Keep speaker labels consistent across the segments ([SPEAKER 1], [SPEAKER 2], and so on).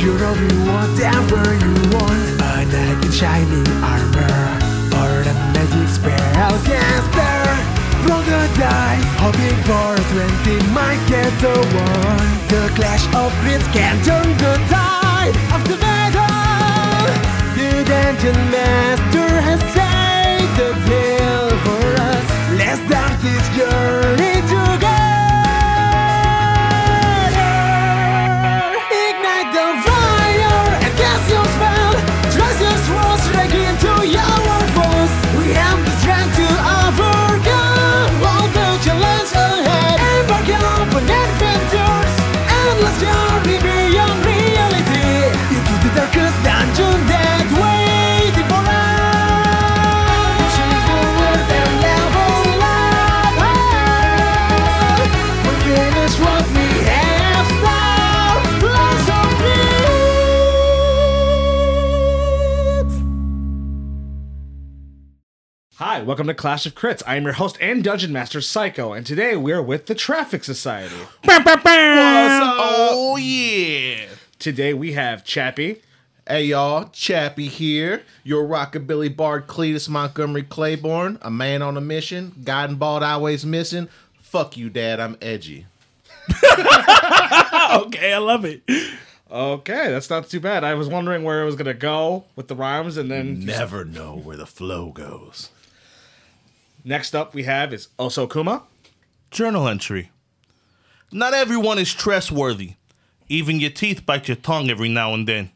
[SPEAKER 1] You're all you whatever you want A knight in shining armor Or a magic spell caster Roll the die, hoping for a 20 Might get the one The clash of grids can turn the tide Of the battle The dungeon master has saved the tale for us Let's start this journey together Ignite the fire and cast your spell. Trust your swords strike into your foes. We have the strength to overcome all the challenges ahead. Embark on adventures, endless journey beyond reality. Into the darkest dungeon that waiting for us. Pushing forward and level up. We finish what we have started. Blast of it.
[SPEAKER 2] Hi, welcome to Clash of Crits. I am your host and Dungeon Master Psycho, and today we are with the Traffic Society.
[SPEAKER 3] Oh yeah.
[SPEAKER 2] Today we have Chappie,
[SPEAKER 3] Hey y'all, Chappie here, your rockabilly bard Cletus Montgomery Claiborne, a man on a mission, gotten bald always missing. Fuck you, Dad, I'm edgy.
[SPEAKER 4] Okay, I love it.
[SPEAKER 2] Okay, that's not too bad. I was wondering where it was gonna go with the rhymes, and then
[SPEAKER 3] Never know where the flow goes.
[SPEAKER 2] next up we have is Osokuma.
[SPEAKER 5] Journal entry. Not everyone is trustworthy. Even your teeth bite your tongue every now and then.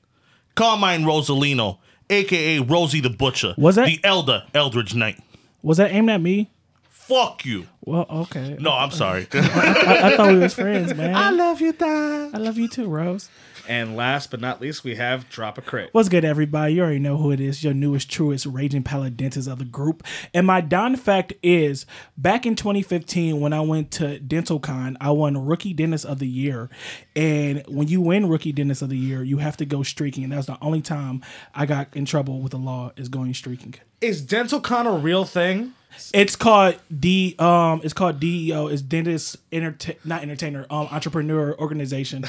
[SPEAKER 5] Carmine Rosalino, aka Rosie the Butcher.
[SPEAKER 4] Was that-
[SPEAKER 5] the Elder Eldridge Knight?
[SPEAKER 4] Was that aimed at me?
[SPEAKER 5] Fuck you.
[SPEAKER 4] Well, Oh, okay.
[SPEAKER 5] No, I'm sorry.
[SPEAKER 4] I, I thought we was friends, man. I,
[SPEAKER 5] love you, Dad.
[SPEAKER 4] love you too, Rose.
[SPEAKER 2] And last but not least, we have Drop a Crit.
[SPEAKER 4] What's good, everybody? You already know who it is. Your newest, truest, raging paladentist of the group. And my Don fact is, back in 2015, when I went to DentalCon, I won Rookie Dentist of the Year. And when you win Rookie Dentist of the Year, you have to go streaking. And that was the only time I got in trouble with the law is going streaking.
[SPEAKER 2] Is DentalCon a real thing?
[SPEAKER 4] It's called D. Um, it's called DEO. It's dentist entertain, not entertainer. Um, entrepreneur organization.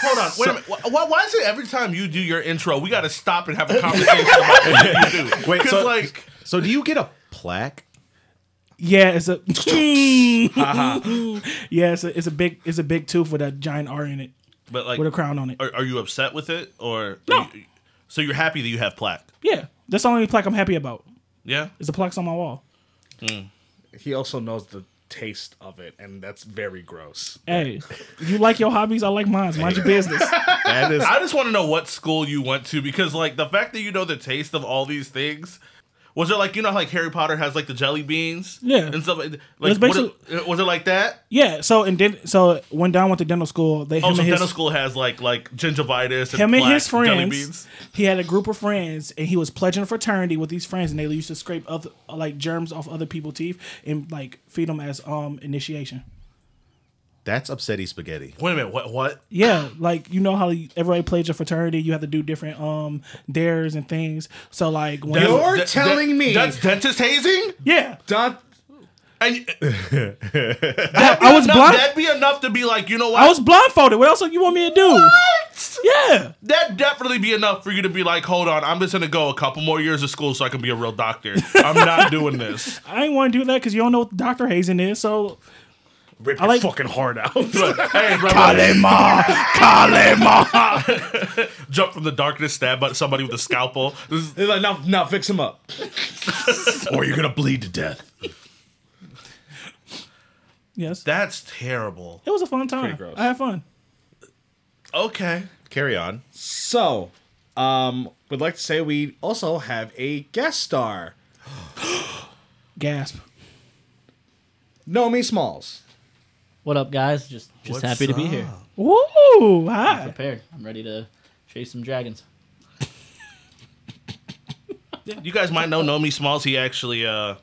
[SPEAKER 5] Hold on. Wait a minute. Why, why- why is it every time you do your intro, we got to stop and have a conversation about what you do?
[SPEAKER 3] Wait,
[SPEAKER 5] 'Cause,
[SPEAKER 3] so-
[SPEAKER 5] like,
[SPEAKER 3] So do you get a plaque?
[SPEAKER 4] Yeah, it's a. yeah, it's a, it's a big it's a big tooth with a giant R in it
[SPEAKER 5] but like,
[SPEAKER 4] with a crown on it.
[SPEAKER 5] Are, are you upset with it or?
[SPEAKER 4] No.
[SPEAKER 5] you- so you're happy that you have plaque?
[SPEAKER 4] Yeah, that's the only plaque I'm happy about.
[SPEAKER 5] Yeah.
[SPEAKER 4] Is the plaques on my wall?
[SPEAKER 2] He also knows the taste of it, and that's very gross.
[SPEAKER 4] Hey, you like your hobbies? I like mine. Mind your business.
[SPEAKER 3] That is
[SPEAKER 5] I just want to know what school you went to because, like, the fact that you know the taste of all these things. Was it like you know how, like Harry Potter has like the jelly beans,
[SPEAKER 4] Yeah.
[SPEAKER 5] and stuff like, like
[SPEAKER 4] It's
[SPEAKER 5] what it- was it like that?
[SPEAKER 4] Yeah. So and then so when Don went to dental school, they him
[SPEAKER 5] Also,
[SPEAKER 4] and his,
[SPEAKER 5] Oh, dental school has like like gingivitis. And
[SPEAKER 4] him and his
[SPEAKER 5] plaque, jelly
[SPEAKER 4] friends
[SPEAKER 5] beans.
[SPEAKER 4] he had a group of friends and he was pledging fraternity with these friends and they used to scrape other like germs off other people's teeth and like feed them as um initiation
[SPEAKER 3] that's upsetty spaghetti.
[SPEAKER 5] Wait a minute, what? What?
[SPEAKER 4] yeah like you know how everybody pledges a fraternity you have to do different um dares and things so like when
[SPEAKER 2] You're telling me-
[SPEAKER 5] that's dentist hazing?
[SPEAKER 4] yeah
[SPEAKER 2] Don,
[SPEAKER 5] And
[SPEAKER 4] I was
[SPEAKER 5] enough,
[SPEAKER 4] blind
[SPEAKER 5] that'd be enough to be like, you know what?
[SPEAKER 4] I was blindfolded what else you want me to do yeah
[SPEAKER 5] That'd definitely be enough for you to be like, hold on, I'm just gonna go a couple more years of school so I can be a real doctor. I'm not doing this.
[SPEAKER 4] I ain't want to do that because you don't know what Dr. Hazen is so
[SPEAKER 2] rip
[SPEAKER 4] like-
[SPEAKER 2] your fucking heart out.
[SPEAKER 5] But, hey, bro, bro,
[SPEAKER 3] Kalema! Kalema!
[SPEAKER 5] jump from the darkness, stab at somebody with a scalpel. This is-
[SPEAKER 2] They're like, now, now fix him up.
[SPEAKER 3] or you're gonna bleed to death.
[SPEAKER 4] yes
[SPEAKER 5] that's terrible.
[SPEAKER 4] it was a fun time
[SPEAKER 2] gross.
[SPEAKER 4] I had fun
[SPEAKER 5] Okay.
[SPEAKER 3] Carry on.
[SPEAKER 2] So, um, would like to say we also have a guest star,
[SPEAKER 4] gasp
[SPEAKER 2] Nomi Smalls.
[SPEAKER 6] What up, guys? Just
[SPEAKER 5] What's
[SPEAKER 6] just happy to be here.
[SPEAKER 4] Woo! Hi.
[SPEAKER 6] Prepared. I'm ready to chase some dragons.
[SPEAKER 5] You guys might know Nomi Smalls. He actually uh,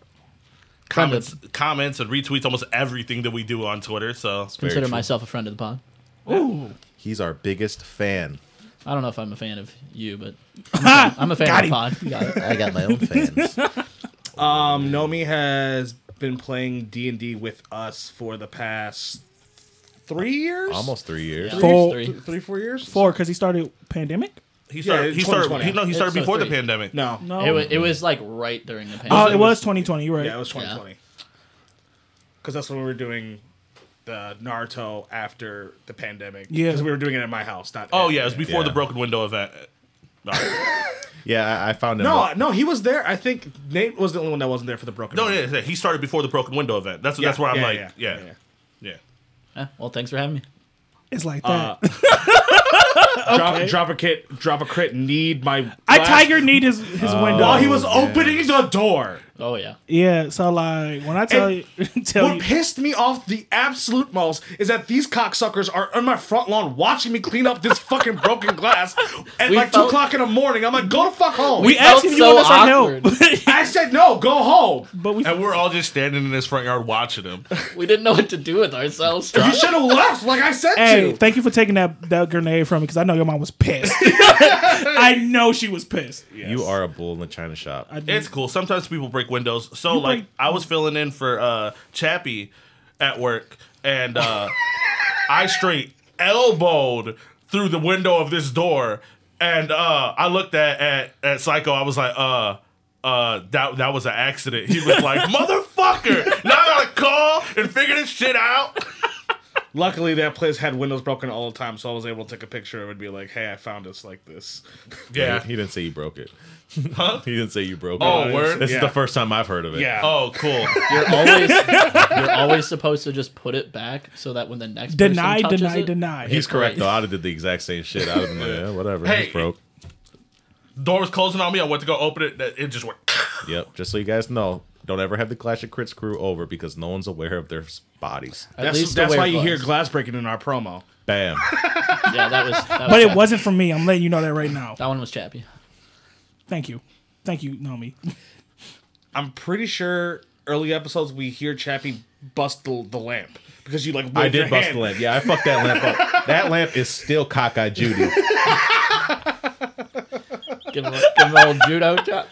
[SPEAKER 5] comments comments and retweets almost everything that we do on Twitter. So
[SPEAKER 6] Consider
[SPEAKER 3] true.
[SPEAKER 6] myself a friend of the pod.
[SPEAKER 3] He's our biggest fan.
[SPEAKER 6] I don't know if I'm a fan of you, but I'm a fan, I'm a fan of the pod. You got it.
[SPEAKER 3] I got my own fans.
[SPEAKER 2] Um, Nomi has been playing D and D with us for the past three years,
[SPEAKER 7] Almost three years.
[SPEAKER 6] Yeah.
[SPEAKER 4] Four-
[SPEAKER 6] Three.
[SPEAKER 2] Th- three four years.
[SPEAKER 4] Four, because he started pandemic.
[SPEAKER 5] He
[SPEAKER 2] Yeah,
[SPEAKER 5] started. he started.
[SPEAKER 2] 2020.
[SPEAKER 5] He, no, he started
[SPEAKER 6] It's, uh,
[SPEAKER 5] before the
[SPEAKER 6] three.
[SPEAKER 5] pandemic.
[SPEAKER 2] No,
[SPEAKER 4] No,
[SPEAKER 6] It was, it was like right during the
[SPEAKER 4] oh,
[SPEAKER 6] pandemic.
[SPEAKER 4] it was 2020. You're right.
[SPEAKER 2] yeah, it was 2020. Because that's when we were doing the Naruto after the pandemic.
[SPEAKER 4] Yeah.
[SPEAKER 2] because we were doing it at my house. Not
[SPEAKER 5] Oh
[SPEAKER 2] at-
[SPEAKER 5] yeah, it was before
[SPEAKER 7] Yeah.
[SPEAKER 5] the broken window event. All right.
[SPEAKER 7] Yeah, I, I found him.
[SPEAKER 2] No,
[SPEAKER 7] Well,
[SPEAKER 2] no, he was there. I think Nate was the only one that wasn't there for the broken.
[SPEAKER 5] no,
[SPEAKER 2] window.
[SPEAKER 5] yeah, yeah, he started before the broken window event. That's
[SPEAKER 2] Yeah,
[SPEAKER 5] that's where I'm
[SPEAKER 2] yeah,
[SPEAKER 5] like,
[SPEAKER 2] yeah,
[SPEAKER 5] yeah,
[SPEAKER 2] yeah,
[SPEAKER 5] yeah.
[SPEAKER 6] Yeah, well, thanks for having me.
[SPEAKER 4] It's like
[SPEAKER 2] uh,
[SPEAKER 4] that.
[SPEAKER 2] Drop, drop a kit, drop a crit. Need my.
[SPEAKER 4] I
[SPEAKER 2] last- uh, Oh,
[SPEAKER 4] Tiger need his his window.
[SPEAKER 2] While he was opening the door.
[SPEAKER 6] Oh yeah.
[SPEAKER 4] yeah, so like when I tell
[SPEAKER 2] And
[SPEAKER 4] you, tell
[SPEAKER 2] what
[SPEAKER 4] you,
[SPEAKER 2] pissed me off the absolute most is that these cocksuckers are on my front lawn watching me clean up this fucking broken glass at
[SPEAKER 6] We
[SPEAKER 2] like two
[SPEAKER 6] felt-
[SPEAKER 2] o'clock in the morning. I'm like, go to fuck home.
[SPEAKER 4] we
[SPEAKER 6] felt
[SPEAKER 4] asked if you
[SPEAKER 6] so
[SPEAKER 4] want us our help,
[SPEAKER 2] I said no, go home.
[SPEAKER 4] but we
[SPEAKER 5] And we're all just standing in his front yard watching him.
[SPEAKER 6] We didn't know what to do with ourselves.
[SPEAKER 2] You should have left, like I said
[SPEAKER 4] Hey,
[SPEAKER 2] to.
[SPEAKER 4] thank you for taking that, that grenade from me because I know your mom was pissed. I know she was pissed.
[SPEAKER 7] you are a bull in the china shop.
[SPEAKER 4] I did.
[SPEAKER 5] It's cool. Sometimes people break windows. So like
[SPEAKER 4] break-
[SPEAKER 5] I was filling in for uh Chappie at work and uh I straight elbowed through the window of this door and uh I looked at at, at Psycho, I was like, uh uh, that that was an accident. He was like, "Motherfucker! Now I gotta call and figure this shit out."
[SPEAKER 2] Luckily, that place had windows broken all the time, so I was able to take a picture of it and be like, hey, I found this like this.
[SPEAKER 5] Yeah.
[SPEAKER 7] He didn't say you broke it. He didn't say you broke
[SPEAKER 5] Oh,
[SPEAKER 7] it.
[SPEAKER 5] word?
[SPEAKER 7] This
[SPEAKER 2] Yeah.
[SPEAKER 7] is the first time I've heard of it.
[SPEAKER 2] Yeah.
[SPEAKER 5] Oh, cool.
[SPEAKER 6] You're always you're always supposed to just put it back so that when the next
[SPEAKER 4] Deny,
[SPEAKER 6] person touches
[SPEAKER 4] deny,
[SPEAKER 6] it,
[SPEAKER 4] deny.
[SPEAKER 7] He's correct
[SPEAKER 6] Right.
[SPEAKER 7] though. I did the exact same shit. I don't know. Yeah, whatever.
[SPEAKER 5] Hey.
[SPEAKER 7] He's broke.
[SPEAKER 5] Door was closing on me. I went to go open it. It just went.
[SPEAKER 7] Yep. Just so you guys know, don't ever have the Clash of Crits crew over because no one's aware of their bodies.
[SPEAKER 6] At
[SPEAKER 2] that's
[SPEAKER 6] least the
[SPEAKER 2] that's
[SPEAKER 6] way
[SPEAKER 2] why
[SPEAKER 6] it
[SPEAKER 2] you hear
[SPEAKER 6] was.
[SPEAKER 2] glass breaking in our promo.
[SPEAKER 7] Bam.
[SPEAKER 6] Yeah, that was. That was
[SPEAKER 4] but it
[SPEAKER 6] Chappie.
[SPEAKER 4] wasn't for me. I'm letting you know that right now.
[SPEAKER 6] That one was Chappie.
[SPEAKER 4] Thank you. Thank you, Nomi.
[SPEAKER 2] I'm pretty sure early episodes we hear Chappie bust the, the lamp because you like
[SPEAKER 7] I
[SPEAKER 2] waved your
[SPEAKER 7] did bust
[SPEAKER 2] hand.
[SPEAKER 7] the lamp. Yeah, I fucked that lamp up. That lamp is still cockeye Judy.
[SPEAKER 6] Give him, a- give him an old judo chop.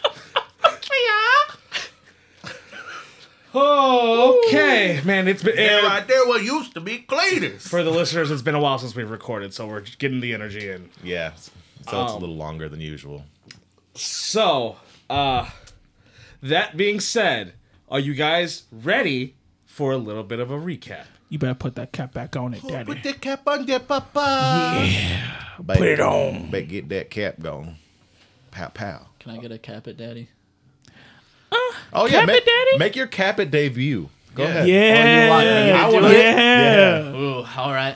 [SPEAKER 2] Oh, okay, man. It's been
[SPEAKER 5] Yeah,
[SPEAKER 2] it-
[SPEAKER 5] right there. What used to be cleaners.
[SPEAKER 2] for the listeners. It's been a while since we've recorded, so we're just getting the energy in.
[SPEAKER 7] Yeah. So
[SPEAKER 5] Um,
[SPEAKER 7] it's a little longer than usual.
[SPEAKER 2] So, uh, that being said, are you guys ready for a little bit of a recap?
[SPEAKER 4] You better put that cap back on it, Daddy.
[SPEAKER 5] Put the cap on there, papa.
[SPEAKER 7] Put
[SPEAKER 4] it on.
[SPEAKER 7] But get that cap going. Pow pow.
[SPEAKER 6] Can I get a cap at daddy?
[SPEAKER 7] Oh yeah,
[SPEAKER 4] Cap
[SPEAKER 7] make,
[SPEAKER 4] it, daddy?
[SPEAKER 7] make your cap it debut. Go ahead.
[SPEAKER 6] you want- you
[SPEAKER 4] Yeah.
[SPEAKER 6] wanna do it?
[SPEAKER 4] Yeah.
[SPEAKER 6] Ooh, all right.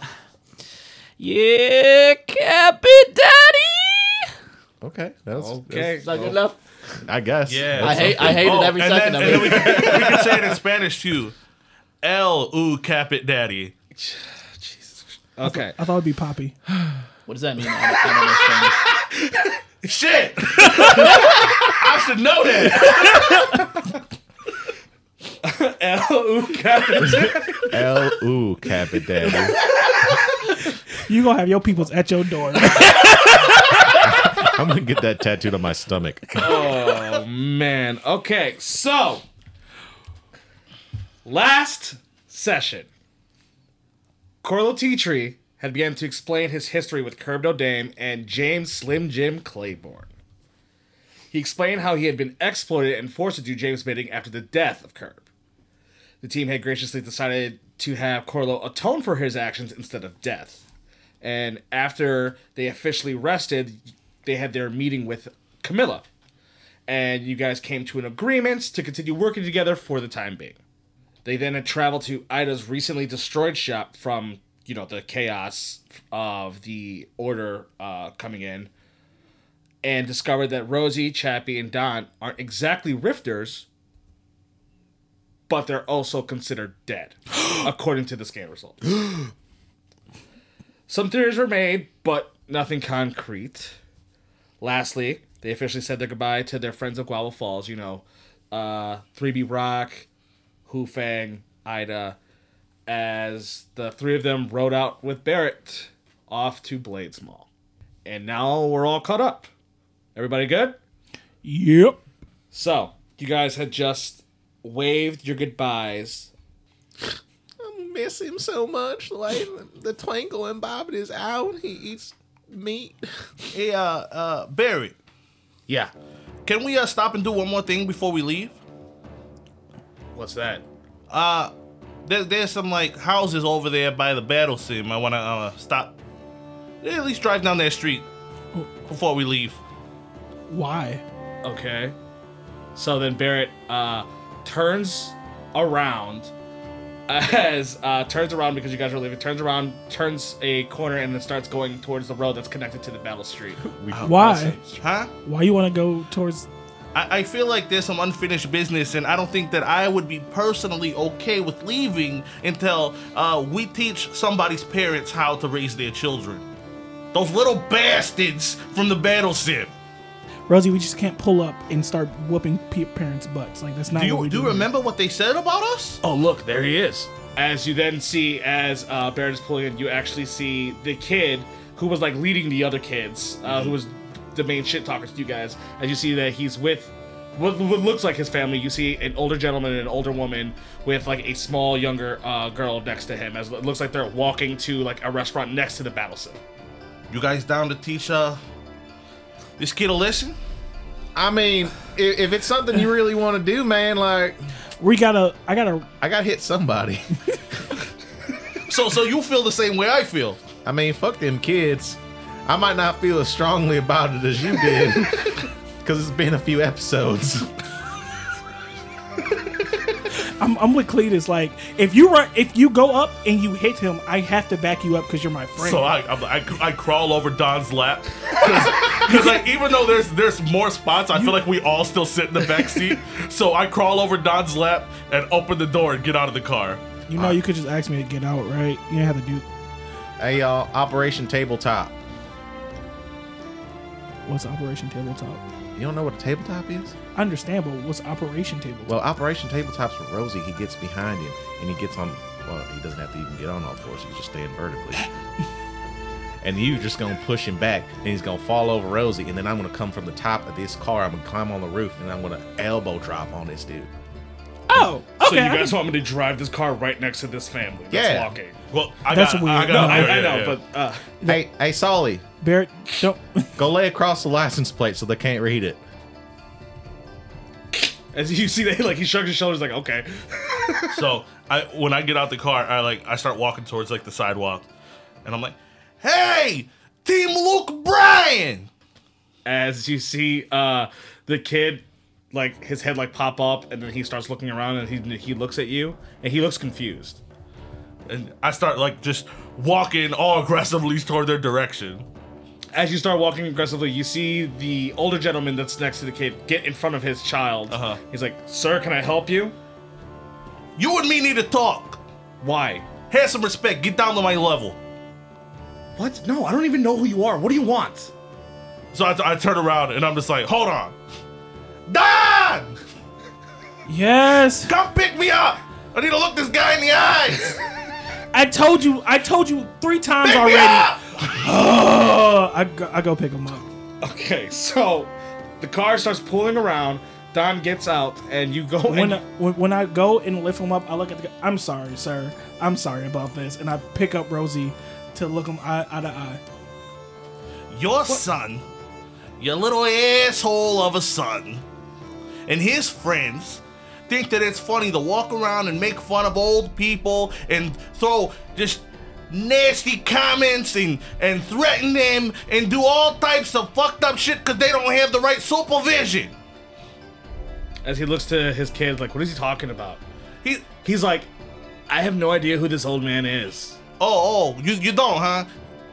[SPEAKER 6] Yeah, cap it daddy.
[SPEAKER 7] Okay. That was
[SPEAKER 2] Okay.
[SPEAKER 6] Is that good enough?
[SPEAKER 7] that's- I guess.
[SPEAKER 5] Yeah.
[SPEAKER 6] I hate. I hated
[SPEAKER 5] Oh,
[SPEAKER 6] every
[SPEAKER 5] and
[SPEAKER 6] second
[SPEAKER 5] then,
[SPEAKER 6] of
[SPEAKER 5] and
[SPEAKER 6] it.
[SPEAKER 5] then we, can, we can say it in Spanish too. El u cap it daddy.
[SPEAKER 2] Okay.
[SPEAKER 4] I thought it'd be Poppy.
[SPEAKER 6] What does that mean? I don't- I don't understand.
[SPEAKER 5] Shit. I should know that.
[SPEAKER 7] L U cap it daddy.
[SPEAKER 4] You gonna have your peoples at your door.
[SPEAKER 7] I'm gonna get that tattooed on my stomach.
[SPEAKER 2] Man, okay, so last session, Corlo Teatree had begun to explain his history with Curb No Dame and James Slim Jim Claiborne. He explained how he had been exploited and forced to do James bidding after the death of Curb. The team had graciously decided to have Corlo atone for his actions instead of death. And after they officially rested, they had their meeting with Camilla and you guys came to an agreement to continue working together for the time being. They then had traveled to Ida's recently destroyed shop from, you know, the chaos of the order uh, coming in and discovered that Rosie, Chappie, and Don aren't exactly rifters, but they're also considered dead, according to the scan result. Some theories were made, but nothing concrete. Lastly, they officially said their goodbye to their friends of Guava Falls, you know, uh, 3B Rock, Hu Fang, Ida, as the three of them rode out with Barrett off to Blades Mall. And now we're all caught up. Everybody good?
[SPEAKER 4] yep.
[SPEAKER 2] So, you guys had just waved your goodbyes.
[SPEAKER 3] miss him so much. Like the twinkle in Bobby's eye when he eats meat.
[SPEAKER 5] Hey, uh, uh, Barry,
[SPEAKER 2] Yeah.
[SPEAKER 5] can we uh, stop and do one more thing before we leave?
[SPEAKER 2] What's that?
[SPEAKER 5] There, there's some like houses over there by the battle sim. I want to uh, stop. Yeah, at least drive down that street before we leave.
[SPEAKER 4] Why?
[SPEAKER 2] Okay. So then Barrett uh, turns around as uh, turns around because you guys are leaving. Turns around, turns a corner, and then starts going towards the road that's connected to the battle street.
[SPEAKER 4] Why?
[SPEAKER 5] Huh?
[SPEAKER 4] Why you want to go towards?
[SPEAKER 5] I, I feel like there's some unfinished business, and I don't think that I would be personally okay with leaving until uh, we teach somebody's parents how to raise their children. Those little bastards from the battle sim.
[SPEAKER 4] Rosie, we just can't pull up and start whooping pe- parents' butts. Like that's not.
[SPEAKER 5] Do
[SPEAKER 4] what
[SPEAKER 5] you
[SPEAKER 4] we
[SPEAKER 5] do you remember what they said about us?
[SPEAKER 2] Oh, look, there he is. As you then see, as uh, Barrett is pulling in, you actually see the kid who was like leading the other kids, uh, who was the main shit talker to you guys. As you see that he's with what, what looks like his family, you see an older gentleman and an older woman with like a small younger uh, girl next to him. As it looks like they're walking to like a restaurant next to the battle sim.
[SPEAKER 5] You guys down to teach uh, this kid a lesson?
[SPEAKER 3] I mean, if, if it's something you really want to do, man, like
[SPEAKER 4] We gotta. I gotta.
[SPEAKER 3] I got to hit somebody.
[SPEAKER 5] So, so you feel the same way I feel.
[SPEAKER 3] I mean, fuck them kids. I might not feel as strongly about it as you did because it's been a few episodes.
[SPEAKER 4] I'm, I'm with Cletus. Like if you run, if you go up and you hit him, I have to back you up because you're my friend.
[SPEAKER 5] So I, I'm- I, I, crawl over Don's lap because like even though there's there's more spots, I feel like we all still sit in the back seat. So I crawl over Don's lap and open the door and get out of the car.
[SPEAKER 4] you know, you could just ask me to get out, right? You don't have to do.
[SPEAKER 3] Hey, y'all, Operation Tabletop.
[SPEAKER 4] What's Operation Tabletop?
[SPEAKER 3] You don't know what a tabletop is?
[SPEAKER 4] I understand, but what's Operation Tabletop?
[SPEAKER 3] Well, Operation Tabletop's with Rosie. He gets behind him and he gets on. Well, he doesn't have to even get on all fours. He's just staying vertically. and you're just gonna push him back, and he's gonna fall over Rosie. And then I'm gonna come from the top of this car. I'm gonna climb on the roof, and I'm gonna elbow drop on this dude.
[SPEAKER 4] oh, okay.
[SPEAKER 2] So you
[SPEAKER 4] I
[SPEAKER 2] guys
[SPEAKER 4] can-
[SPEAKER 2] want me to drive this car right next to this family that's
[SPEAKER 3] Yeah.
[SPEAKER 2] walking?
[SPEAKER 5] Well, I
[SPEAKER 4] That's
[SPEAKER 5] got, I
[SPEAKER 4] weird.
[SPEAKER 5] got,
[SPEAKER 4] No,
[SPEAKER 2] I,
[SPEAKER 5] Oh, yeah,
[SPEAKER 2] I
[SPEAKER 5] yeah,
[SPEAKER 2] know,
[SPEAKER 5] yeah.
[SPEAKER 2] but uh,
[SPEAKER 3] Hey, hey, Solly,
[SPEAKER 4] Barrett, don't.
[SPEAKER 3] go lay across the license plate so they can't read it.
[SPEAKER 2] as you see that, like he shrugs his shoulders, like okay.
[SPEAKER 5] so I when I get out the car, I like I start walking towards like the sidewalk, and I'm like, "Hey, Team Luke Bryan!"
[SPEAKER 2] as you see uh the kid like his head like pop up and then he starts looking around and he he looks at you and he looks confused
[SPEAKER 5] And I start like just walking all aggressively toward their direction.
[SPEAKER 2] as you start walking aggressively you see the older gentleman that's next to the kid get in front of his child
[SPEAKER 5] Uh-huh.
[SPEAKER 2] he's like sir can i help you
[SPEAKER 5] You and me need to talk.
[SPEAKER 2] why
[SPEAKER 5] Have some respect. Get down to my level.
[SPEAKER 2] what no i don't even know who you are what do you want
[SPEAKER 5] So I, I turn around and I'm just like, hold on. Don!
[SPEAKER 4] yes,
[SPEAKER 5] Come pick me up! I need to look this guy in the eyes!
[SPEAKER 4] I told you. I told you three times
[SPEAKER 5] Pick me
[SPEAKER 4] already.
[SPEAKER 5] up!
[SPEAKER 4] Oh, I go, I go pick him up.
[SPEAKER 2] okay so the car starts pulling around don gets out and you go
[SPEAKER 4] When I,
[SPEAKER 2] and,
[SPEAKER 4] when when I go and lift him up, I look at the. guy, I'm sorry, sir. I'm sorry about this, and I pick up Rosie to look him eye, eye to eye.
[SPEAKER 5] Your son, your little asshole of a son, and his friends think that it's funny to walk around and make fun of old people and throw just nasty comments and, and threaten them and do all types of fucked up shit because they don't have the right supervision.
[SPEAKER 2] as he looks to his kid like what is he talking about
[SPEAKER 5] He,
[SPEAKER 2] he's like i have no idea who this old man is
[SPEAKER 5] Oh, oh, you, you don't, huh?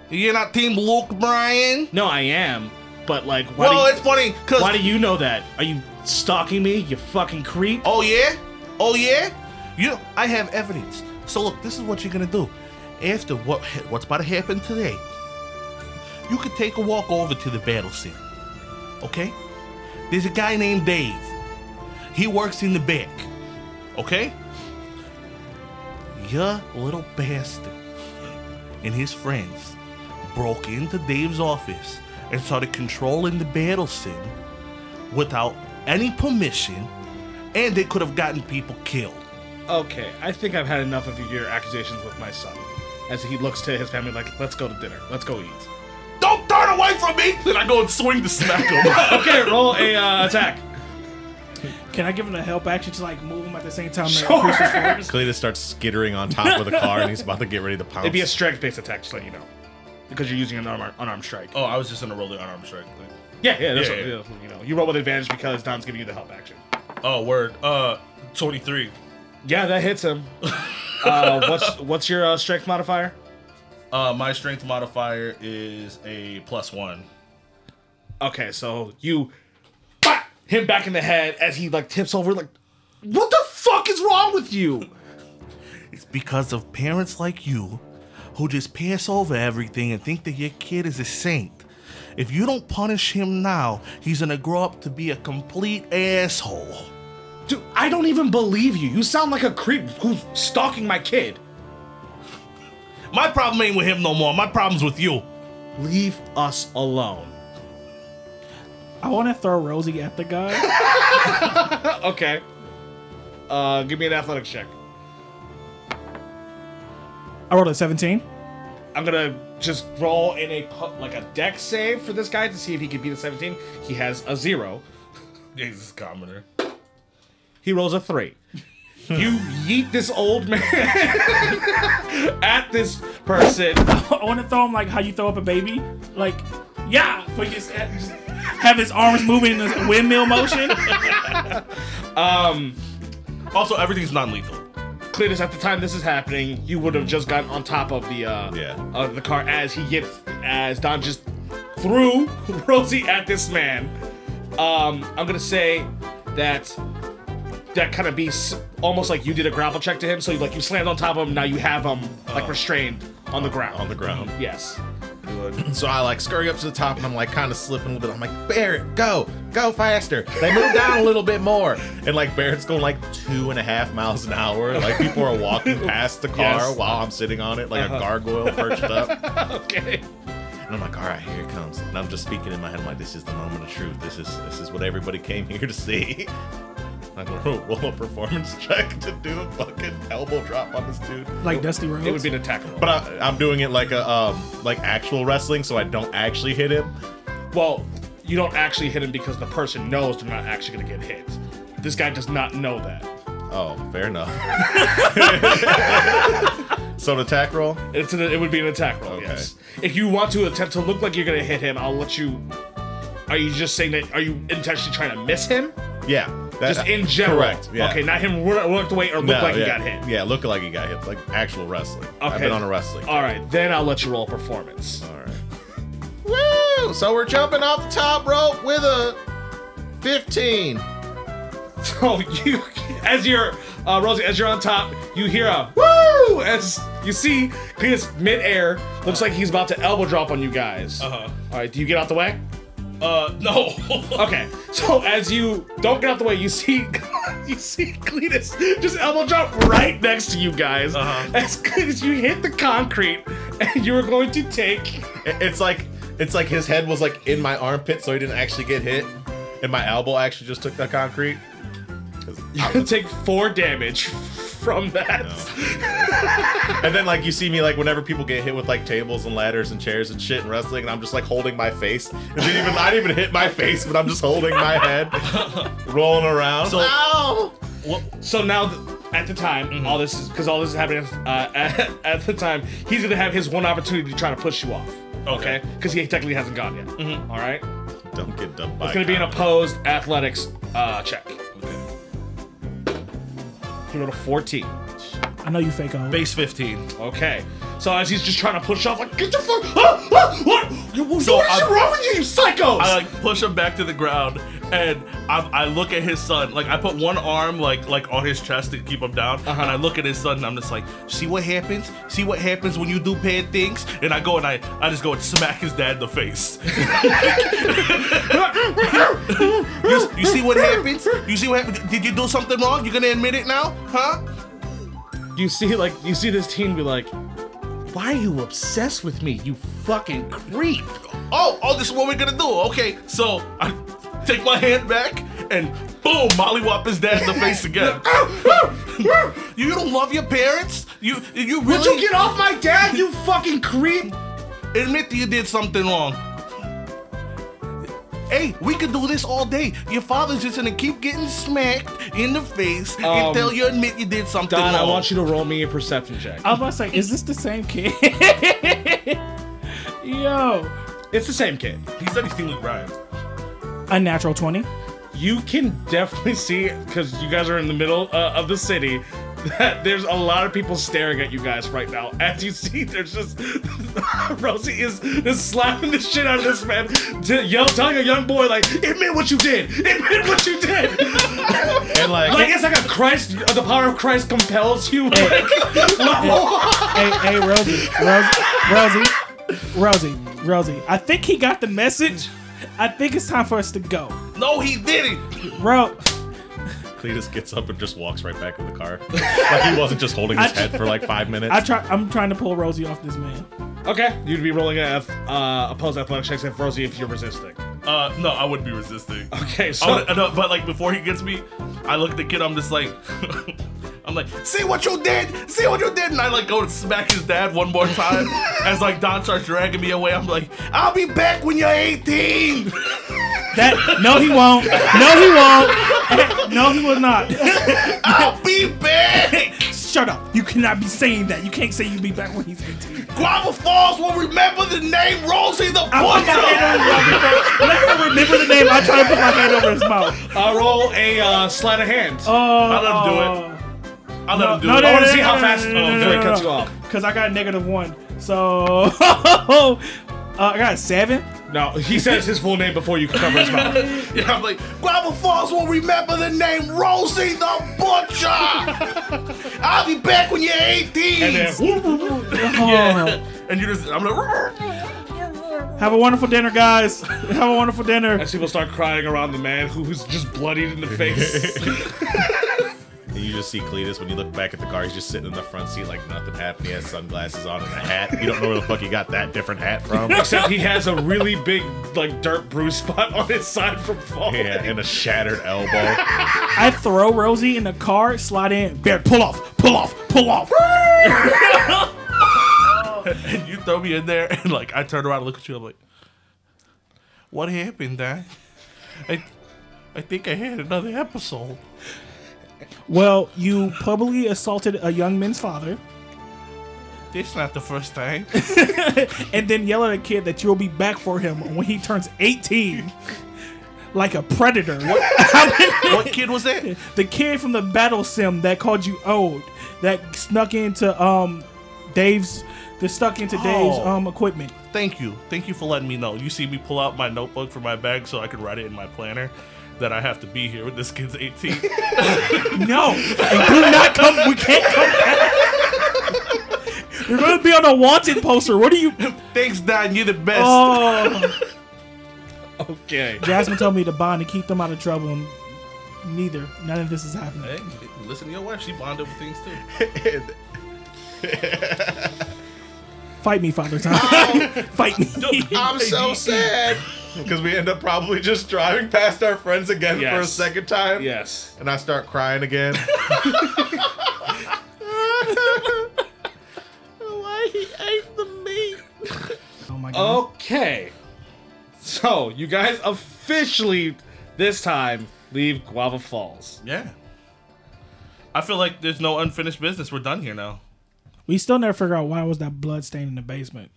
[SPEAKER 5] You're not Team Luke Bryan?
[SPEAKER 2] No, I am. But like, why,
[SPEAKER 5] Well,
[SPEAKER 2] do,
[SPEAKER 5] it's funny, because.
[SPEAKER 2] why do you know that? Are you stalking me? You fucking creep.
[SPEAKER 5] Oh, yeah? Oh, yeah? You, I have evidence. So, look, this is what you're gonna do. After what ha- what's about to happen today, you could take a walk over to the battle scene. Okay? There's a guy named Dave. He works in the back. Okay? Your little bastard and his friends broke into Dave's office and started controlling the battle sim without any permission, and they could have gotten people killed.
[SPEAKER 2] Okay, I think I've had enough of your accusations with my son. As he looks to his family like, let's go to dinner, let's go eat.
[SPEAKER 5] Don't turn away from me! Then I go and swing the smack him.
[SPEAKER 2] Okay, roll a uh, attack.
[SPEAKER 4] Can I give him a help action to like move him at the same time? Sure.
[SPEAKER 7] Cletus starts skittering on top of the car and he's about to get ready to pounce.
[SPEAKER 2] It'd be a strength-based attack, just to let you know, because you're using an unarmed, unarmed strike.
[SPEAKER 5] oh, I was just gonna roll the unarmed strike. Thing.
[SPEAKER 2] yeah, yeah, that's
[SPEAKER 5] yeah,
[SPEAKER 2] what,
[SPEAKER 5] yeah.
[SPEAKER 2] yeah, You know, you roll with advantage because Don's giving you the help action.
[SPEAKER 5] Oh, word. Uh, twenty three.
[SPEAKER 2] Yeah, that hits him. uh, what's what's your uh, strength modifier?
[SPEAKER 5] Uh, my strength modifier is a plus one.
[SPEAKER 2] Okay, so you bat him back in the head as he like tips over, like, what the fuck is wrong with you?
[SPEAKER 5] It's because of parents like you who just pass over everything and think that your kid is a saint. If you don't punish him now, he's gonna grow up to be a complete asshole.
[SPEAKER 2] Dude, I don't even believe you. You sound like a creep who's stalking my kid.
[SPEAKER 5] My problem ain't with him no more. My problem's with you.
[SPEAKER 2] Leave us alone.
[SPEAKER 4] I want to throw Rosie at the guy.
[SPEAKER 2] Okay. Uh, give me an athletics check.
[SPEAKER 4] I rolled a 17.
[SPEAKER 2] I'm gonna just roll in a pu- like a deck save for this guy to see if he can beat a 17. He has a zero.
[SPEAKER 5] Jesus, commoner.
[SPEAKER 2] He rolls a three. you yeet this old man at this person.
[SPEAKER 4] I want to throw him like how you throw up a baby, like yeah, but just just have his arms moving in this windmill motion.
[SPEAKER 5] Also, everything's non-lethal.
[SPEAKER 2] Cletus, at the time this is happening, you would have just gotten on top of the uh,
[SPEAKER 7] Yeah.
[SPEAKER 2] of the car as he gets as Don just threw Rosie at this man. Um, I'm gonna say that that kind of be s- almost like you did a grapple check to him. So you like you slammed on top of him. Now you have him like restrained on the ground.
[SPEAKER 7] Oh. on the ground.
[SPEAKER 2] Yes.
[SPEAKER 7] So I like scurry up to the top and I'm like kind of slipping a little bit. I'm like, Barrett, go, go faster. They move down a little bit more. And like Barrett's going like two and a half miles an hour. Like people are walking past the car
[SPEAKER 2] Yes.
[SPEAKER 7] while I'm sitting on it, like a gargoyle perched up.
[SPEAKER 2] Okay.
[SPEAKER 7] And I'm like, all right, here it comes. And I'm just speaking in my head, I'm like, this is the moment of truth. This is this is what everybody came here to see. I'm gonna roll- roll a performance check to do a fucking elbow drop on this dude.
[SPEAKER 4] Like Dusty Rhodes.
[SPEAKER 2] It would be an attack roll.
[SPEAKER 7] But I, I'm doing it like a um like actual wrestling, so I don't actually hit him.
[SPEAKER 2] Well, you don't actually hit him because the person knows they're not actually gonna get hit. This guy does not know that.
[SPEAKER 7] Oh, fair enough. so the attack roll.
[SPEAKER 2] It's an, it would be an attack roll.
[SPEAKER 7] Okay.
[SPEAKER 2] Yes. If you want to attempt to look like you're gonna hit him, I'll let you. Are you just saying that? Are you intentionally trying to miss him?
[SPEAKER 7] Yeah, that-
[SPEAKER 2] just in general.
[SPEAKER 7] Correct. Yeah.
[SPEAKER 2] Okay, not him run- worked away or look
[SPEAKER 7] No,
[SPEAKER 2] like
[SPEAKER 7] yeah.
[SPEAKER 2] he got hit.
[SPEAKER 7] Yeah, look like he got hit, like actual wrestling.
[SPEAKER 2] Okay.
[SPEAKER 7] I've been on a wrestling.
[SPEAKER 2] All right, then I'll let you roll performance.
[SPEAKER 7] All right. Woo! So we're jumping off the top rope with a fifteen.
[SPEAKER 2] So you, as you're, uh, Rosie, as you're on top, you hear a woo as you see Cletus midair. Looks like he's about to elbow drop on you guys.
[SPEAKER 5] Uh-huh.
[SPEAKER 2] All right, do you get out the way?
[SPEAKER 5] Uh, no.
[SPEAKER 2] Okay, so as you don't get out the way, you see you see Cletus just elbow drop right next to you guys.
[SPEAKER 5] Uh-huh.
[SPEAKER 2] As Cletus, you hit the concrete, and you were going to take.
[SPEAKER 7] It's like it's like his head was like in my armpit, so he didn't actually get hit, and my elbow actually just took the concrete. 'Cause
[SPEAKER 2] You
[SPEAKER 7] I'm-
[SPEAKER 2] could take four damage from that.
[SPEAKER 7] And then like you see me like whenever people get hit with like tables and ladders and chairs and shit and wrestling, and I'm just like holding my face. It didn't even I didn't even hit my face, but I'm just holding my head, rolling around.
[SPEAKER 5] So-
[SPEAKER 7] Ow!
[SPEAKER 2] So now, th- at the time,
[SPEAKER 5] Mm-hmm.
[SPEAKER 2] all this is because all this is happening uh, at, at the time. He's gonna have his one opportunity to try to push you off.
[SPEAKER 5] Okay. Mm-hmm.
[SPEAKER 2] Because he technically hasn't gone yet. All right. It's
[SPEAKER 7] Don't get dumped by.
[SPEAKER 2] gonna be an
[SPEAKER 7] a.
[SPEAKER 2] opposed athletics uh, check. He rolled a 14.
[SPEAKER 4] I know you fake out.
[SPEAKER 5] Base fifteen.
[SPEAKER 2] Okay. So as he's just trying to push off, like, get the fuck! Ah, ah, what? You,
[SPEAKER 5] So
[SPEAKER 2] what is
[SPEAKER 5] I'm-
[SPEAKER 2] wrong with you, you psychos?
[SPEAKER 5] I like push him back to the ground, and I, I look at his son. Like I put one arm like like on his chest to keep him down, and I look at his son, and I'm just like, see what happens, see what happens when you do bad things. And I go and I I just go and smack his dad in the face. you, you see what happens? You see what happened? Did you do something wrong? You gonna admit it now, huh?
[SPEAKER 2] you see, like, you see this teen be like, why are you obsessed with me, you fucking creep?
[SPEAKER 5] Oh, oh, this is what we're gonna do. Okay, so I take my hand back and and boom, mollywop his dad in the face again. you don't love your parents? You you really
[SPEAKER 2] Would you get off my dad, you fucking creep?
[SPEAKER 5] admit that you did something wrong. Hey, we could do this all day. Your father's just gonna keep getting smacked in the face until you admit you did something
[SPEAKER 2] Um, Don, I
[SPEAKER 5] wrong.
[SPEAKER 2] want you to roll me a perception check.
[SPEAKER 4] I was about to say, is this the same kid? Yo,
[SPEAKER 2] It's the same kid.
[SPEAKER 5] He said he's stealing Brian.
[SPEAKER 4] unnatural twenty.
[SPEAKER 2] You can definitely see because you guys are in the middle uh, of the city. That there's a lot of people staring at you guys right now. As you see, there's just Rosie is just slapping the shit out of this man, to yell, telling a young boy like, "Admit what you did. Admit what you did."
[SPEAKER 3] And like,
[SPEAKER 2] like it's like a Christ, uh, the power of Christ compels you.
[SPEAKER 4] hey, hey, Rosie, Rosie, Rosie, Rosie, Rosie. I think he got the message. I think it's time for us to go,
[SPEAKER 5] No, he didn't.
[SPEAKER 4] bro.
[SPEAKER 3] Cletus gets up and just walks right back in the car. like he wasn't just holding his head for like five minutes.
[SPEAKER 4] I try. I'm trying to pull Rosie off this man.
[SPEAKER 2] okay, you'd be rolling an F, uh, opposed athletic checks if Rosie if you're resisting.
[SPEAKER 5] Uh, no, I wouldn't be resisting.
[SPEAKER 2] Okay, so
[SPEAKER 5] I would,
[SPEAKER 4] Oh,
[SPEAKER 5] uh, no, but like before he gets me, I look at the kid. I'm just like, I'm like, see what you did, see what you did, and I like go to smack his dad one more time. as like Don starts dragging me away, I'm like, I'll be back when you're 18.
[SPEAKER 4] That no, he won't. No, he won't. No, he will not.
[SPEAKER 5] I'll be back.
[SPEAKER 4] Shut up. You cannot be saying that. You can't say you be back when he's 18.
[SPEAKER 5] Guava Falls will remember the name Rosie the
[SPEAKER 4] I put my
[SPEAKER 5] Butcher.
[SPEAKER 4] hand over his mouth. Let him remember the name. I try to put my hand over his mouth.
[SPEAKER 2] uh, roll a uh, sleight of hand.
[SPEAKER 4] Oh,
[SPEAKER 5] I let him do it. I let him do
[SPEAKER 4] no,
[SPEAKER 5] it.
[SPEAKER 4] no,
[SPEAKER 2] I want
[SPEAKER 4] no,
[SPEAKER 2] to
[SPEAKER 4] no,
[SPEAKER 2] see
[SPEAKER 4] no,
[SPEAKER 2] how
[SPEAKER 4] no,
[SPEAKER 2] fast.
[SPEAKER 4] no,
[SPEAKER 2] Oh,
[SPEAKER 4] no, no,
[SPEAKER 2] no, it
[SPEAKER 4] no,
[SPEAKER 2] cuts
[SPEAKER 4] no.
[SPEAKER 2] you off.
[SPEAKER 4] Cause I got a negative one. So uh, I got a seven.
[SPEAKER 2] No, he says his full name before you can cover his mouth.
[SPEAKER 5] Yeah, I'm like, Guava Falls will remember the name Rosie the Butcher. I'll be back when you're 18.
[SPEAKER 2] And then, whoop.
[SPEAKER 5] yeah. and you just, I'm like,
[SPEAKER 4] Have a wonderful dinner, guys. Have a wonderful dinner.
[SPEAKER 2] as people start crying around the man who's just bloodied in the face.
[SPEAKER 3] And you just see Cletus when you look back at the car. He's just sitting in the front seat like nothing happened. He has sunglasses on and a hat. You don't know where the fuck he got that different hat from. yeah,
[SPEAKER 2] Except he has a really big, like, dirt bruise spot on his side from falling.
[SPEAKER 3] and a shattered elbow.
[SPEAKER 4] I throw Rosie in the car, slide in. Bear, pull off, pull off, pull off.
[SPEAKER 5] and you throw me in there, and like, I turn around and look at you. I'm like, what happened, Dad? I, I think I had another episode.
[SPEAKER 4] Well, you publicly assaulted a young man's father
[SPEAKER 5] This not the first time.
[SPEAKER 4] and then yell at a kid that you'll be back for him when he turns 18. Like a predator.
[SPEAKER 5] what kid was that?
[SPEAKER 4] the kid from the battle sim that called you old, that snuck into um Dave's, that stuck into Dave's
[SPEAKER 5] Oh.
[SPEAKER 4] um equipment.
[SPEAKER 5] Thank you. Thank you for letting me know. You see me pull out my notebook from my bag so I could write it in my planner that I have to be here when this kid's 18.
[SPEAKER 4] No, and do not come. We can't come. Back. You're gonna be on a wanted poster. What are you?
[SPEAKER 5] Thanks, Don. You're the best.
[SPEAKER 4] Oh,
[SPEAKER 2] Okay.
[SPEAKER 4] Jasmine told me to bond to keep them out of trouble. And neither, none of this is happening.
[SPEAKER 5] Hey, listen to your wife. She bonded with things too.
[SPEAKER 4] Fight me, Father Time.
[SPEAKER 5] Oh.
[SPEAKER 4] Fight me.
[SPEAKER 7] I'm so sad because we end up probably just driving past our friends again for a
[SPEAKER 2] Yes.
[SPEAKER 7] second time,
[SPEAKER 2] Yes.
[SPEAKER 7] and I start crying again.
[SPEAKER 4] oh my god.
[SPEAKER 2] Okay. So, you guys officially, this time, leave Guava Falls.
[SPEAKER 5] Yeah. I feel like there's no unfinished business. We're done here now.
[SPEAKER 4] We still never figure out why was that blood stain in the basement.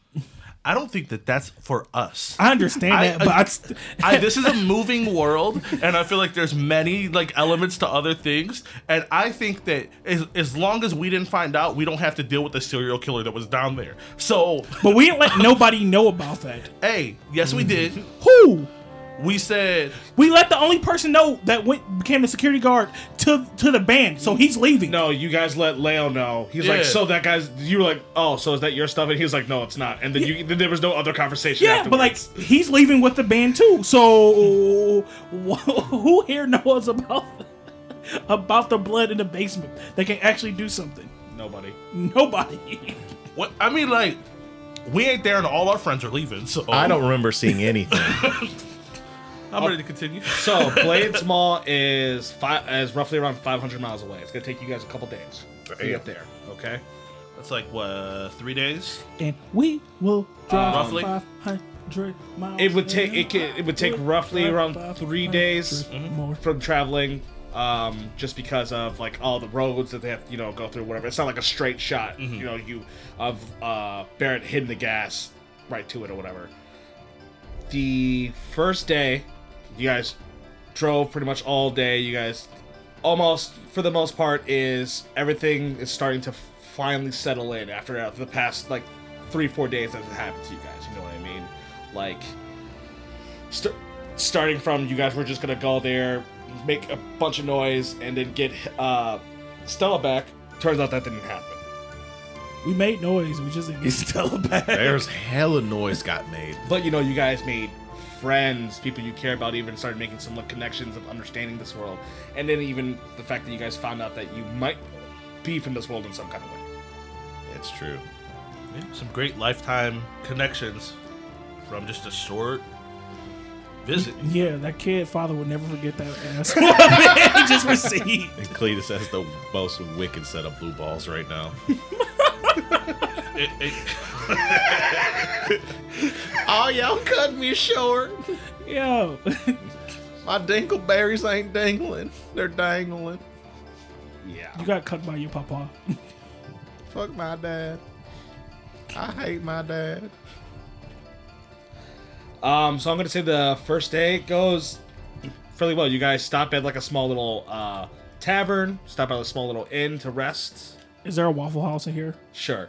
[SPEAKER 5] I don't think that that's for us.
[SPEAKER 4] I understand
[SPEAKER 5] I-
[SPEAKER 4] that, but I st-
[SPEAKER 5] I, this is a moving world, and I feel like there's many like elements to other things. And I think that as, as long as we didn't find out, we don't have to deal with the serial killer that was down there. So,
[SPEAKER 4] but we didn't let nobody know about that.
[SPEAKER 5] hey, yes, we did.
[SPEAKER 4] Who?
[SPEAKER 5] We said
[SPEAKER 4] We let the only person know that went became the security guard to to the band, so he's leaving.
[SPEAKER 2] No, you guys let Leo know. He's
[SPEAKER 5] Yeah.
[SPEAKER 2] like, so that guy's. You were like, oh, so is that your stuff? And he was like, no, it's not. And then you, then there was no other conversation.
[SPEAKER 4] Yeah, but like
[SPEAKER 2] afterwards.
[SPEAKER 4] he's leaving with the band too. So wh- who here knows about about the blood in the basement that can actually do something?
[SPEAKER 2] nobody.
[SPEAKER 4] Nobody.
[SPEAKER 5] what? I mean, like we ain't there, and all our friends are leaving. So
[SPEAKER 3] I don't remember seeing anything.
[SPEAKER 5] I'm ready to continue.
[SPEAKER 2] So Blades Mall is five, is roughly around 500 miles away. It's gonna take you guys a couple days to get up there. Okay.
[SPEAKER 5] That's like what three days.
[SPEAKER 4] And we will drive
[SPEAKER 5] Roughly?
[SPEAKER 4] 500 miles.
[SPEAKER 2] It would take it, ca- it would take roughly around three days Mm-hmm.
[SPEAKER 4] More.
[SPEAKER 2] from traveling, um, just because of like all the roads that they have, to, you know, go through. Whatever. It's not like a straight shot. You know, you of uh, Barrett hitting the gas right to it or whatever. The first day, you guys drove pretty much all day. You guys almost, for the most part, is everything is starting to finally settle in after uh, the past like three, four days that it happened to you guys. You know what I mean? Like, st- starting from you guys were just gonna go there, make a bunch of noise, and then get uh, Stella back. Turns out that didn't happen.
[SPEAKER 4] We made noise. We just didn't get Stella back.
[SPEAKER 3] There's hella noise got made.
[SPEAKER 2] But you know, you guys made friends, people you care about, even started making some like, connections of understanding this world, and then even the fact that you guys found out that you might be from this world in some kind of way.
[SPEAKER 3] That's true.
[SPEAKER 5] Some great lifetime connections from just a short visit.
[SPEAKER 4] Yeah, that kid father would never forget that ass. whooping he just received.
[SPEAKER 3] And Cletus has the most wicked set of blue balls right now.
[SPEAKER 5] It- it-
[SPEAKER 3] oh, y'all cut me short.
[SPEAKER 4] Yo,
[SPEAKER 3] My dingleberries ain't dangling. They're dangling.
[SPEAKER 2] Yeah.
[SPEAKER 4] you got cut by your papa.
[SPEAKER 3] Fuck my dad. I hate my dad.
[SPEAKER 2] Um, so I'm gonna say the first day goes fairly well. You guys stop at like a small little uh, tavern, stop at a small little inn to rest.
[SPEAKER 4] Is there a Waffle House in here?
[SPEAKER 2] Sure.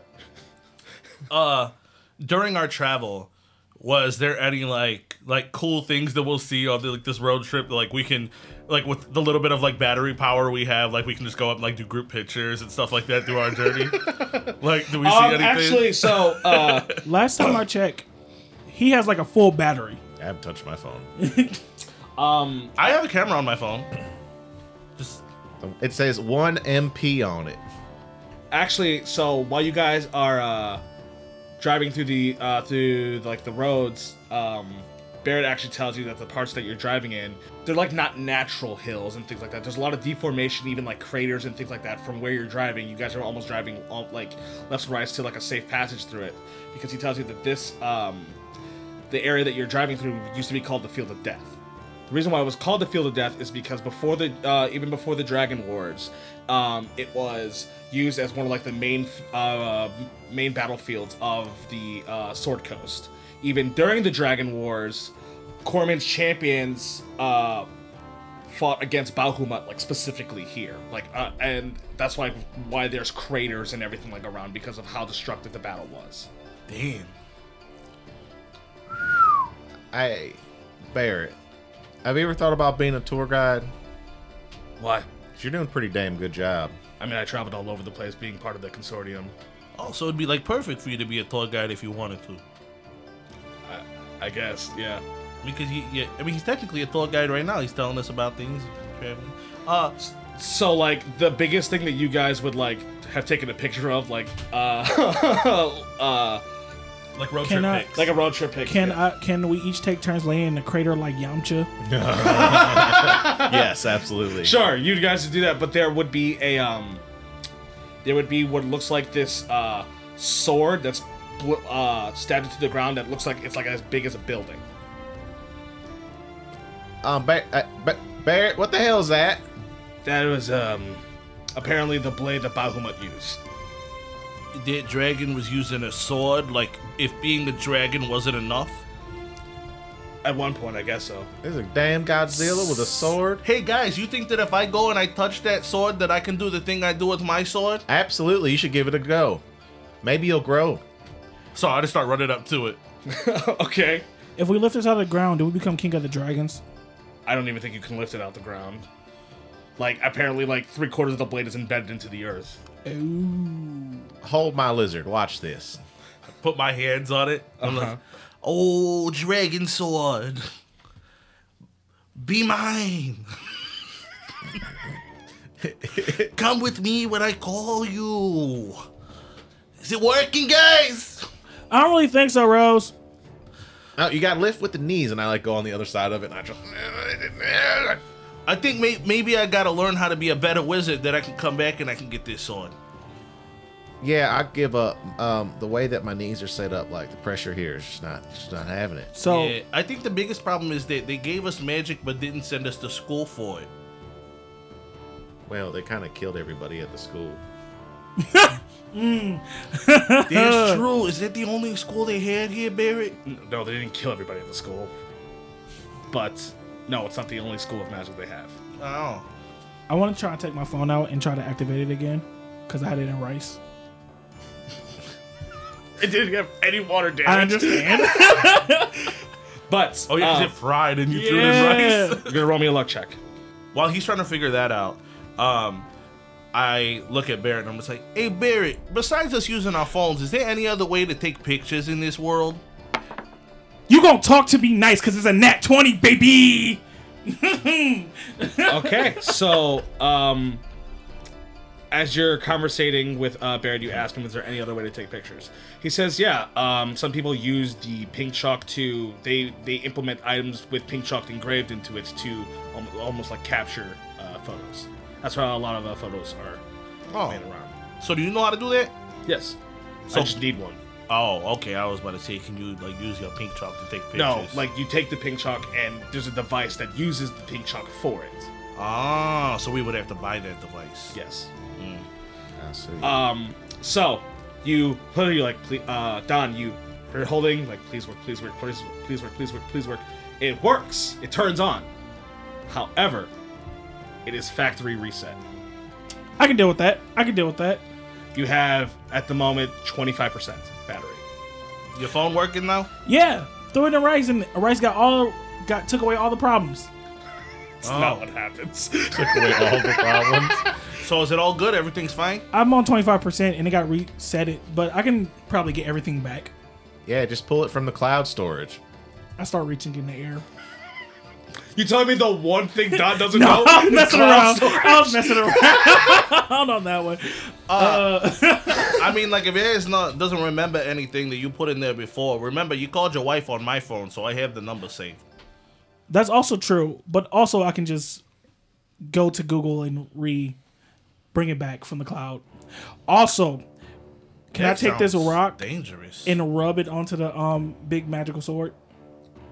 [SPEAKER 5] during our travel was there any like like cool things that we'll see on the, like this road trip that, like we can like with the little bit of like battery power we have like we can just go up and like do group pictures and stuff like that through our journey like do we see
[SPEAKER 2] Um,
[SPEAKER 5] anything
[SPEAKER 2] actually, so uh,
[SPEAKER 4] Last time I checked, he has like a full battery.
[SPEAKER 3] I haven't touched my phone.
[SPEAKER 5] i have a camera on my phone just
[SPEAKER 3] It says one MP on it.
[SPEAKER 2] actually, so while you guys are uh, driving through the uh, through like the roads, um, Barrett actually tells you that the parts that you're driving in, they're like not natural hills and things like that. There's a lot of deformation, even like craters and things like that, from where you're driving. You guys are almost driving all, like left and right to like a safe passage through it, because he tells you that this um, the area that you're driving through used to be called the Field of Death. The reason why it was called the Field of Death is because before the uh, even before the Dragon Wars, um, it was used as one of like the main uh, main battlefields of the uh, Sword Coast. Even during the Dragon Wars, Corman's champions uh, fought against Bahamut like specifically here, like uh, and that's why why there's craters and everything like around because of how destructive the battle was.
[SPEAKER 5] damn
[SPEAKER 3] Hey, Barrett, have you ever thought about being a tour guide?
[SPEAKER 2] Why?
[SPEAKER 3] 'Cause You're doing a pretty damn good job.
[SPEAKER 2] I mean, I traveled all over the place being part of the consortium.
[SPEAKER 5] also it'd be like perfect for you to be a tour guide if you wanted to
[SPEAKER 2] I guess, yeah.
[SPEAKER 5] because he, yeah, i mean he's technically a tour guide right now he's telling us about things traveling uh
[SPEAKER 2] So like the biggest thing that you guys would like have taken a picture of, like uh, uh
[SPEAKER 5] like road
[SPEAKER 4] Can
[SPEAKER 5] trip
[SPEAKER 4] I-
[SPEAKER 5] pics
[SPEAKER 2] like a road trip picture.
[SPEAKER 4] Can I? Can we each take turns laying in the crater like Yamcha?
[SPEAKER 3] yes, absolutely.
[SPEAKER 2] Sure, you guys would do that, but there would be a um, there would be what looks like this uh sword that's bl- uh stabbed into the ground that looks like it's like as big as a building.
[SPEAKER 3] Um, Bar- uh, Bar- Barrett, what the hell is that?
[SPEAKER 2] That was um apparently the blade that Bahamut used.
[SPEAKER 5] that dragon was using a sword like if being a dragon wasn't enough
[SPEAKER 2] At one point, I guess so.
[SPEAKER 3] There's a damn Godzilla with a sword.
[SPEAKER 5] Hey guys, you think that if I go and I touch that sword, that I can do the thing I do with my sword?
[SPEAKER 3] Absolutely, you should give it a go. Maybe you'll grow.
[SPEAKER 5] So I just start running up to it.
[SPEAKER 2] okay.
[SPEAKER 4] If we lift this out of the ground, do we become king of the dragons?
[SPEAKER 2] I don't even think you can lift it out the ground. Like apparently, like three quarters of the blade is embedded into the earth.
[SPEAKER 3] Hold my lizard. Watch this.
[SPEAKER 5] Put my hands on it. I'm like, oh, dragon sword, be mine. Come with me when I call you. Is it working, guys?
[SPEAKER 4] I don't really think so, Rose.
[SPEAKER 3] Now you got lift with the knees, and I like go on the other side of it, and I just.
[SPEAKER 5] I think may- maybe I gotta learn how to be a better wizard that I can come back and I can get this on.
[SPEAKER 3] Yeah, I give up. Um, the way that my knees are set up, like the pressure here is just not, just not having it.
[SPEAKER 4] So
[SPEAKER 5] Yeah, I think the biggest problem is that they gave us magic but didn't send us to school for it.
[SPEAKER 3] Well, they kind of killed everybody at the school.
[SPEAKER 5] That's true. Is that the only school they had here, Barrett?
[SPEAKER 2] No, they didn't kill everybody at the school. But no, it's not the only school of magic they have.
[SPEAKER 5] Oh.
[SPEAKER 4] I want to try and take my phone out and try to activate it again because I had it in rice.
[SPEAKER 2] It didn't have any water damage.
[SPEAKER 4] I understand.
[SPEAKER 2] But
[SPEAKER 5] Oh, yeah, 'cause
[SPEAKER 2] uh,
[SPEAKER 5] it fried and you threw it in
[SPEAKER 4] yeah.
[SPEAKER 5] rice.
[SPEAKER 2] you're gonna roll me a luck check.
[SPEAKER 5] While he's trying to figure that out, um, I look at Barrett and I'm just like, hey, Barrett, besides us using our phones, is there any other way to take pictures in this world?
[SPEAKER 4] You gonna talk to me nice because it's a nat twenty, baby.
[SPEAKER 2] Okay, so um, as you're conversating with uh, Baird, you ask him, "Is there any other way to take pictures?" He says, "Yeah. Um, some people use the pink chalk to they they implement items with pink chalk engraved into it to al- almost like capture uh, photos. That's why a lot of uh, photos are
[SPEAKER 5] Oh.
[SPEAKER 2] made around.
[SPEAKER 5] So, do you know how to do that?
[SPEAKER 2] Yes, so,
[SPEAKER 5] So-
[SPEAKER 2] I just need one.
[SPEAKER 5] Oh, okay. I was about to say, can you like use your pink chalk to take pictures?
[SPEAKER 2] No, like you take the pink chalk and there's a device that uses the pink chalk for it.
[SPEAKER 5] ah, so we would have to buy that device.
[SPEAKER 2] Yes."
[SPEAKER 3] I see.
[SPEAKER 2] Um, so you put you like ple- uh, Don, you you're holding like please work, please work, please work, please work, please work, please work. It works. It turns on. However, it is factory reset.
[SPEAKER 4] I can deal with that. I can deal with that.
[SPEAKER 2] You have at the moment 25% battery.
[SPEAKER 5] Your phone working now?
[SPEAKER 4] Yeah, throw it in rice and rice got all got took away all the problems.
[SPEAKER 2] It's
[SPEAKER 5] Oh,
[SPEAKER 2] not what happens.
[SPEAKER 7] Wait, all the problems.
[SPEAKER 5] So is it all good? Everything's fine?
[SPEAKER 4] I'm on twenty five percent and it got reset it, but I can probably get everything back.
[SPEAKER 3] yeah, just pull it from the cloud storage.
[SPEAKER 4] I start reaching in the air.
[SPEAKER 2] you telling me the one thing Don doesn't
[SPEAKER 5] Oh,
[SPEAKER 2] know?
[SPEAKER 4] I'm
[SPEAKER 2] is
[SPEAKER 4] messing
[SPEAKER 2] cloud
[SPEAKER 4] around.
[SPEAKER 2] storage?
[SPEAKER 4] I'm messing around. I'm on that one.
[SPEAKER 5] I mean, like if it is not doesn't remember anything that you put in there before. Remember, you called your wife on my phone, so I have the number saved.
[SPEAKER 4] That's also true, but also I can just go to Google and re bring it back from the cloud. Also, can I
[SPEAKER 5] That
[SPEAKER 4] take this
[SPEAKER 5] sounds
[SPEAKER 4] rock
[SPEAKER 5] Dangerous.
[SPEAKER 4] and rub it onto the um big magical sword,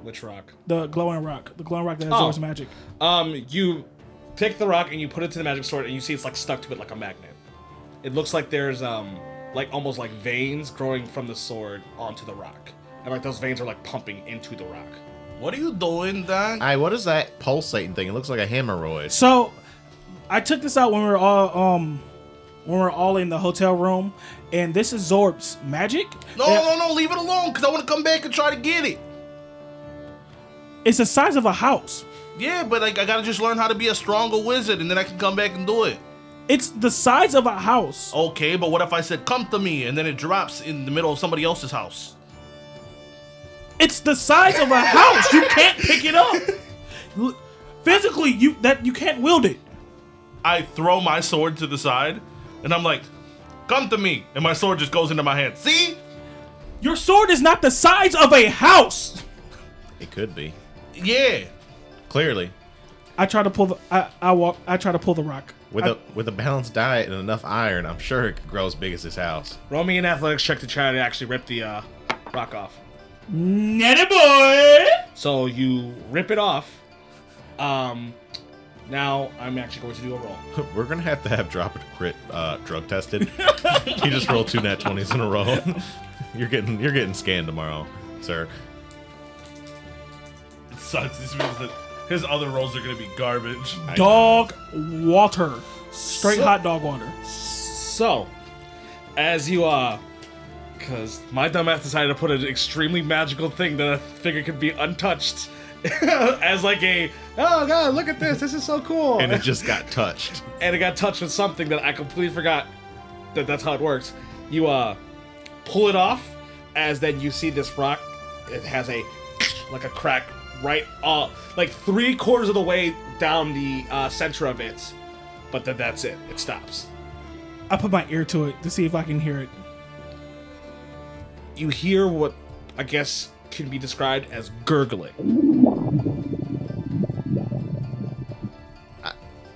[SPEAKER 2] Which rock?
[SPEAKER 4] the glowing rock, the glowing rock that has
[SPEAKER 2] Oh.
[SPEAKER 4] Zor's magic?
[SPEAKER 2] Um, you take the rock and you put it to the magic sword, and you see it's like stuck to it like a magnet. It looks like there's um, like almost like veins growing from the sword onto the rock, and like those veins are like pumping into the rock.
[SPEAKER 5] what are you doing, Don?
[SPEAKER 3] Hey, what is that pulsating thing? It looks like a hemorrhoid.
[SPEAKER 4] So, I took this out when we were all um when we were all in the hotel room, and this is Zorb's magic.
[SPEAKER 5] no,
[SPEAKER 4] And
[SPEAKER 5] no, no, leave it alone, cause I want to come back and try to get it.
[SPEAKER 4] It's the size of a house.
[SPEAKER 5] Yeah, but like I gotta just learn how to be a stronger wizard, and then I can come back and do it.
[SPEAKER 4] It's the size of a house.
[SPEAKER 5] Okay, but what if I said come to me, and then it drops in the middle of somebody else's house?
[SPEAKER 4] It's the size of a house. You can't pick it up. L- Physically, you that you can't wield it.
[SPEAKER 5] I throw my sword to the side, and I'm like, come to me, and my sword just goes into my hand. See?
[SPEAKER 4] Your sword is not the size of a house.
[SPEAKER 3] It could be.
[SPEAKER 5] Yeah.
[SPEAKER 3] Clearly,
[SPEAKER 4] I try to pull the I, I walk I try to pull the rock.
[SPEAKER 3] with a with a balanced diet and enough iron, I'm sure it could grow as big as this house.
[SPEAKER 2] Roll me an athletics check to try to actually rip the uh, rock off.
[SPEAKER 4] Netty boy.
[SPEAKER 2] So you rip it off. Um, now I'm actually going to do a roll.
[SPEAKER 3] We're gonna have to have drop it crit uh, drug tested. you just rolled two nat twenties in a row. you're getting you're getting scanned tomorrow, sir.
[SPEAKER 5] It sucks. This means that his other rolls are gonna be garbage.
[SPEAKER 4] Dog water. Straight hot dog water.
[SPEAKER 2] So, as you uh, because my dumbass decided to put an extremely magical thing that I figured could be untouched, as like a oh god, look at this, this is so cool,
[SPEAKER 3] And it just got touched.
[SPEAKER 2] and it got touched with something that I completely forgot that that's how it works. You uh, pull it off, as then you see this rock, it has a like a crack right uh like three quarters of the way down the uh, center of it, but then that's it, it stops.
[SPEAKER 4] I put my ear to it to see if I can hear it.
[SPEAKER 2] you hear what I guess can be described as gurgling.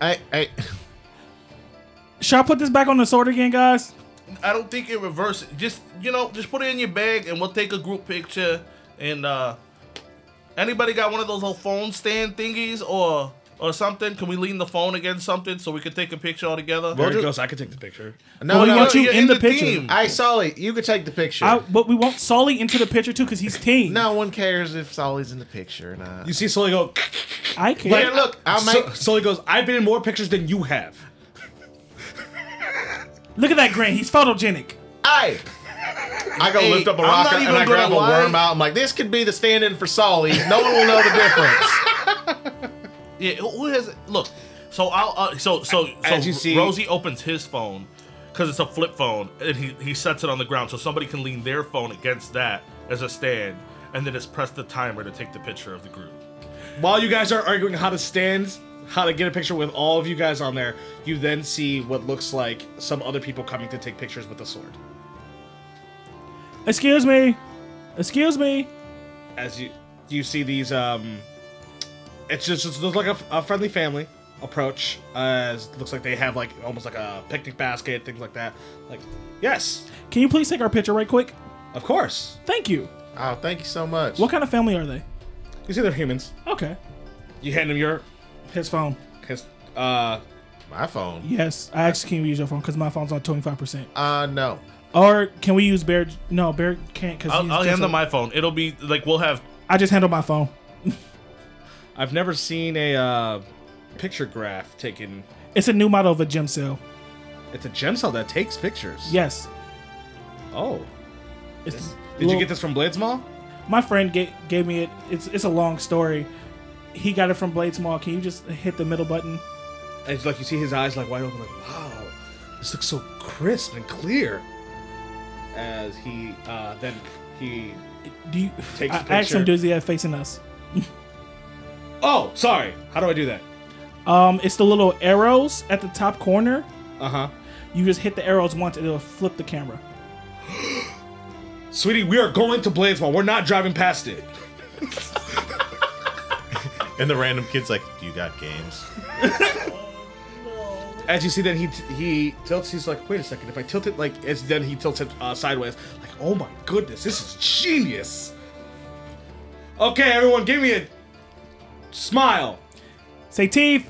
[SPEAKER 3] I, I,
[SPEAKER 4] Should I put this back on the sword again, guys?
[SPEAKER 5] I don't think it reverses. Just you know, just put it in your bag, and we'll take a group picture. And uh anybody got one of those little phone stand thingies or or something? Can we lean the phone against something so we can take a picture all together?
[SPEAKER 2] There it goes. I can take the picture.
[SPEAKER 3] no,
[SPEAKER 4] Well,
[SPEAKER 3] no.
[SPEAKER 4] you want you
[SPEAKER 5] you're
[SPEAKER 4] in the picture.
[SPEAKER 3] I, Solly, you could take the picture.
[SPEAKER 4] I, but we want Solly into the picture too because he's team.
[SPEAKER 3] no one cares if Solly's in the picture or not.
[SPEAKER 2] You see Sully go.
[SPEAKER 4] I can't.
[SPEAKER 3] Here, look, I'll make.
[SPEAKER 2] So, Sully goes. I've been in more pictures than you have.
[SPEAKER 4] Look at that grin. He's photogenic.
[SPEAKER 3] I. I go
[SPEAKER 7] Hey,
[SPEAKER 3] lift up a
[SPEAKER 7] I'm
[SPEAKER 3] rock
[SPEAKER 7] not
[SPEAKER 3] and
[SPEAKER 7] even
[SPEAKER 3] I grab a
[SPEAKER 7] gonna lie.
[SPEAKER 3] worm out. I'm like, this could be the stand-in for Solly. No one will know the difference.
[SPEAKER 5] Yeah, who who has look? So I'll uh, so so so
[SPEAKER 2] As you see-
[SPEAKER 5] Rosie opens his phone because it's a flip phone, and he he sets it on the ground so somebody can lean their phone against that as a stand, and then just press the timer to take the picture of the group.
[SPEAKER 2] While you guys are arguing how to stand, how to get a picture with all of you guys on there, you then see what looks like some other people coming to take pictures with the sword.
[SPEAKER 4] Excuse me. Excuse me.
[SPEAKER 2] As you you see these, um, it's just, just looks like a, a friendly family approach. As looks like they have like almost like a picnic basket, things like that. Like, yes,
[SPEAKER 4] Can you please take our picture right quick?
[SPEAKER 2] of course.
[SPEAKER 4] Thank you.
[SPEAKER 3] Oh, thank you so much.
[SPEAKER 4] What kind of family are they?
[SPEAKER 2] You see they're humans.
[SPEAKER 4] Okay.
[SPEAKER 2] You hand them your
[SPEAKER 4] His phone.
[SPEAKER 2] his uh
[SPEAKER 3] My phone.
[SPEAKER 4] Yes. I asked, can we use your phone? Because my phone's on 25%.
[SPEAKER 3] Uh, no.
[SPEAKER 4] Or can we use Bear? No, Bear can't because
[SPEAKER 5] I'll, I'll hand them my phone. It'll be like we'll have
[SPEAKER 4] I just handled my phone.
[SPEAKER 2] I've never seen a uh picture graph taken.
[SPEAKER 4] It's a new model of a gym cell.
[SPEAKER 2] It's a gem cell that takes pictures.
[SPEAKER 4] Yes.
[SPEAKER 2] Oh.
[SPEAKER 4] It's
[SPEAKER 2] Did you get this from Blades Mall?
[SPEAKER 4] My friend gave, gave me it. It's it's a long story. He got it from Blades Mall. Can you just hit the middle button?
[SPEAKER 2] And it's like you see his eyes like wide open, like, wow, this looks so crisp and clear. As he uh then he
[SPEAKER 4] Do you?
[SPEAKER 2] Takes
[SPEAKER 4] I
[SPEAKER 2] a
[SPEAKER 4] asked him,
[SPEAKER 2] picture.
[SPEAKER 4] does he have facing us?
[SPEAKER 2] Oh, sorry. How do I do that?
[SPEAKER 4] Um, it's the little arrows at the top corner.
[SPEAKER 2] Uh-huh.
[SPEAKER 4] You just hit the arrows once, and it'll flip the camera.
[SPEAKER 2] Sweetie, we are going to Blades Mall. We're not driving past it.
[SPEAKER 7] And the random kid's like, "Do you got games?"
[SPEAKER 2] As you see, then he he tilts. He's like, "Wait a second! If I tilt it like," as then he tilts it uh, sideways. Like, "Oh my goodness, this is genius!" Okay, everyone, give me a smile.
[SPEAKER 4] Say teeth.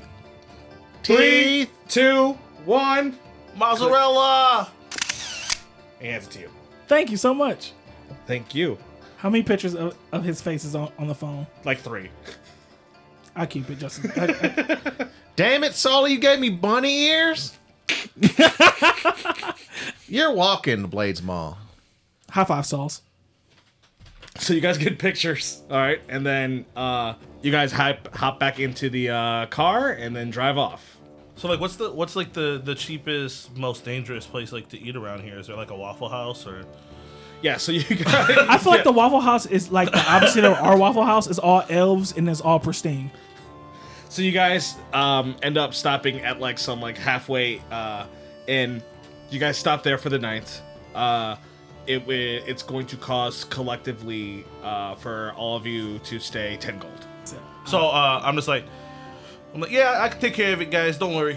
[SPEAKER 2] Three,
[SPEAKER 3] Teeth.
[SPEAKER 2] two, one,
[SPEAKER 5] mozzarella.
[SPEAKER 2] and hands it to you.
[SPEAKER 4] Thank you so much.
[SPEAKER 2] Thank you.
[SPEAKER 4] How many pictures of, of his face is on, on the phone?
[SPEAKER 2] Like three.
[SPEAKER 4] I keep it, Justin. I, I-
[SPEAKER 3] Damn it, Solly, you gave me bunny ears? You're walking to Blades Mall.
[SPEAKER 4] high five, Sauce.
[SPEAKER 2] So you guys get pictures, all right, and then uh, you guys hop hop back into the uh, car and then drive off.
[SPEAKER 5] So like, what's the what's like the the cheapest, most dangerous place like to eat around here? Is there like a Waffle House or?
[SPEAKER 2] Yeah. So you guys.
[SPEAKER 4] I feel like the Waffle House is like the opposite of our Waffle House. It's all elves and it's all pristine.
[SPEAKER 2] So you guys um, end up stopping at like some like halfway uh, inn. You guys stop there for the night. Uh, it wi- it's going to cost collectively uh, for all of you to stay ten gold.
[SPEAKER 5] So
[SPEAKER 2] Uh-huh.
[SPEAKER 5] uh, I'm just like, I'm like, yeah, I can take care of it, guys. Don't worry.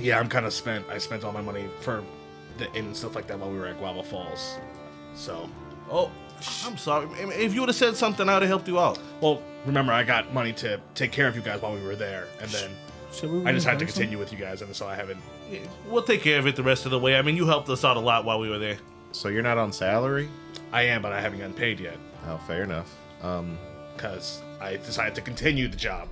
[SPEAKER 2] Yeah, I'm kind of spent. I spent all my money for the inn and stuff like that while we were at Guava Falls. So,
[SPEAKER 5] Oh, I'm sorry. I mean, If you would have said something, I'd have helped you out.
[SPEAKER 2] well, remember I got money to take care of you guys while we were there, and then
[SPEAKER 4] Should we
[SPEAKER 2] I just had to
[SPEAKER 4] reverse them?
[SPEAKER 2] continue with you guys, and so I haven't.
[SPEAKER 5] Yeah, We'll take care of it the rest of the way. I mean, you helped us out a lot while we were there.
[SPEAKER 7] So you're not on salary?
[SPEAKER 2] I am, but I haven't gotten paid yet
[SPEAKER 7] Oh, fair enough. Um,
[SPEAKER 2] because I decided to continue the job.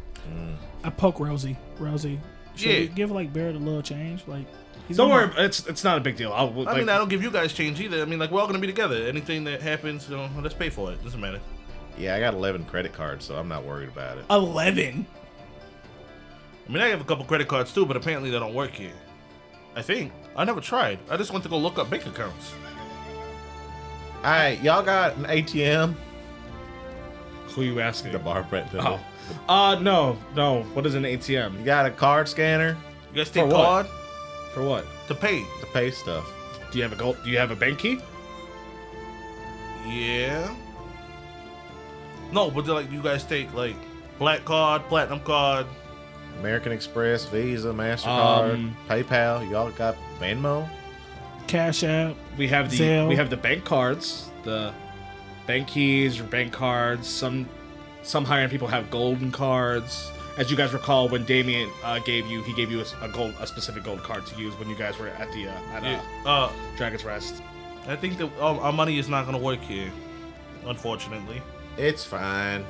[SPEAKER 4] I poke Rosie. Rosie, should
[SPEAKER 5] Yeah.
[SPEAKER 4] we give like Barrett a little change? Like, he's
[SPEAKER 2] Don't
[SPEAKER 4] gonna-
[SPEAKER 2] worry, it's it's not a big deal. I'll,
[SPEAKER 5] I
[SPEAKER 2] like-
[SPEAKER 5] mean, I don't give you guys change either. I mean, like we're all gonna be together. Anything that happens, you know, let's pay for it. Doesn't matter.
[SPEAKER 7] yeah, I got 11 credit cards, so I'm not worried about it.
[SPEAKER 4] Eleven.
[SPEAKER 5] I mean, I have a couple credit cards too, but apparently they don't work here. I think I never tried. I just went to go look up bank accounts.
[SPEAKER 3] All right, y'all got an ATM?
[SPEAKER 2] Who you asking?
[SPEAKER 7] The bar Brett did it.
[SPEAKER 2] Oh. Uh, no, no. What is an ATM?
[SPEAKER 3] You got a card scanner
[SPEAKER 5] You guys take
[SPEAKER 2] For what?
[SPEAKER 5] card
[SPEAKER 2] For what?
[SPEAKER 5] to pay.
[SPEAKER 3] to pay stuff?
[SPEAKER 2] Do you have a gold? Do you have a bank key?
[SPEAKER 5] Yeah. No, but they're like, you guys take like black card, platinum card.
[SPEAKER 7] American Express, Visa, Mastercard, PayPal. Y'all got Venmo.
[SPEAKER 4] Cash App.
[SPEAKER 2] We have the
[SPEAKER 4] Zelle.
[SPEAKER 2] we have the bank cards, the bank keys or bank cards. Some some higher end people have golden cards. As you guys recall, when Damien uh, gave you, he gave you a, s- a gold, a specific gold card to use when you guys were at the uh, at uh,
[SPEAKER 5] Uh,
[SPEAKER 2] Dragon's Rest.
[SPEAKER 5] I think that um, our money is not gonna work here, unfortunately.
[SPEAKER 7] It's fine.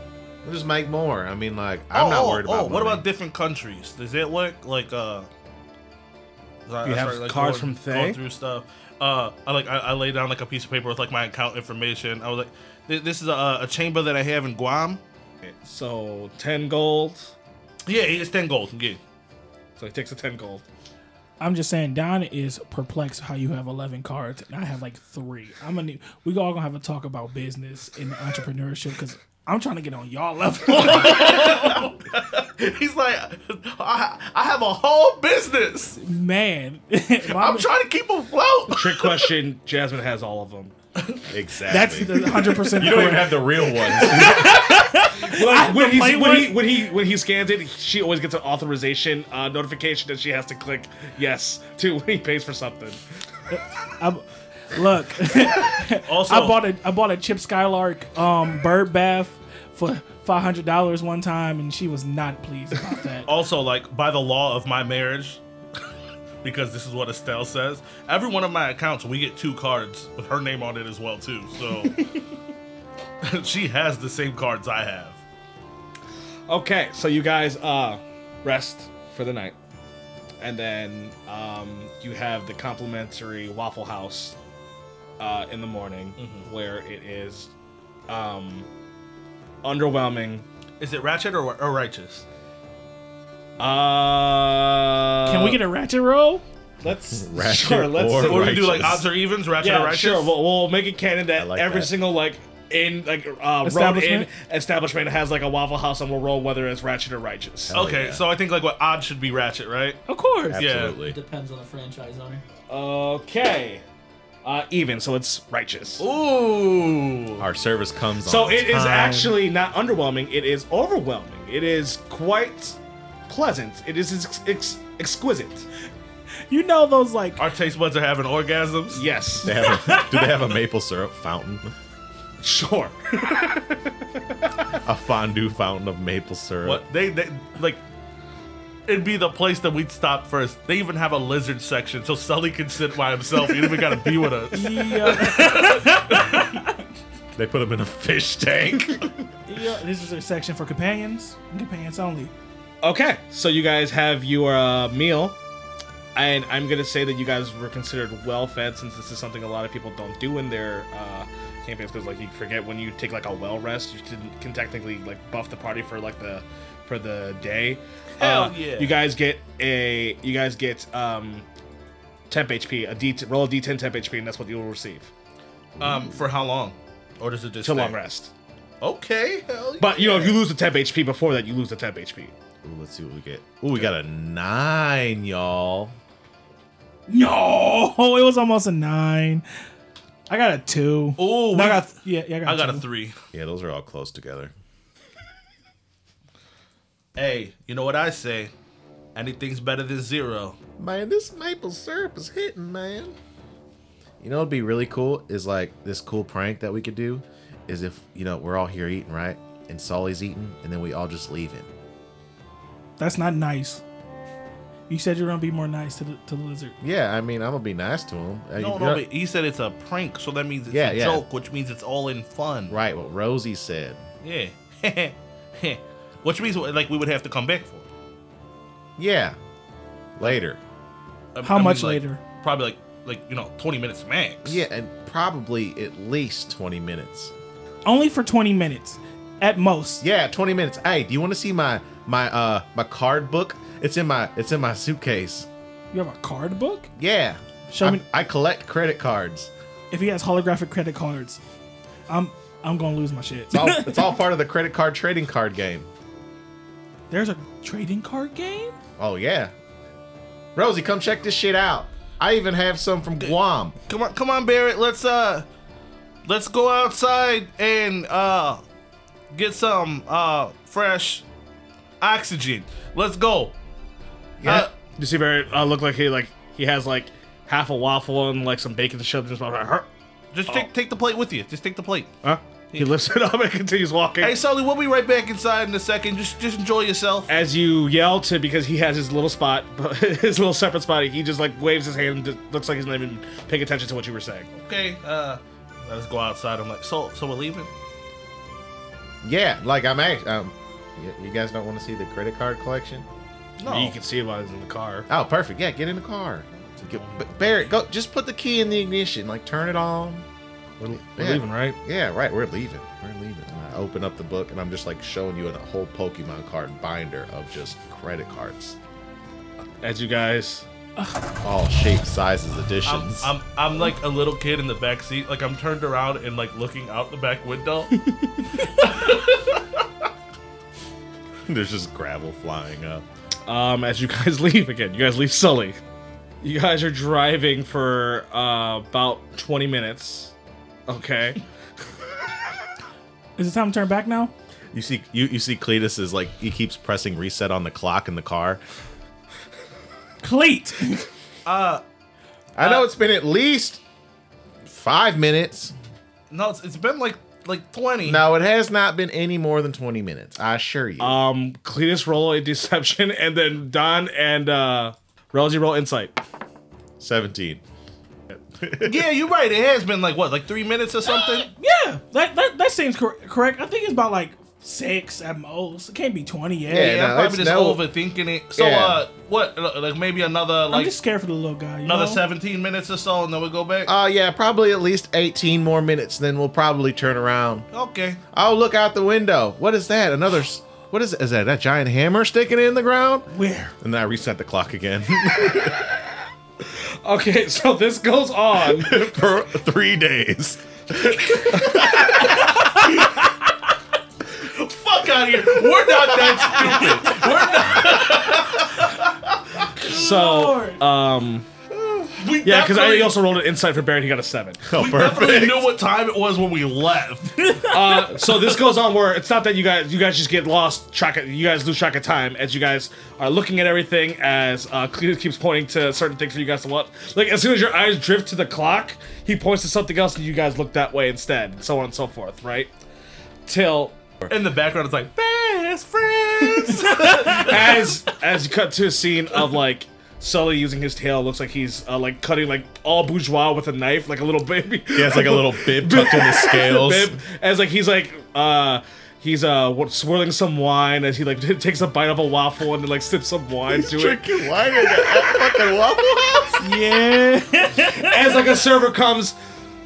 [SPEAKER 7] We'll just make more. I mean, like I'm
[SPEAKER 5] Oh,
[SPEAKER 7] not
[SPEAKER 5] oh,
[SPEAKER 7] worried
[SPEAKER 5] Oh,
[SPEAKER 7] about.
[SPEAKER 5] what
[SPEAKER 7] money.
[SPEAKER 5] about different countries? Does it work? Like, uh, I-
[SPEAKER 2] You
[SPEAKER 5] I
[SPEAKER 2] have
[SPEAKER 5] started,
[SPEAKER 2] cards
[SPEAKER 5] going,
[SPEAKER 2] from Thay?
[SPEAKER 5] going through stuff. Uh, I like I, I lay down like a piece of paper with like my account information. I was like, "Th- this is a, a chamber that I have in Guam.
[SPEAKER 2] So ten gold.
[SPEAKER 5] Yeah, it's ten gold. Yeah.
[SPEAKER 2] So he takes a ten gold.
[SPEAKER 4] I'm just saying, Don is perplexed how you have 11 cards and I have like three. I'm gonna need- we all gonna have a talk about business and entrepreneurship because I'm trying to get on y'all level.
[SPEAKER 5] He's like, I, I have a whole business.
[SPEAKER 4] Man,
[SPEAKER 5] I'm trying to keep afloat.
[SPEAKER 2] Trick question. Jasmine has all of them.
[SPEAKER 4] That's
[SPEAKER 7] Exactly.
[SPEAKER 4] the 100 percent
[SPEAKER 7] you don't even have the real ones.
[SPEAKER 2] Like, when, he's,
[SPEAKER 4] play
[SPEAKER 2] when,
[SPEAKER 4] one?
[SPEAKER 2] he, when he when he scans it, she always gets an authorization uh, notification that she has to click yes to when he pays for something.
[SPEAKER 4] Look,
[SPEAKER 5] Also,
[SPEAKER 4] I bought a I bought a Chip Skylark um, bird bath for five hundred dollars one time, and she was not pleased about that.
[SPEAKER 5] also like by the law of my marriage because this is what estelle says every one of my accounts we get two cards with her name on it as well too so she has the same cards i have
[SPEAKER 2] Okay, so you guys uh rest for the night. And then um, you have the complimentary Waffle House uh, in the morning,
[SPEAKER 4] Mm-hmm.
[SPEAKER 2] where it is um, underwhelming.
[SPEAKER 5] is it ratchet or, or righteous
[SPEAKER 2] Uh,
[SPEAKER 4] Can we get a ratchet roll?
[SPEAKER 2] Let's
[SPEAKER 7] Ratchet
[SPEAKER 2] sure. Let's
[SPEAKER 7] or
[SPEAKER 2] see.
[SPEAKER 5] or we do like
[SPEAKER 7] Righteous.
[SPEAKER 5] odds or evens ratchet or
[SPEAKER 2] yeah,
[SPEAKER 5] righteous
[SPEAKER 2] sure. We'll, we'll make it canon that
[SPEAKER 7] like
[SPEAKER 2] every
[SPEAKER 7] that.
[SPEAKER 2] single like in like uh, road in
[SPEAKER 4] Establishment?
[SPEAKER 2] establishment has like a Waffle House, and we'll roll whether it's ratchet or righteous.
[SPEAKER 5] okay
[SPEAKER 7] yeah.
[SPEAKER 5] so i think like what odds should be ratchet right
[SPEAKER 4] Of course.
[SPEAKER 7] Absolutely.
[SPEAKER 6] Depends on the franchise owner.
[SPEAKER 2] Okay. Uh, even, so it's righteous.
[SPEAKER 5] ooh
[SPEAKER 7] Our service comes
[SPEAKER 2] so
[SPEAKER 7] on.
[SPEAKER 2] it is actually not underwhelming, it is overwhelming. It is quite pleasant. It is ex- ex- exquisite.
[SPEAKER 4] You know those like
[SPEAKER 5] our taste buds are having orgasms
[SPEAKER 2] Yes,
[SPEAKER 7] They have a- do they have a maple syrup fountain?
[SPEAKER 2] sure.
[SPEAKER 7] A fondue fountain of maple syrup.
[SPEAKER 5] what they, they like It'd be the place that we'd stop first. They even have a lizard section, so Sully can sit by himself. He didn't even gotta be with us.
[SPEAKER 4] yeah,
[SPEAKER 7] They put them in a fish tank.
[SPEAKER 4] yeah, this is a section for companions, and companions only.
[SPEAKER 2] Okay, so you guys have your uh, meal, and I'm gonna say that you guys were considered well fed since this is something a lot of people don't do in their uh, campaigns because like you forget when you take like a well rest, you can, can technically like buff the party for like the for the day.
[SPEAKER 5] Hell
[SPEAKER 2] Uh,
[SPEAKER 5] yeah.
[SPEAKER 2] You guys get a you guys get um temp HP a D roll a D10 temp HP and that's what you'll receive
[SPEAKER 5] Um, for how long? Or does it just
[SPEAKER 2] till
[SPEAKER 5] stay?
[SPEAKER 2] long rest.
[SPEAKER 5] Okay, hell yeah.
[SPEAKER 2] But you know if you lose the temp HP before that, you lose the temp HP.
[SPEAKER 7] Ooh, let's see what we get. Ooh, we got a nine, y'all.
[SPEAKER 4] No, Oh, it was almost a nine. I got a two.
[SPEAKER 5] Ooh, we-
[SPEAKER 4] no, I got yeah, yeah, I got,
[SPEAKER 5] I got a
[SPEAKER 4] two.
[SPEAKER 5] three.
[SPEAKER 7] Yeah, those are all close together.
[SPEAKER 5] Hey, you know what I say? Anything's better than zero.
[SPEAKER 7] Man, this maple syrup is hitting, man. You know what'd be really cool is like this cool prank that we could do is if you know we're all here eating, right? And Sully's eating, and then we all just leave him.
[SPEAKER 4] That's not nice. You said you're gonna be more nice to the to the lizard.
[SPEAKER 7] Yeah, I mean I'm gonna be nice to him. Uh,
[SPEAKER 5] No,
[SPEAKER 7] you
[SPEAKER 5] no,
[SPEAKER 7] know-
[SPEAKER 5] but he said it's a prank, so that means it's
[SPEAKER 7] Yeah,
[SPEAKER 5] a
[SPEAKER 7] yeah.
[SPEAKER 5] joke, which means it's all in fun.
[SPEAKER 7] right, what Rosie said.
[SPEAKER 5] Yeah. which means like we would have to come back for. it.
[SPEAKER 7] Yeah, later.
[SPEAKER 5] I-
[SPEAKER 4] How
[SPEAKER 5] I mean,
[SPEAKER 4] much
[SPEAKER 5] like,
[SPEAKER 4] later?
[SPEAKER 5] Probably like like you know twenty minutes max.
[SPEAKER 7] Yeah, and probably at least 20 minutes.
[SPEAKER 4] Only for 20 minutes, at most.
[SPEAKER 7] Yeah, 20 minutes. Hey, do you want to see my my uh my card book? It's in my it's in my suitcase.
[SPEAKER 4] You have a card book.
[SPEAKER 7] Yeah.
[SPEAKER 4] Show
[SPEAKER 7] I,
[SPEAKER 4] me-
[SPEAKER 7] I collect credit cards.
[SPEAKER 4] If he has holographic credit cards, I'm I'm gonna lose my shit.
[SPEAKER 7] It's all, it's all part of the credit card trading card game.
[SPEAKER 4] There's a trading card game.
[SPEAKER 7] Oh yeah. Rosie, come check this shit out. I even have some from Guam.
[SPEAKER 5] Come on, come on, Barrett. Let's uh, let's go outside and uh, Get some uh, fresh oxygen. Let's go.
[SPEAKER 2] Yeah.
[SPEAKER 5] Uh,
[SPEAKER 2] you see Barry uh, look like he like he has like half a waffle and like some bacon shoved in his mouth. Huh?
[SPEAKER 5] Just
[SPEAKER 2] Oh.
[SPEAKER 5] take take the plate with you. Just take the plate.
[SPEAKER 2] Huh? He lifts it up and continues walking.
[SPEAKER 5] Hey, Sully, we'll be right back inside in a second. Just just enjoy yourself.
[SPEAKER 2] As you yell to because he has his little spot, his little separate spot, he just like waves his hand and just looks like he's not even paying attention to what you were saying.
[SPEAKER 5] Okay. Uh, let's go outside. I'm like, so so we're leaving.
[SPEAKER 7] Yeah, like I'm actually. Um, y- you guys don't want to see the credit card collection?
[SPEAKER 5] No.
[SPEAKER 2] You can see why he's in the car.
[SPEAKER 7] Oh, perfect. Yeah, get in the car. So get- but Barrett, go. Just put the key in the ignition. Like turn it on.
[SPEAKER 2] We're, we're
[SPEAKER 7] Yeah.
[SPEAKER 2] leaving, right?
[SPEAKER 7] Yeah, right. We're leaving. We're leaving. And I open up the book and I'm just like showing you a whole Pokemon card binder of just credit cards,
[SPEAKER 2] As you guys,
[SPEAKER 7] all shapes, sizes,
[SPEAKER 5] I'm,
[SPEAKER 7] editions.
[SPEAKER 5] I'm I'm like a little kid in the back seat. Like I'm turned around and like looking out the back window.
[SPEAKER 7] There's just gravel flying up.
[SPEAKER 2] um, as you guys leave again, you guys leave Sully. You guys are driving for uh, about 20 minutes. Okay.
[SPEAKER 4] Is it time to turn back now?
[SPEAKER 3] You see, you, you see, Cletus is like he keeps pressing reset on the clock in the car.
[SPEAKER 4] Cleat.
[SPEAKER 7] I know it's been at least five minutes.
[SPEAKER 5] no, it's, it's been like like 20.
[SPEAKER 7] No, it has not been any more than 20 minutes. I assure you.
[SPEAKER 2] Um, Cletus roll a deception, and then Don and uh, Rosie roll insight.
[SPEAKER 3] Seventeen.
[SPEAKER 5] Yeah, you're right. It has been like what, like three minutes or
[SPEAKER 7] Uh,
[SPEAKER 5] something.
[SPEAKER 4] yeah, that that, that seems cor- correct. I think it's about like six at most. It can't be twenty. Yeah.
[SPEAKER 7] Yeah,
[SPEAKER 5] Yeah,
[SPEAKER 7] no,
[SPEAKER 5] I'm probably
[SPEAKER 7] it's
[SPEAKER 5] just
[SPEAKER 7] no-
[SPEAKER 5] overthinking it. So
[SPEAKER 7] Yeah.
[SPEAKER 5] uh, what, like maybe another
[SPEAKER 4] I'm
[SPEAKER 5] like
[SPEAKER 4] just scared for the little guy. you
[SPEAKER 5] another
[SPEAKER 4] know?
[SPEAKER 5] 17 minutes or so, and then we go back.
[SPEAKER 7] Uh, yeah, probably at least 18 more minutes, then we'll probably turn around.
[SPEAKER 5] okay.
[SPEAKER 7] Oh, look out the window. What is that? Another. s- What is, is that? That giant hammer sticking in the ground?
[SPEAKER 4] Where?
[SPEAKER 3] And then I reset the clock again
[SPEAKER 2] Okay, so this goes on.
[SPEAKER 3] for three days.
[SPEAKER 5] Fuck out of here. We're not that stupid.
[SPEAKER 2] so,
[SPEAKER 4] Lord.
[SPEAKER 2] um,
[SPEAKER 5] We
[SPEAKER 2] yeah, because I
[SPEAKER 5] definitely-
[SPEAKER 2] also rolled an insight for Barrett. He got a seven.
[SPEAKER 3] Oh,
[SPEAKER 5] we
[SPEAKER 3] perfect.
[SPEAKER 5] definitely knew what time it was when we left.
[SPEAKER 2] Uh, so this goes on where it's not that you guys you guys just get lost track. Of, you guys lose track of time as you guys are looking at everything. As uh, Cletus keeps pointing to certain things for you guys to watch. Like as soon as your eyes drift to the clock, he points to something else, and you guys look that way instead, and so on and so forth. Right? Till
[SPEAKER 5] In the background, it's like best friends.
[SPEAKER 2] as as you cut to a scene of like Sully using his tail, looks like he's uh, like cutting like all bourgeois with a knife, like a little baby.
[SPEAKER 3] He has like a little bib tucked in the scales.
[SPEAKER 2] Bib, as like he's like uh he's uh wh- swirling some wine as he like takes a bite of a waffle and then like sips some wine to it.
[SPEAKER 7] Drinking wine at that fucking Waffle House?
[SPEAKER 4] Yeah.
[SPEAKER 2] As like a server comes,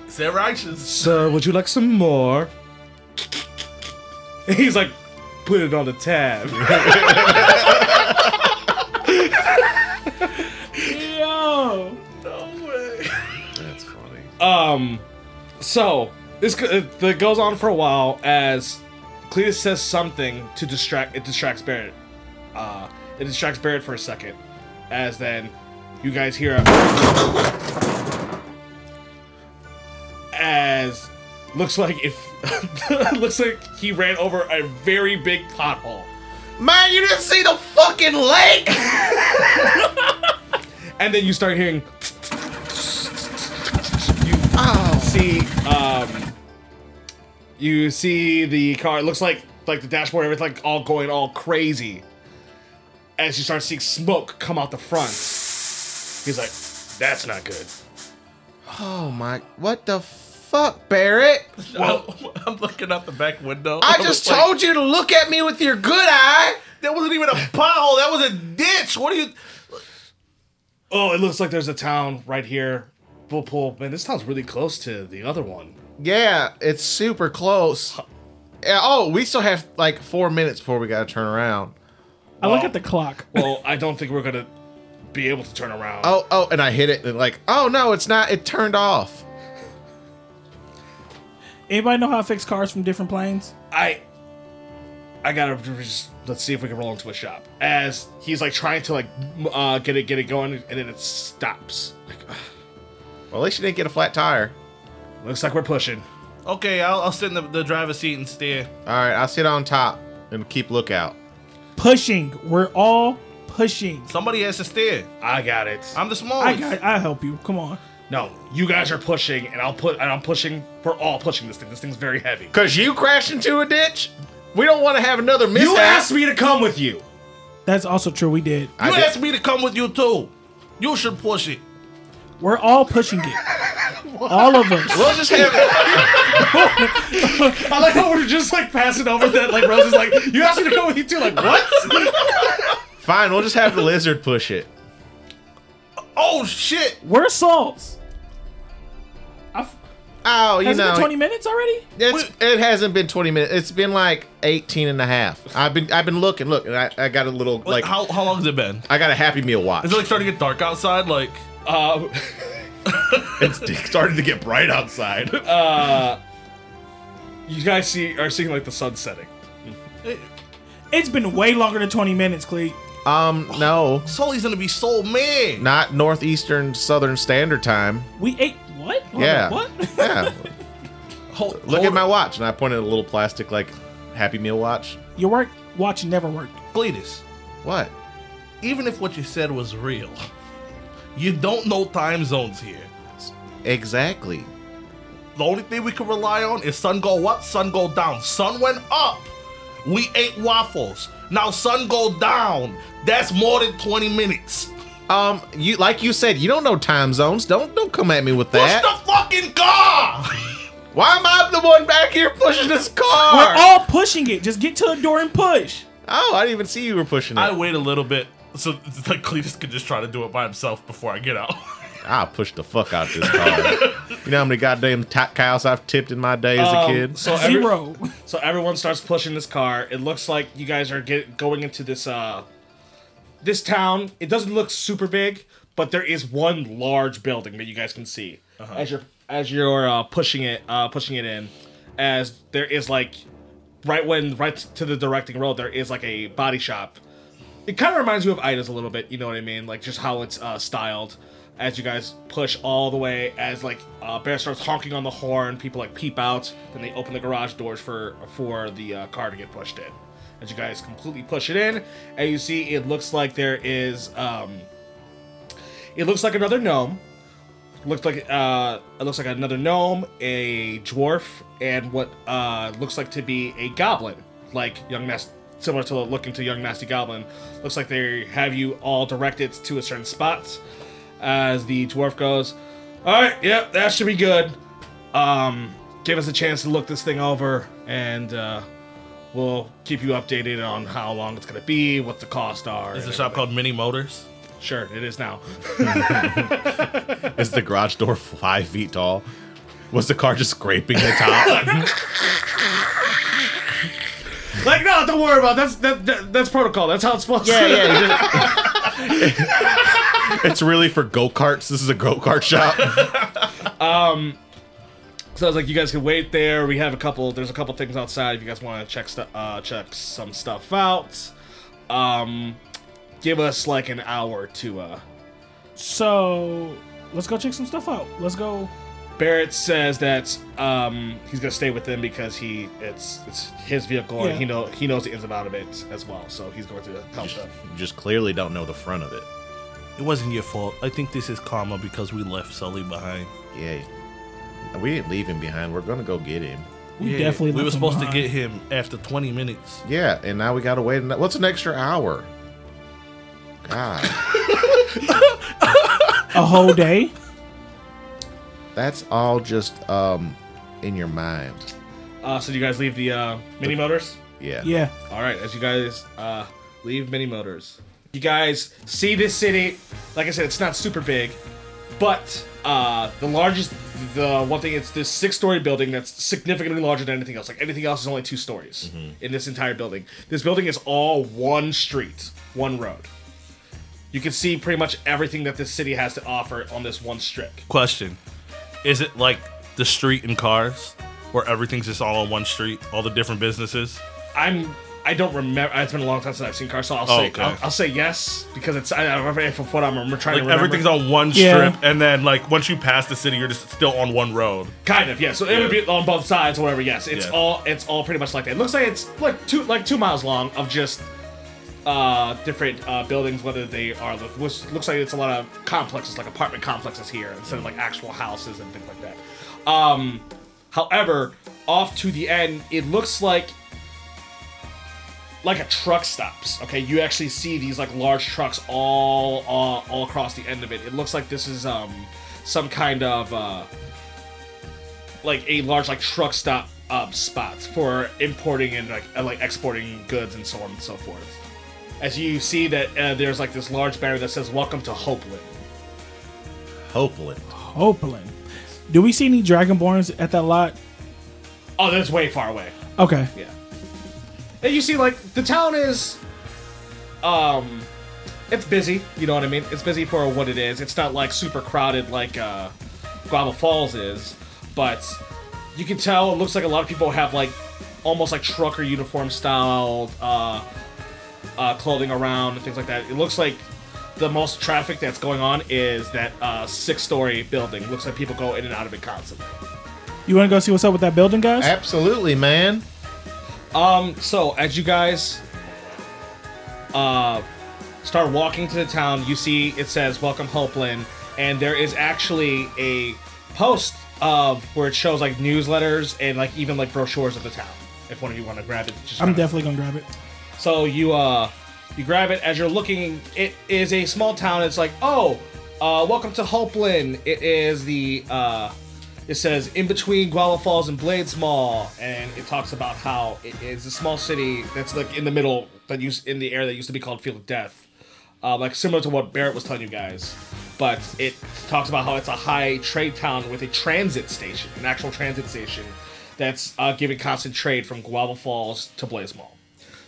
[SPEAKER 5] Say righteous.
[SPEAKER 2] sir, would you like some more? And he's like, put it on the tab.
[SPEAKER 4] Yo.
[SPEAKER 7] That's funny.
[SPEAKER 2] Um, so this go- it it goes on for a while as Cletus says something to distract. It distracts Barrett. Uh, it distracts Barrett for a second, as then you guys hear a as looks like if looks like he ran over a very big pothole.
[SPEAKER 7] Man, you didn't see the fucking lake!
[SPEAKER 2] and then you start hearing. You see, um, you see the car. It looks like like the dashboard, everything like, all going all crazy. As you start seeing smoke come out the front, he's like, "That's not good."
[SPEAKER 7] Oh my. What the fuck, Barrett?
[SPEAKER 5] Well, I'm looking out the back window.
[SPEAKER 7] I
[SPEAKER 5] was
[SPEAKER 7] just
[SPEAKER 5] like,
[SPEAKER 7] told you to look at me with your good eye!
[SPEAKER 5] that wasn't even a pothole. That was a ditch. What are you?
[SPEAKER 2] Oh, it looks like there's a town right here. We'll pull. Man, this town's really close to the other one.
[SPEAKER 7] Yeah, it's super close. Yeah, oh, we still have like four minutes before we gotta turn around.
[SPEAKER 4] I look at the clock.
[SPEAKER 2] Well, I don't think we're gonna be able to turn around.
[SPEAKER 7] Oh, oh, and I hit it and like, oh no, it's not. It turned off.
[SPEAKER 4] Anybody know how to fix cars from different planes?
[SPEAKER 2] I I gotta just let's see if we can roll into a shop. As he's like trying to like m- uh, get it get it going, and then it stops. Like, ugh,
[SPEAKER 7] Well, at least you didn't get a flat tire.
[SPEAKER 2] looks like we're pushing.
[SPEAKER 5] Okay, I'll, I'll sit in the, the driver's seat and steer.
[SPEAKER 7] All right, I'll sit on top and keep lookout.
[SPEAKER 4] Pushing. We're all pushing.
[SPEAKER 5] Somebody has to steer.
[SPEAKER 2] I got it.
[SPEAKER 5] I'm the smallest.
[SPEAKER 4] I got. I help you. Come on.
[SPEAKER 2] No, you guys are pushing, and I'll put. And I'm pushing. We're all pushing this thing. This thing's very heavy.
[SPEAKER 7] Cause you crash into a ditch. We don't want to have another mishap.
[SPEAKER 2] You asked me to come with you.
[SPEAKER 4] That's also true. We did.
[SPEAKER 7] I
[SPEAKER 5] you
[SPEAKER 7] did-
[SPEAKER 5] asked me to come with you too. You should push it.
[SPEAKER 4] We're all pushing it. all of us.
[SPEAKER 7] We'll just have.
[SPEAKER 2] I like how we're just like passing over that. Like Rose is like, you asked me to come with you too. Like what?
[SPEAKER 7] Fine, we'll just have the lizard push it.
[SPEAKER 5] Oh shit!
[SPEAKER 4] We're salts. I've,
[SPEAKER 7] Oh, you
[SPEAKER 4] has it
[SPEAKER 7] know,
[SPEAKER 4] been 20 minutes already?
[SPEAKER 7] it's, it hasn't been 20 minutes. It's been like 18 and a half. I've been I've been looking. Look, and I, I got a little like
[SPEAKER 5] Like how how long has it been?
[SPEAKER 7] I got a Happy Meal watch.
[SPEAKER 5] Is it like starting to get dark outside? Like
[SPEAKER 2] Um,
[SPEAKER 7] it's starting to get bright outside.
[SPEAKER 2] you guys see are seeing like the sun setting.
[SPEAKER 4] It's been way longer than 20 minutes, Clee.
[SPEAKER 7] Um, no,
[SPEAKER 5] Sully's gonna be so mad.
[SPEAKER 7] not northeastern Southern Standard Time.
[SPEAKER 4] We ate what? Hold on,
[SPEAKER 7] Yeah,
[SPEAKER 4] What?
[SPEAKER 7] yeah.
[SPEAKER 5] Hold-
[SPEAKER 7] Look
[SPEAKER 5] hold
[SPEAKER 7] at my
[SPEAKER 5] it.
[SPEAKER 7] watch, and I pointed at a little plastic like Happy Meal watch.
[SPEAKER 4] Your work watch never worked.
[SPEAKER 5] Cletus.
[SPEAKER 7] What?
[SPEAKER 5] Even if what you said was real, you don't know time zones here.
[SPEAKER 7] Exactly.
[SPEAKER 5] The only thing we can rely on is sun go up, sun go down. Sun went up. We ate waffles. Now sun go down. That's more than 20 minutes.
[SPEAKER 7] Um, you like you said, you don't know time zones. Don't don't come at me with that.
[SPEAKER 5] Push the fucking car!
[SPEAKER 7] Why am I the one back here pushing this car?
[SPEAKER 4] We're all pushing it. Just get to the door and push.
[SPEAKER 7] oh, I didn't even see you were pushing it.
[SPEAKER 5] I
[SPEAKER 7] I,
[SPEAKER 5] wait a little bit so that Cletus can just try to do it by himself before I get out.
[SPEAKER 7] will push the fuck out this car. you know how many goddamn t- cows I've tipped in my day as a kid?
[SPEAKER 2] So every-
[SPEAKER 4] Zero.
[SPEAKER 2] So everyone starts pushing this car. It looks like you guys are get, going into this uh this town. It doesn't look super big, but there is one large building that you guys can see as you're as you're uh, pushing it uh, pushing it in. As there is like right when right to the directing road, there is like a body shop. It kind of reminds you of Ida's a little bit. You know what I mean? Like just how it's uh, styled. As you guys push all the way, as like uh, Bear starts honking on the horn, people like peep out. Then they open the garage doors for for the uh, car to get pushed in. As you guys completely push it in, and you see it looks like there is um, it looks like another gnome. Looks like uh, it looks like another gnome, a dwarf, and what uh, looks like to be a goblin, like young Nas similar to looking to young nasty goblin. Looks like they have you all directed to a certain spot. As the dwarf goes, all right, yep, that should be good. Um, give us a chance to look this thing over, and uh, we'll keep you updated on how long it's gonna be, what the costs are.
[SPEAKER 5] There's a
[SPEAKER 2] and
[SPEAKER 5] shop called Mini Motors.
[SPEAKER 2] everything." Sure, it is now.
[SPEAKER 7] Is the garage door five feet tall? Was the car just scraping the top?
[SPEAKER 2] Like, no, don't worry about it. that's that, that that's protocol. That's how it's supposed to. be.
[SPEAKER 7] yeah. you just- it's really for go karts. This is a go kart shop.
[SPEAKER 2] So I was like, you guys can wait there. We have a couple. There's a couple things outside if you guys want to check stu- uh, check some stuff out. Um, give us like an hour to. uh
[SPEAKER 4] So let's go check some stuff out. Let's go.
[SPEAKER 2] Barrett says that um he's gonna stay with them because he it's it's his vehicle
[SPEAKER 4] Yeah.
[SPEAKER 2] and he know he knows the ins and outs of it as well. So he's going to help them.
[SPEAKER 7] You just clearly don't know the front of it.
[SPEAKER 5] It wasn't your fault. I think this is karma because we left Sully behind.
[SPEAKER 7] Yay. We didn't leave him behind. We're gonna go get him.
[SPEAKER 4] We definitely.
[SPEAKER 5] We were
[SPEAKER 4] left him
[SPEAKER 5] supposed to
[SPEAKER 4] behind.
[SPEAKER 5] get him after 20 minutes.
[SPEAKER 7] Yeah, and now we gotta wait. An- What's an extra hour? God,
[SPEAKER 4] a whole day.
[SPEAKER 7] that's all just um in your mind.
[SPEAKER 2] Uh, so do you guys leave the uh, mini motors?
[SPEAKER 7] Yeah.
[SPEAKER 4] Yeah.
[SPEAKER 2] All right, as you guys uh, leave Mini Motors, you guys see this city. Like I said, it's not super big, but uh, the largest, the one thing, it's this six-story building that's significantly larger than anything else. Like anything else is only two stories
[SPEAKER 5] Mm-hmm.
[SPEAKER 2] in this entire building. This building is all one street, one road. You can see pretty much everything that this city has to offer on this one strip.
[SPEAKER 5] Question Is it like the street and cars where everything's just all on one street, all the different businesses?
[SPEAKER 2] I'm I don't remember. It's been a long time since I've seen Car, so I'll say
[SPEAKER 5] Oh, Okay.
[SPEAKER 2] I'll, I'll say yes because it's I, I don't remember if of what I'm rem- trying
[SPEAKER 5] Like
[SPEAKER 2] to remember.
[SPEAKER 5] everything's on one
[SPEAKER 4] Yeah.
[SPEAKER 5] strip, and then like once you pass the city, you're just still on one road.
[SPEAKER 2] kind of yeah. So it would be on both sides, or whatever. Yes, it's
[SPEAKER 5] Yeah.
[SPEAKER 2] all it's all pretty much like that. It looks like it's like two like two miles long of just uh different uh buildings whether they are look- which looks like it's a lot of complexes like apartment complexes here instead of like actual houses and things like that um however off to the end it looks like like a truck stops. Okay, you actually see these like large trucks all all, all across the end of it. It looks like this is um some kind of uh like a large like truck stop um, spots for importing and like and, like exporting goods and so on and so forth. As you see that uh, there's like this large banner that says "Welcome to Hopeland."
[SPEAKER 3] Hopefully.
[SPEAKER 4] Hopeland. Do we see any Dragonborns at that lot?
[SPEAKER 2] Oh, that's way far away.
[SPEAKER 4] Okay.
[SPEAKER 2] Yeah. And you see, like, the town is, um, it's busy. You know what I mean? It's busy for what it is. It's not like super crowded like uh, Guava Falls is, but you can tell it looks like a lot of people have like almost like trucker uniform style uh, uh, clothing around and things like that. It looks like the most traffic that's going on is that uh, six-story building. Looks like people go in and out of it constantly.
[SPEAKER 4] You want to go see what's up with that building, guys?
[SPEAKER 7] Absolutely, man.
[SPEAKER 2] Um, so as you guys uh start walking to the town, you see it says welcome Hopeland, and there is actually a post of where it shows like newsletters and like even like brochures of the town. If one of you want to grab it, just
[SPEAKER 4] I'm
[SPEAKER 2] grab it.
[SPEAKER 4] definitely gonna grab it.
[SPEAKER 2] So you uh you grab it as you're looking. It is a small town. It's like, oh, uh, welcome to Hopeland. It is the uh, it says in between Guala Falls and Blades Mall, and it talks about how it is a small city that's like in the middle that used in the area that used to be called Field of Death, uh, like similar to what Barrett was telling you guys. But it talks about how it's a high trade town with a transit station, an actual transit station that's uh, giving constant trade from Guava Falls to Blades Mall.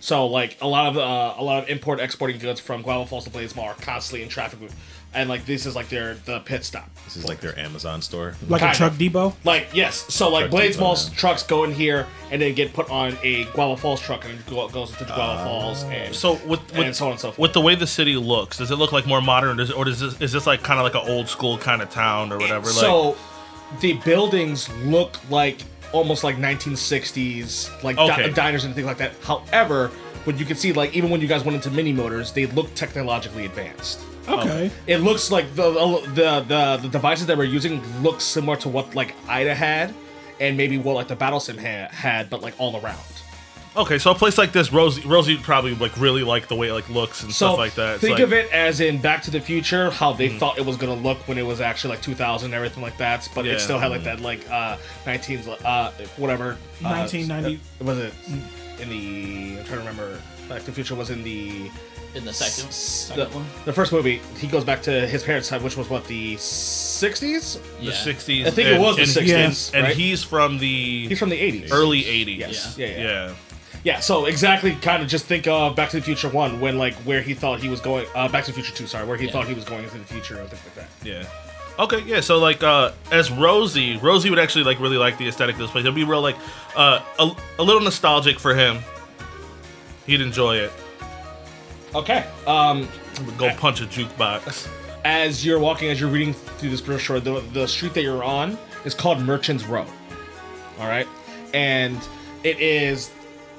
[SPEAKER 2] So like a lot of uh, a lot of import exporting goods from Guava Falls to Bladesmar are constantly in traffic, with, and like this is like their the pit stop.
[SPEAKER 3] This is like their Amazon store.
[SPEAKER 4] Like
[SPEAKER 2] Kinda.
[SPEAKER 4] a truck depot.
[SPEAKER 2] Like yes, so like
[SPEAKER 3] Truck
[SPEAKER 2] Blades
[SPEAKER 3] depot,
[SPEAKER 2] Mall's
[SPEAKER 3] yeah.
[SPEAKER 2] trucks go in here and then get put on a Guava Falls truck and it go- goes into Guava
[SPEAKER 3] Ah.
[SPEAKER 2] Falls and
[SPEAKER 5] So with with,
[SPEAKER 2] and so on and so forth.
[SPEAKER 5] with the way the city looks, does it look like more modern, does- or does this, is this like kind of like an old school kind of town or whatever? like,
[SPEAKER 2] so the buildings look like almost like 1960s like di-
[SPEAKER 5] Okay.
[SPEAKER 2] diners and things like that. However, when you can see like even when you guys went into mini motors, they look technologically advanced.
[SPEAKER 5] Oh.
[SPEAKER 4] Okay.
[SPEAKER 2] it looks like the the the, the devices that we're using look similar to what like Ida had, and maybe what like the battle sim ha- had, but like all around.
[SPEAKER 5] okay, so a place like this, Rosie, Rosie probably like really like the way it like looks and
[SPEAKER 2] So
[SPEAKER 5] stuff like that. It's
[SPEAKER 2] think
[SPEAKER 5] like- Mm.
[SPEAKER 2] of it as in Back to the Future, how they thought it was gonna look when it was actually like 2000 and everything like that, but
[SPEAKER 5] Yeah. Mm.
[SPEAKER 2] it still had like that like uh 19s uh whatever uh,
[SPEAKER 4] 1990
[SPEAKER 2] was it
[SPEAKER 6] Mm.
[SPEAKER 2] in the I'm trying to remember Back to the Future was in the
[SPEAKER 6] in the second,
[SPEAKER 2] s-
[SPEAKER 6] second
[SPEAKER 2] the,
[SPEAKER 6] one.
[SPEAKER 2] the first movie he goes back to his parents' side, which was what the 60s.
[SPEAKER 5] the
[SPEAKER 6] Yeah.
[SPEAKER 5] 60s.
[SPEAKER 2] I think it
[SPEAKER 5] and-
[SPEAKER 2] was the
[SPEAKER 5] and-
[SPEAKER 2] 60s,
[SPEAKER 5] And
[SPEAKER 2] right?
[SPEAKER 5] he's from the
[SPEAKER 2] He's from the 80s.
[SPEAKER 5] early 80s.
[SPEAKER 2] Yes.
[SPEAKER 5] Yeah.
[SPEAKER 2] Yeah, yeah. Yeah, so exactly kind of just think of Back to the Future 1 when like where he thought he was going uh Back to the Future 2, sorry, where he thought he was going into the future and things like that.
[SPEAKER 5] Yeah. Okay, yeah. So like, uh, as Rosie, Rosie would actually like really like the aesthetic of this place. It'd be real like, uh, a, a little nostalgic for him. He'd enjoy it.
[SPEAKER 2] Okay. Um
[SPEAKER 5] Would go punch a jukebox.
[SPEAKER 2] as you're walking as you're reading through this brochure, the the street that you're on is called Merchants Row. All right? And it is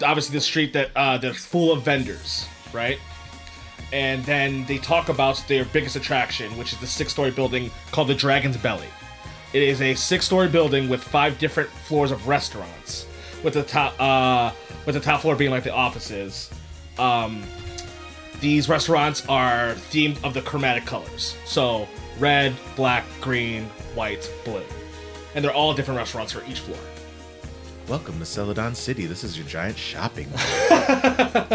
[SPEAKER 2] obviously the street that uh that's full of vendors, right? And then they talk about their biggest attraction, which is the six-story building called the Dragon's Belly. It is a six-story building with five different floors of restaurants, with the top uh, with the top floor being like the offices. Um, these restaurants are themed of the chromatic colors, so red, black, green, white, blue, and they're all different restaurants for each floor.
[SPEAKER 7] Welcome to Celadon City. This is your giant shopping. mall.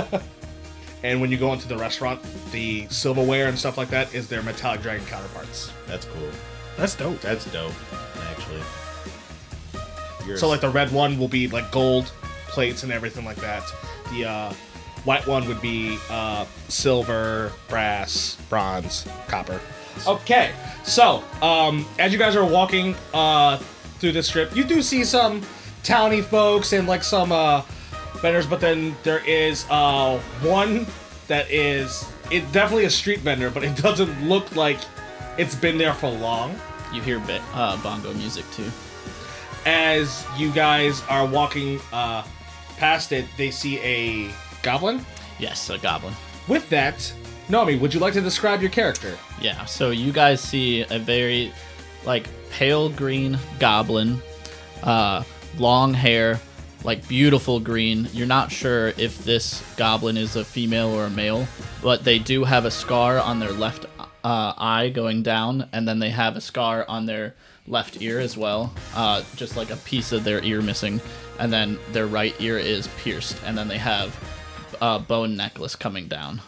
[SPEAKER 2] And when you go into the restaurant, the silverware and stuff like that is their metallic dragon counterparts.
[SPEAKER 3] That's cool.
[SPEAKER 4] That's dope.
[SPEAKER 3] That's dope, actually. You're
[SPEAKER 2] So like the red one will be like gold plates and everything like that. The uh, white one would be uh, silver, brass, bronze, copper. Okay, so um, as you guys are walking uh, through this strip, you do see some towny folks and like some uh, vendors, but then there is uh, one that is it definitely a street vendor, but it doesn't look like it's been there for long.
[SPEAKER 6] You hear ba- uh, bongo music too.
[SPEAKER 2] As you guys are walking uh, past it, they see a goblin.
[SPEAKER 6] Yes, a goblin.
[SPEAKER 2] With that, Nomi, would you like to describe your character?
[SPEAKER 6] Yeah, so you guys see a very, like, pale green goblin, uh, long hair, like, beautiful green. You're not sure if this goblin is a female or a male, but they do have a scar on their left uh, eye going down, and then they have a scar on their left ear as well, uh, just like a piece of their ear missing, and then their right ear is pierced, and then they have a bone necklace coming down.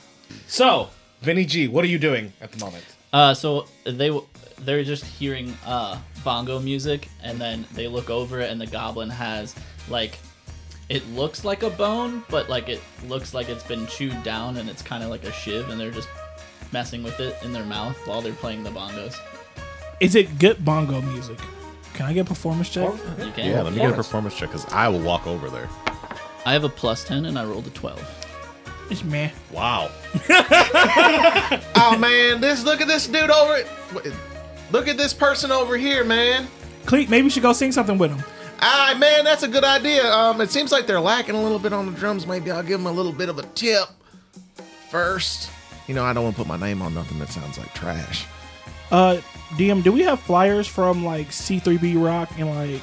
[SPEAKER 2] So, Vinny G, what are you doing at the moment?
[SPEAKER 6] Uh, so they w- they're just hearing uh, bongo music, and then they look over, and the goblin has like it looks like a bone, but like it looks like it's been chewed down, and it's kind of like a shiv, and they're just messing with it in their mouth while they're playing the bongos.
[SPEAKER 4] Is it good bongo music? Can I get a performance check?
[SPEAKER 6] You can.
[SPEAKER 3] Yeah, let me get a performance check because I will walk over there.
[SPEAKER 6] I have a plus ten, and I rolled a twelve.
[SPEAKER 4] It's meh.
[SPEAKER 3] Wow.
[SPEAKER 7] Oh man, this look at this dude over. Look at this person over here, man.
[SPEAKER 4] Cleek, maybe we should go sing something with him.
[SPEAKER 7] Ah, man, that's a good idea. Um, it seems like they're lacking a little bit on the drums. Maybe I'll give them a little bit of a tip first. You know, I don't want to put my name on nothing that sounds like trash.
[SPEAKER 4] Uh, DM, do we have flyers from like C3B Rock and like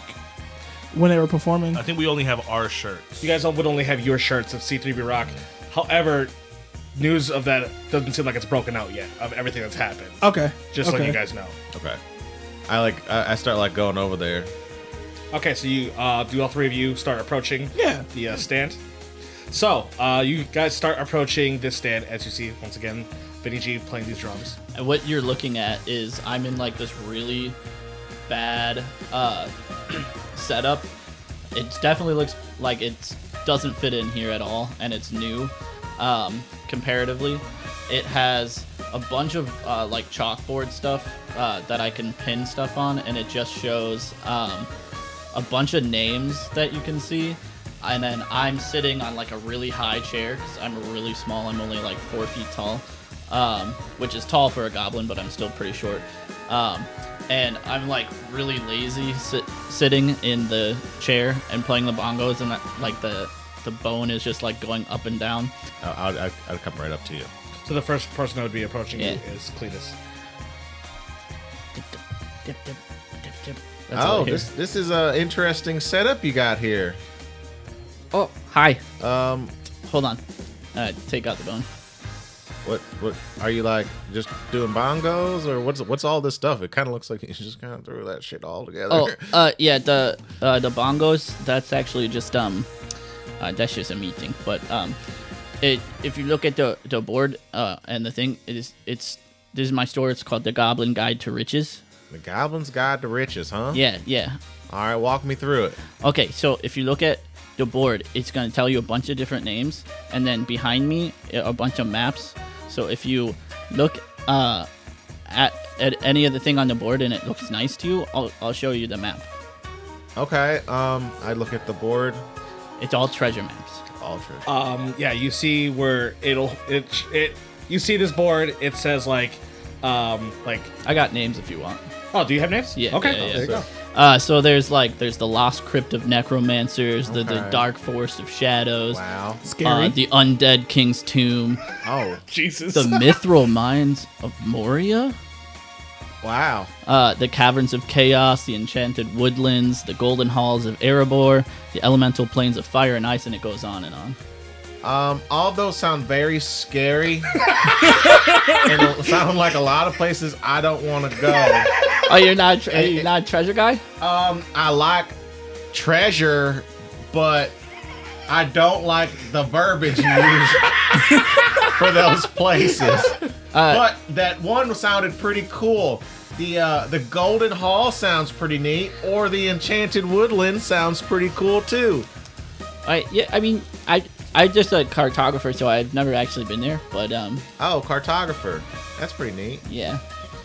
[SPEAKER 4] when they were performing?
[SPEAKER 5] I think we only have our shirts.
[SPEAKER 2] You guys would only have your shirts of C3B Rock. However, news of that doesn't seem like it's broken out yet of everything that's happened.
[SPEAKER 4] Okay.
[SPEAKER 2] Just
[SPEAKER 4] okay.
[SPEAKER 2] letting you guys know.
[SPEAKER 3] Okay.
[SPEAKER 7] I like. I, I start like going over there.
[SPEAKER 2] Okay, so you uh, do all three of you start approaching
[SPEAKER 4] Yeah.
[SPEAKER 2] the uh, stand. So uh, you guys start approaching this stand as you see once again Vinny G playing these drums.
[SPEAKER 6] And what you're looking at is I'm in like this really bad uh, setup. It definitely looks like it doesn't fit in here at all, and it's new um, comparatively. It has a bunch of uh, like chalkboard stuff uh, that I can pin stuff on, and it just shows um, a bunch of names that you can see. And then I'm sitting on like a really high chair because I'm really small. I'm only like four feet tall, um, which is tall for a goblin, but I'm still pretty short. Um, and I'm like really lazy sit- sitting in the chair and playing the bongos, and like the the bone is just like going up and down.
[SPEAKER 3] I'll, I'll, I'll come right up to you.
[SPEAKER 2] So the first person that would be approaching you
[SPEAKER 6] Yeah.
[SPEAKER 2] is Cletus.
[SPEAKER 6] Dip, dip, dip, dip. That's all I
[SPEAKER 7] Oh,
[SPEAKER 6] hear.
[SPEAKER 7] this this is a interesting setup you got here.
[SPEAKER 6] oh hi.
[SPEAKER 7] Um,
[SPEAKER 6] Hold on. Uh, take out the bone.
[SPEAKER 7] what what are you like? Just doing bongos or what's what's all this stuff? It kind of looks like you just kind of threw that shit all together.
[SPEAKER 6] Oh, uh, yeah, the uh, the bongos. That's actually just um, uh, that's just a meeting. But um, it if you look at the the board uh and the thing, it is it's this is my store. It's called the Goblin Guide to Riches.
[SPEAKER 7] The Goblin's Guide to Riches, huh?
[SPEAKER 6] Yeah, yeah.
[SPEAKER 7] All right, walk me through it.
[SPEAKER 6] Okay, so if you look at the board, it's gonna tell you a bunch of different names, and then behind me a bunch of maps. So if you look uh at at any of the thing on the board and it looks nice to you, I'll I'll show you the map.
[SPEAKER 7] Okay. Um, I look at the board.
[SPEAKER 6] It's all treasure maps.
[SPEAKER 7] Ultra.
[SPEAKER 6] Uh.
[SPEAKER 2] Um, yeah, you see where it'll it it you see this board. It says like um like
[SPEAKER 6] I got names if you want.
[SPEAKER 2] oh do you have names?
[SPEAKER 6] Yeah,
[SPEAKER 2] Okay.
[SPEAKER 6] yeah,
[SPEAKER 2] Oh,
[SPEAKER 6] yeah.
[SPEAKER 2] there you go.
[SPEAKER 6] Uh, so there's like there's the lost crypt of necromancers, the, the
[SPEAKER 7] Okay.
[SPEAKER 6] dark forest of shadows,
[SPEAKER 7] wow.
[SPEAKER 4] Scary.
[SPEAKER 6] uh, the undead king's tomb,
[SPEAKER 7] Oh,
[SPEAKER 2] Jesus.
[SPEAKER 6] the mithril mines of Moria,
[SPEAKER 7] wow.
[SPEAKER 6] uh, the caverns of chaos, the enchanted woodlands, the golden halls of Erebor, the elemental plains of fire and ice, and it goes on and on.
[SPEAKER 7] Um, all those sound very scary, and it sound like a lot of places I don't want to go.
[SPEAKER 6] Oh, you're not tre- you're not a treasure guy?
[SPEAKER 7] Um, I like treasure, but I don't like the verbiage you use for those places. but that one sounded pretty cool. The uh, the Golden Hall sounds pretty neat, or the Enchanted Woodland sounds pretty cool too.
[SPEAKER 6] I yeah, I mean I I'm just a cartographer, so I've never actually been there, but um
[SPEAKER 7] Oh, cartographer, that's pretty neat.
[SPEAKER 6] yeah.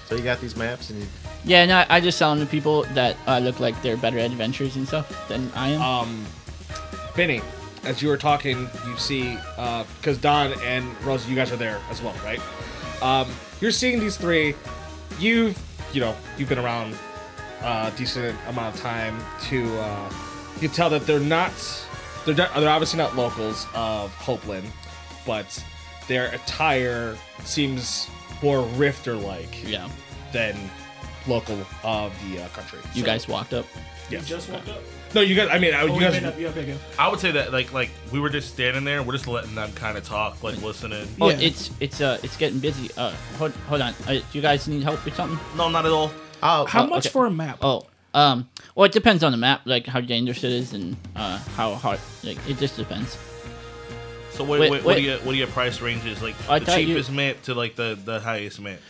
[SPEAKER 7] So you got these maps, and you,
[SPEAKER 6] Yeah, no, I just sell them to Oh, people that uh, look like they're better adventurers and stuff than I am.
[SPEAKER 2] Um, Vinny, as you were talking, you see, because Don and Rosie, you guys are there as well, right? Um, you're seeing these three. You've, you know, you've been around a decent amount of time to, uh, you can tell that they're not, they're, not- they're obviously not locals of Hopeland, but their attire seems more rifter-like
[SPEAKER 6] Yeah.
[SPEAKER 2] than local of the uh, country.
[SPEAKER 6] You
[SPEAKER 2] So,
[SPEAKER 6] guys walked up.
[SPEAKER 2] yes.
[SPEAKER 4] Just woke up.
[SPEAKER 2] No, you guys. I mean, I
[SPEAKER 4] Oh,
[SPEAKER 2] you
[SPEAKER 4] you
[SPEAKER 2] guys.
[SPEAKER 4] made up. Yeah, okay, okay.
[SPEAKER 5] I would say that like like we were just standing there, we're just letting them kind of talk, like listening.
[SPEAKER 6] Oh,
[SPEAKER 4] Yeah.
[SPEAKER 6] it's it's uh it's getting busy. Uh, hold hold on. Uh, do you guys need help with something?
[SPEAKER 5] No, not at all.
[SPEAKER 7] Oh,
[SPEAKER 4] How
[SPEAKER 5] Uh,
[SPEAKER 6] Oh,
[SPEAKER 4] much
[SPEAKER 6] okay.
[SPEAKER 4] for a map?
[SPEAKER 6] Oh, um, well, it depends on the map, like how dangerous it is and uh how hard. Like it just depends.
[SPEAKER 5] So what,
[SPEAKER 6] Wait,
[SPEAKER 5] what, what do
[SPEAKER 6] wait.
[SPEAKER 5] you what do your price ranges like?
[SPEAKER 6] I
[SPEAKER 5] the
[SPEAKER 6] thought you-
[SPEAKER 5] cheapest mint to like the the highest mint.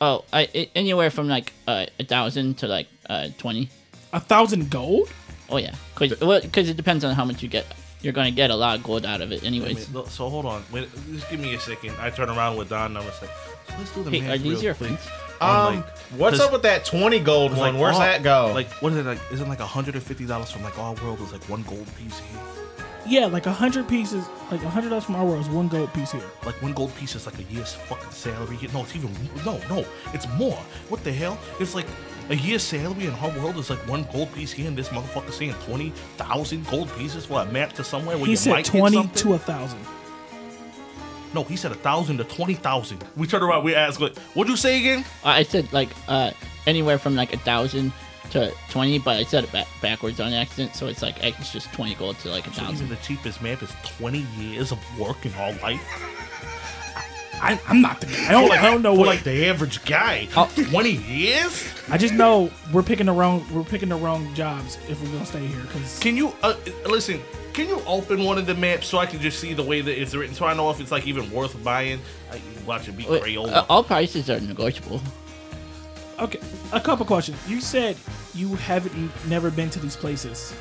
[SPEAKER 6] Oh, I, it, anywhere from like uh, a thousand to like uh twenty.
[SPEAKER 4] A thousand gold?
[SPEAKER 6] Oh yeah, because it depends on how much you get. You're gonna get a lot of gold out of it,
[SPEAKER 5] Wait,
[SPEAKER 6] anyways.
[SPEAKER 5] look, so hold on, wait, just give me a second. I turn around with Don, and I was like, so let's do the
[SPEAKER 6] Hey,
[SPEAKER 5] math
[SPEAKER 6] are these
[SPEAKER 5] real
[SPEAKER 6] your
[SPEAKER 5] quick.
[SPEAKER 6] friends?
[SPEAKER 5] I'm
[SPEAKER 7] um,
[SPEAKER 5] like,
[SPEAKER 7] what's
[SPEAKER 5] 'cause
[SPEAKER 7] up with that 20 gold
[SPEAKER 5] it's
[SPEAKER 7] one? Where's
[SPEAKER 5] oh,
[SPEAKER 7] that go?
[SPEAKER 5] Like, what is it like? Isn't like hundred and fifty dollars from like all world? Is like one gold piece here.
[SPEAKER 4] Yeah, like a hundred pieces, like a hundred dollars from our world is one gold piece here.
[SPEAKER 5] Like one gold piece is like a year's fucking salary. No, it's even no, no, it's more. What the hell? It's like a year's salary in our world is like one gold piece here, and this motherfucker saying twenty thousand gold pieces for a map to somewhere where
[SPEAKER 4] He
[SPEAKER 5] you
[SPEAKER 4] said
[SPEAKER 5] might get
[SPEAKER 4] twenty
[SPEAKER 5] something?
[SPEAKER 4] to a thousand.
[SPEAKER 5] No, he said a thousand to twenty thousand. We turned around, we asked, like, "What'd you say again?"
[SPEAKER 6] I I said like uh anywhere from like a thousand to twenty, but I said it ba- backwards on accident, so it's like it's just twenty gold to like a
[SPEAKER 5] So even
[SPEAKER 6] thousand.
[SPEAKER 5] the cheapest map is twenty years of work in our life.
[SPEAKER 4] I, I'm not the guy. I don't, I don't know
[SPEAKER 5] For,
[SPEAKER 4] what.
[SPEAKER 5] like the average guy.
[SPEAKER 4] Uh,
[SPEAKER 5] Twenty years?
[SPEAKER 4] I just know we're picking the wrong. We're picking the wrong jobs if we're gonna stay here. Cause
[SPEAKER 5] Can you uh, listen? Can you open one of the maps so I can just see the way that it's written, so I know if it's like even worth buying? I, watch it be
[SPEAKER 6] Wait,
[SPEAKER 5] Crayola.
[SPEAKER 6] uh, all prices are negotiable.
[SPEAKER 4] okay, a couple questions. You said you haven't e- never been to these places.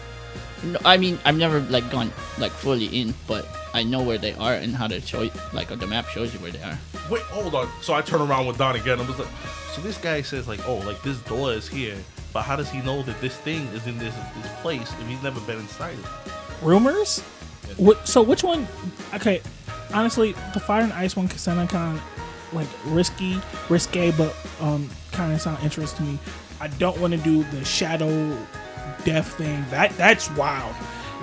[SPEAKER 6] No, I mean I've never like gone like fully in, but I know where they are and how to show you. Like the map shows you where they are.
[SPEAKER 5] Wait, hold on. So I turn around with Don again. I'm just like, so this guy says like, oh, like this door is here, but how does he know that this thing is in this this place if he's never been inside it?
[SPEAKER 4] Rumors. What? So which one? Okay, honestly, the fire and ice one sounded kind of like risky, risque, but um, kind of sound interesting to me. I don't want to do the shadow death thing. That that's wild.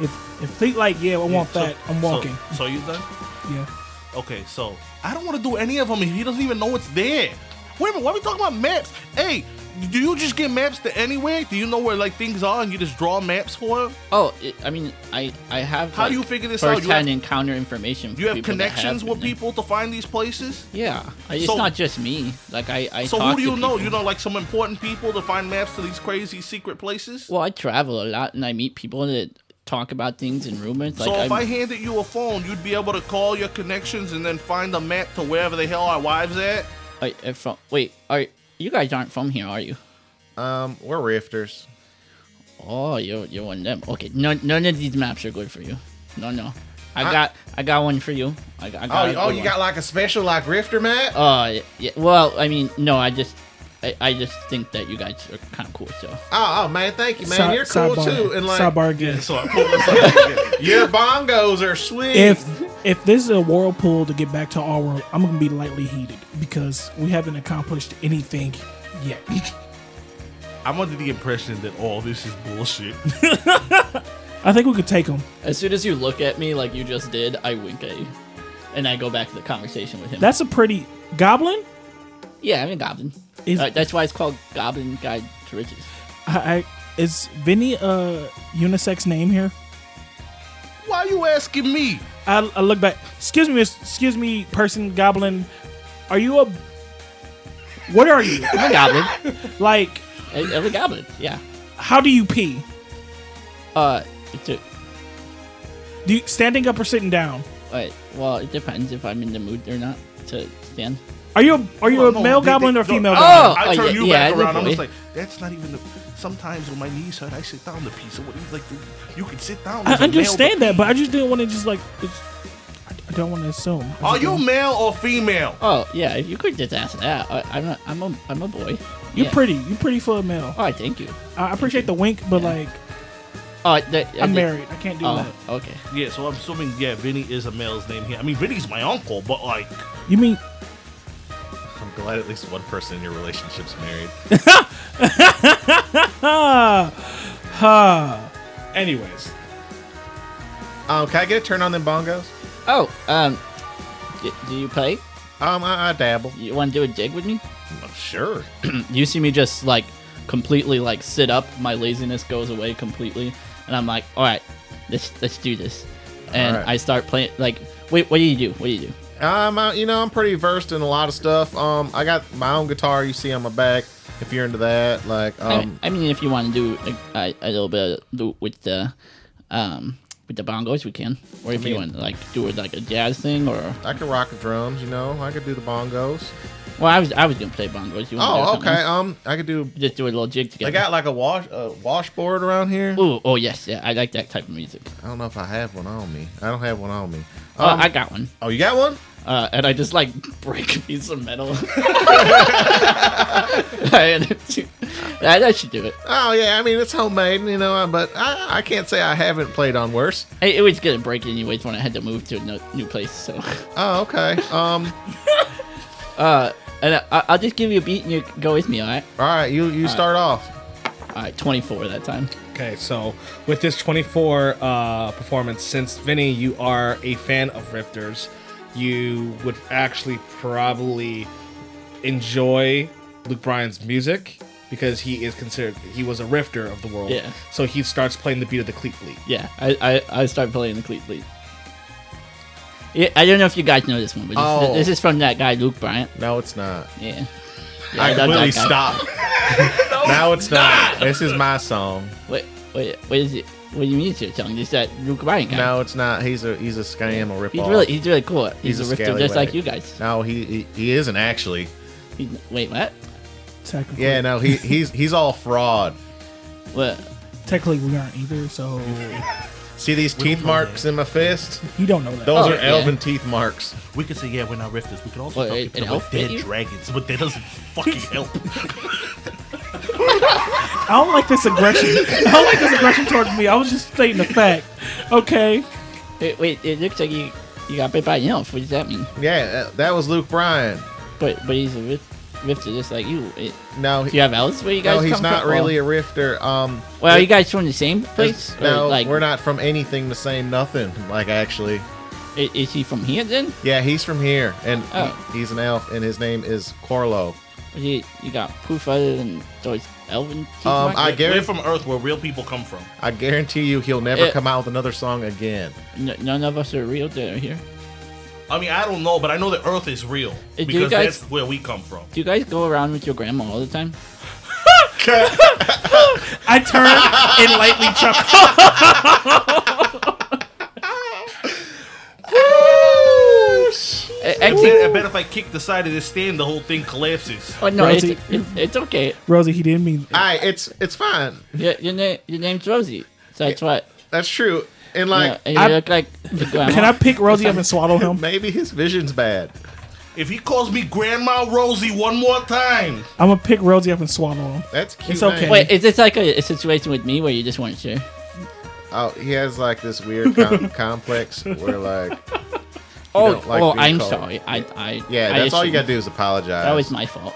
[SPEAKER 4] If if think like yeah, I want
[SPEAKER 5] So-
[SPEAKER 4] that. I'm
[SPEAKER 5] so-
[SPEAKER 4] walking.
[SPEAKER 5] So, you done?
[SPEAKER 4] yeah.
[SPEAKER 5] Okay, so I don't want to do any of them if he doesn't even know it's there. Wait a minute, why are we talking about maps? Hey, do you just get maps to anywhere? Do you know where like things are and you just draw maps for them?
[SPEAKER 6] Oh, it, I mean I I have.
[SPEAKER 5] How do
[SPEAKER 6] like,
[SPEAKER 5] you figure this out? You
[SPEAKER 6] first-hand
[SPEAKER 5] have-
[SPEAKER 6] encounter information.
[SPEAKER 5] Do you
[SPEAKER 6] from
[SPEAKER 5] have
[SPEAKER 6] people that
[SPEAKER 5] connections with
[SPEAKER 6] been there.
[SPEAKER 5] people to find these places?
[SPEAKER 6] Yeah, I- it's
[SPEAKER 5] So-
[SPEAKER 6] not just me. Like I, I.
[SPEAKER 5] So
[SPEAKER 6] talk
[SPEAKER 5] who do
[SPEAKER 6] to
[SPEAKER 5] you know?
[SPEAKER 6] people.
[SPEAKER 5] You know like some important people to find maps to these crazy secret places?
[SPEAKER 6] Well, I travel a lot and I meet people that talk about things and rumors. Like
[SPEAKER 5] so if
[SPEAKER 6] I'm-
[SPEAKER 5] I handed you a phone, you'd be able to call your connections and then find a map to wherever the hell our wives at.
[SPEAKER 6] I, I from wait, are you guys aren't from here, are you?
[SPEAKER 7] um, we're rifters.
[SPEAKER 6] Oh, you're you're one of them. Okay, none none of these maps are good for you. No, no, I, got I got one for you. I, got- I got.
[SPEAKER 7] Oh,
[SPEAKER 6] a
[SPEAKER 7] you- oh,
[SPEAKER 6] good
[SPEAKER 7] you
[SPEAKER 6] one.
[SPEAKER 7] got like a special like rifter map?
[SPEAKER 6] Oh, yeah, yeah, Well, I mean, no, I just I, I just think that you guys are kind of cool. So
[SPEAKER 7] Oh, oh man, thank you, man.
[SPEAKER 4] Side-
[SPEAKER 7] You're cool
[SPEAKER 4] sidebar-
[SPEAKER 7] too, and like
[SPEAKER 4] sidebar again.
[SPEAKER 5] So I pull this up.
[SPEAKER 7] your bongos are sweet.
[SPEAKER 4] If if this is a whirlpool to get back to our world, I'm gonna be lightly heated because we haven't accomplished anything yet.
[SPEAKER 5] I'm under the impression that all this is bullshit.
[SPEAKER 4] I think we could take them.
[SPEAKER 6] as soon as you look at me like you just did, I wink at you, and I go back to the conversation with him.
[SPEAKER 4] That's a pretty goblin.
[SPEAKER 6] yeah, I'm a goblin.
[SPEAKER 4] Is-
[SPEAKER 6] Uh, that's why it's called Goblin Guide to Riches.
[SPEAKER 4] I, I is Vinny a unisex name here?
[SPEAKER 5] Why are you asking me?
[SPEAKER 4] I, I look back. Excuse me, miss, excuse me, person goblin. Are you a? What are you
[SPEAKER 6] I'm a goblin.
[SPEAKER 4] like?
[SPEAKER 6] I- I'm a goblin. Yeah.
[SPEAKER 4] How do you pee?
[SPEAKER 6] Uh, it's a,
[SPEAKER 4] Do you standing up or sitting down?
[SPEAKER 6] Wait, well, it depends if I'm in the mood or not to stand.
[SPEAKER 4] Are you a, are you
[SPEAKER 5] Well,
[SPEAKER 4] a
[SPEAKER 5] no,
[SPEAKER 4] male
[SPEAKER 5] they-
[SPEAKER 4] goblin
[SPEAKER 5] they-
[SPEAKER 4] or
[SPEAKER 5] no,
[SPEAKER 4] female?
[SPEAKER 5] I-
[SPEAKER 4] goblin?
[SPEAKER 5] I
[SPEAKER 6] Oh,
[SPEAKER 5] turn
[SPEAKER 6] yeah,
[SPEAKER 5] you
[SPEAKER 6] yeah,
[SPEAKER 5] back
[SPEAKER 6] I look
[SPEAKER 5] around. I'm
[SPEAKER 6] away.
[SPEAKER 5] just like, that's not even the. Sometimes when my knees hurt, I sit down to pee. So what do you like? to- You can sit down.
[SPEAKER 4] I
[SPEAKER 5] as a male to
[SPEAKER 4] understand that,
[SPEAKER 5] pee.
[SPEAKER 4] but I just didn't want to just like. It's, I I don't want to assume.
[SPEAKER 5] Are Oh, you male or female?
[SPEAKER 6] Oh yeah, if you could just ask that. I, I'm a, I'm a, I'm a boy.
[SPEAKER 4] You're
[SPEAKER 6] Yeah.
[SPEAKER 4] pretty. You're pretty for a male.
[SPEAKER 6] Oh, thank you.
[SPEAKER 4] I I appreciate the wink, but like,
[SPEAKER 6] Oh, that,
[SPEAKER 4] I'm married. I can't do
[SPEAKER 6] Oh,
[SPEAKER 4] that.
[SPEAKER 6] okay.
[SPEAKER 5] Yeah, so I'm assuming yeah, Vinny is a male's name here. I mean, Vinny's my uncle, but like,
[SPEAKER 4] You mean
[SPEAKER 7] I'm glad at least one person in your relationship's married.
[SPEAKER 2] Anyways,
[SPEAKER 7] Um, can I get a turn on them bongos?
[SPEAKER 6] Oh, um, d- do you play?
[SPEAKER 7] Um, I, I dabble.
[SPEAKER 6] You want to do a jig with me?
[SPEAKER 7] Oh, sure.
[SPEAKER 6] You see me just like completely like sit up. My laziness goes away completely, and I'm like, all right, let's let's do this. And
[SPEAKER 7] Alright.
[SPEAKER 6] I start playing. Like, wait, what do you do? What do you do?
[SPEAKER 7] Um, I, you know, I'm pretty versed in a lot of stuff. Um, I got my own guitar. You see on my back. If you're into that, like,
[SPEAKER 6] I-
[SPEAKER 7] um,
[SPEAKER 6] I, mean, if you want to do a, a, a little bit of do- with the, um, with the bongos, we can. Or if you want to like do it like a jazz thing, or
[SPEAKER 7] I could rock the drums. You know, I could do the bongos.
[SPEAKER 6] well, I was I was gonna play bongos. You wanna do
[SPEAKER 7] Oh,
[SPEAKER 6] something
[SPEAKER 7] okay.
[SPEAKER 6] else?
[SPEAKER 7] Um, I could do.
[SPEAKER 6] Just do a little jig together.
[SPEAKER 7] They got like a wash a washboard around here.
[SPEAKER 6] Ooh, oh yes, yeah, I like that type of music.
[SPEAKER 7] I don't know if I have one on me. I don't have one on me. Um,
[SPEAKER 6] Oh, I got one.
[SPEAKER 7] oh, you got one?
[SPEAKER 6] Uh, and I just like break a piece of metal. And that that should do it.
[SPEAKER 7] Oh yeah. I mean, it's homemade. You know, uh, but I, I can't say I haven't played on worse.
[SPEAKER 6] I- It was gonna break anyways when I had to move to a no- new place. So,
[SPEAKER 7] Oh, okay. Um,
[SPEAKER 6] and I- I'll just give you a beat and you go with me. All right,
[SPEAKER 7] all right. You you start off.
[SPEAKER 6] all right, twenty four that time.
[SPEAKER 2] okay, so with this 24 uh, performance, since Vinny, you are a fan of Rifters, you would actually probably enjoy Luke Bryan's music because he is considered he was a Rifter of the world.
[SPEAKER 6] Yeah.
[SPEAKER 2] So he starts playing the beat of the Cleat Fleet.
[SPEAKER 6] Yeah, I, I, I start playing the Cleat Fleet. Yeah, I don't know if you guys know this one, but this,
[SPEAKER 7] Oh.
[SPEAKER 6] this is from that guy Luke Bryant.
[SPEAKER 7] No, it's not.
[SPEAKER 6] Yeah. yeah
[SPEAKER 7] I
[SPEAKER 6] that- that guy.
[SPEAKER 7] completely stop. now it's not. This is my song.
[SPEAKER 6] Wait, wait, what is it? What do you mean it's your tongue? Just that Luke Bryant guy.
[SPEAKER 7] No, it's not. He's a he's a scam or ripoff.
[SPEAKER 6] He's really, he's really cool.
[SPEAKER 7] He's
[SPEAKER 6] He's,
[SPEAKER 7] a
[SPEAKER 6] a rifter just
[SPEAKER 7] scallywag.
[SPEAKER 6] like you guys.
[SPEAKER 7] no, he, he he isn't actually.
[SPEAKER 6] He's, wait, what?
[SPEAKER 4] technically?
[SPEAKER 7] Yeah, no, he he's he's all fraud.
[SPEAKER 6] What?
[SPEAKER 4] Technically, we aren't either. So
[SPEAKER 7] See these teeth marks in my fist?
[SPEAKER 4] you don't know that.
[SPEAKER 7] Those
[SPEAKER 6] Oh,
[SPEAKER 7] are
[SPEAKER 6] yeah.
[SPEAKER 7] elven teeth marks.
[SPEAKER 5] we could say yeah, we're not rifters. We could also
[SPEAKER 6] Well,
[SPEAKER 5] talk
[SPEAKER 6] an-
[SPEAKER 5] people
[SPEAKER 6] an
[SPEAKER 5] about
[SPEAKER 6] elf bit
[SPEAKER 5] dead
[SPEAKER 6] you?
[SPEAKER 5] dragons, but that doesn't fucking help.
[SPEAKER 4] I don't like this aggression. I don't like this aggression towards me. I was just stating the fact. Okay.
[SPEAKER 6] Wait, wait, it looks like you you got bit by an elf. What does that mean?
[SPEAKER 7] Yeah, that, that was Luke Bryan.
[SPEAKER 6] But but he's a rif- rifter just like you. It,
[SPEAKER 7] No,
[SPEAKER 6] do you
[SPEAKER 7] he,
[SPEAKER 6] have elves where you guys
[SPEAKER 7] no, he's
[SPEAKER 6] come
[SPEAKER 7] not
[SPEAKER 6] from?
[SPEAKER 7] really
[SPEAKER 6] Well,
[SPEAKER 7] a rifter. Um,
[SPEAKER 6] well, are you guys from the same place? Or,
[SPEAKER 7] no,
[SPEAKER 6] uh, like,
[SPEAKER 7] we're not from anything the same. Nothing like actually.
[SPEAKER 6] i- Is, he from here then?
[SPEAKER 7] Yeah, he's from here, and he-
[SPEAKER 6] Oh.
[SPEAKER 7] he's an elf, and his name is Corlo.
[SPEAKER 6] Or You, you got proof other than those elven teeth
[SPEAKER 7] Um,
[SPEAKER 6] marks?
[SPEAKER 7] I
[SPEAKER 5] We're
[SPEAKER 7] guarantee,
[SPEAKER 5] from Earth, where real people come from.
[SPEAKER 7] I guarantee you, he'll never
[SPEAKER 6] Yeah.
[SPEAKER 7] come out with another song again.
[SPEAKER 6] N- none of us are real that are here.
[SPEAKER 5] I mean, I don't know, but I know that Earth is real
[SPEAKER 6] do you
[SPEAKER 5] because
[SPEAKER 6] guys-
[SPEAKER 5] that's where we come from.
[SPEAKER 6] Do you guys go around with your grandma all the time?
[SPEAKER 4] I turn and lightly chuckle.
[SPEAKER 6] A-
[SPEAKER 5] I
[SPEAKER 6] Eh, Actually,
[SPEAKER 5] bet, I bet if I kick the side of this stand, the whole thing collapses.
[SPEAKER 6] oh, no, it's,
[SPEAKER 4] Rosie.
[SPEAKER 6] it, it's okay.
[SPEAKER 4] Rosie, he didn't mean.
[SPEAKER 7] I, it's it's fine.
[SPEAKER 6] Your, your, name, your name's Rosie. So that's what.
[SPEAKER 7] That's true. And
[SPEAKER 6] you
[SPEAKER 7] like,
[SPEAKER 6] know, and you
[SPEAKER 4] I-
[SPEAKER 6] look like your grandma.
[SPEAKER 4] Can I pick Rosie up and swallow him?
[SPEAKER 7] maybe his vision's bad.
[SPEAKER 5] If he calls me Grandma Rosie one more time,
[SPEAKER 4] I'm gonna pick Rosie up and swallow him.
[SPEAKER 7] That's cute.
[SPEAKER 4] It's okay.
[SPEAKER 7] name.
[SPEAKER 6] Wait, is this like a, a situation with me where you just weren't sure?
[SPEAKER 7] Oh, he has like this weird com- complex where like,
[SPEAKER 6] Oh,
[SPEAKER 7] don't like
[SPEAKER 6] oh,
[SPEAKER 7] being
[SPEAKER 6] I'm
[SPEAKER 7] called.
[SPEAKER 6] sorry. I, I,
[SPEAKER 7] yeah,
[SPEAKER 6] I
[SPEAKER 7] that's all you
[SPEAKER 6] assumed.
[SPEAKER 7] gotta do is apologize.
[SPEAKER 6] That was my fault.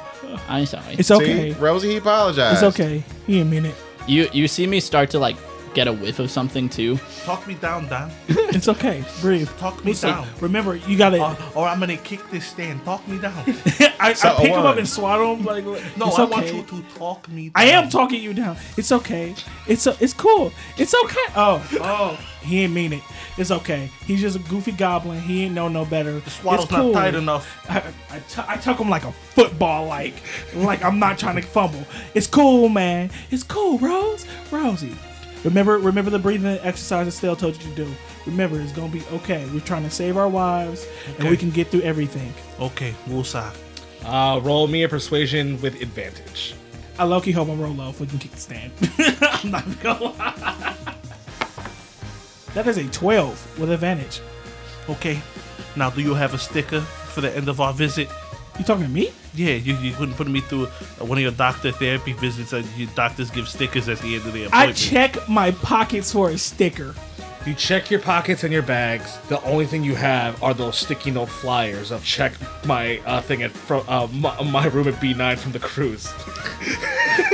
[SPEAKER 6] I'm sorry.
[SPEAKER 4] It's
[SPEAKER 7] See,
[SPEAKER 4] okay.
[SPEAKER 7] Rosie, he apologized.
[SPEAKER 4] It's okay. He didn't mean it.
[SPEAKER 6] You, you see me start to like get a whiff of something too.
[SPEAKER 5] talk me down, Don.
[SPEAKER 4] It's okay. Breathe.
[SPEAKER 5] Talk me
[SPEAKER 4] It's like-
[SPEAKER 5] down. Uh,
[SPEAKER 4] remember, you gotta.
[SPEAKER 5] Or, or I'm gonna kick this stand. Talk me down.
[SPEAKER 4] I, I
[SPEAKER 7] So,
[SPEAKER 4] pick him up
[SPEAKER 7] one.
[SPEAKER 4] and swallow him. Like,
[SPEAKER 5] No,
[SPEAKER 4] it's
[SPEAKER 5] I
[SPEAKER 4] okay.
[SPEAKER 5] want you to talk me. Down.
[SPEAKER 4] I am talking you down. It's okay. It's a, it's cool. It's okay. Oh, oh, he ain't mean it. It's okay. He's just a goofy goblin. He ain't know no better. The
[SPEAKER 5] Swaddle's not tight enough.
[SPEAKER 4] I, I, tu- I tuck him like a football, like like I'm not trying to fumble. It's cool, man. It's cool, Rose. Rosie, remember remember the breathing exercise Estelle told you to do. Remember, it's gonna be okay. We're trying to save our wives, and we
[SPEAKER 5] Okay.
[SPEAKER 4] can get through everything.
[SPEAKER 5] Okay, Wusa.
[SPEAKER 2] Uh, roll me a persuasion with advantage.
[SPEAKER 4] I low key hope I'm roll low if we can kick the stand. I'm not gonna lie. That is a 12 with advantage.
[SPEAKER 5] Okay, now do you have a sticker for the end of our visit?
[SPEAKER 4] You talking to me?
[SPEAKER 5] Yeah, you, you couldn't put me through one of your doctor therapy visits. That your doctors give stickers at the end of the
[SPEAKER 4] I
[SPEAKER 5] appointment.
[SPEAKER 4] check my pockets for a sticker.
[SPEAKER 2] You check your pockets and your bags. The only thing you have are those sticky note flyers of check my uh, thing at fro- uh, my, my room at B9 from the cruise.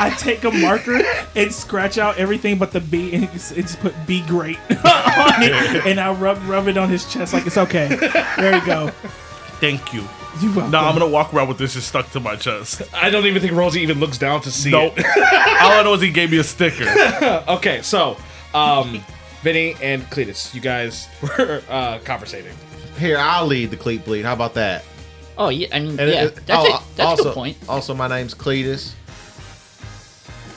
[SPEAKER 4] I take a marker and scratch out everything but the B and it's- it just put B great on it. And I rub rub it on his chest like it's okay. There you go.
[SPEAKER 5] Thank you.
[SPEAKER 4] You welcome.
[SPEAKER 5] No, I'm gonna walk around with this just stuck to my chest.
[SPEAKER 2] I don't even think Rosie even looks down to see
[SPEAKER 5] Nope.
[SPEAKER 2] it.
[SPEAKER 5] All I know is he gave me a sticker.
[SPEAKER 2] Okay, so um, Vinny and Cletus, you guys were uh, conversating.
[SPEAKER 7] Here, I'll lead the cleat bleed. How about that?
[SPEAKER 6] Oh yeah, I mean
[SPEAKER 7] And it-
[SPEAKER 6] yeah,
[SPEAKER 7] it-
[SPEAKER 6] that's,
[SPEAKER 7] oh,
[SPEAKER 6] a, that's
[SPEAKER 7] also,
[SPEAKER 6] a good point.
[SPEAKER 7] Also, my name's Cletus.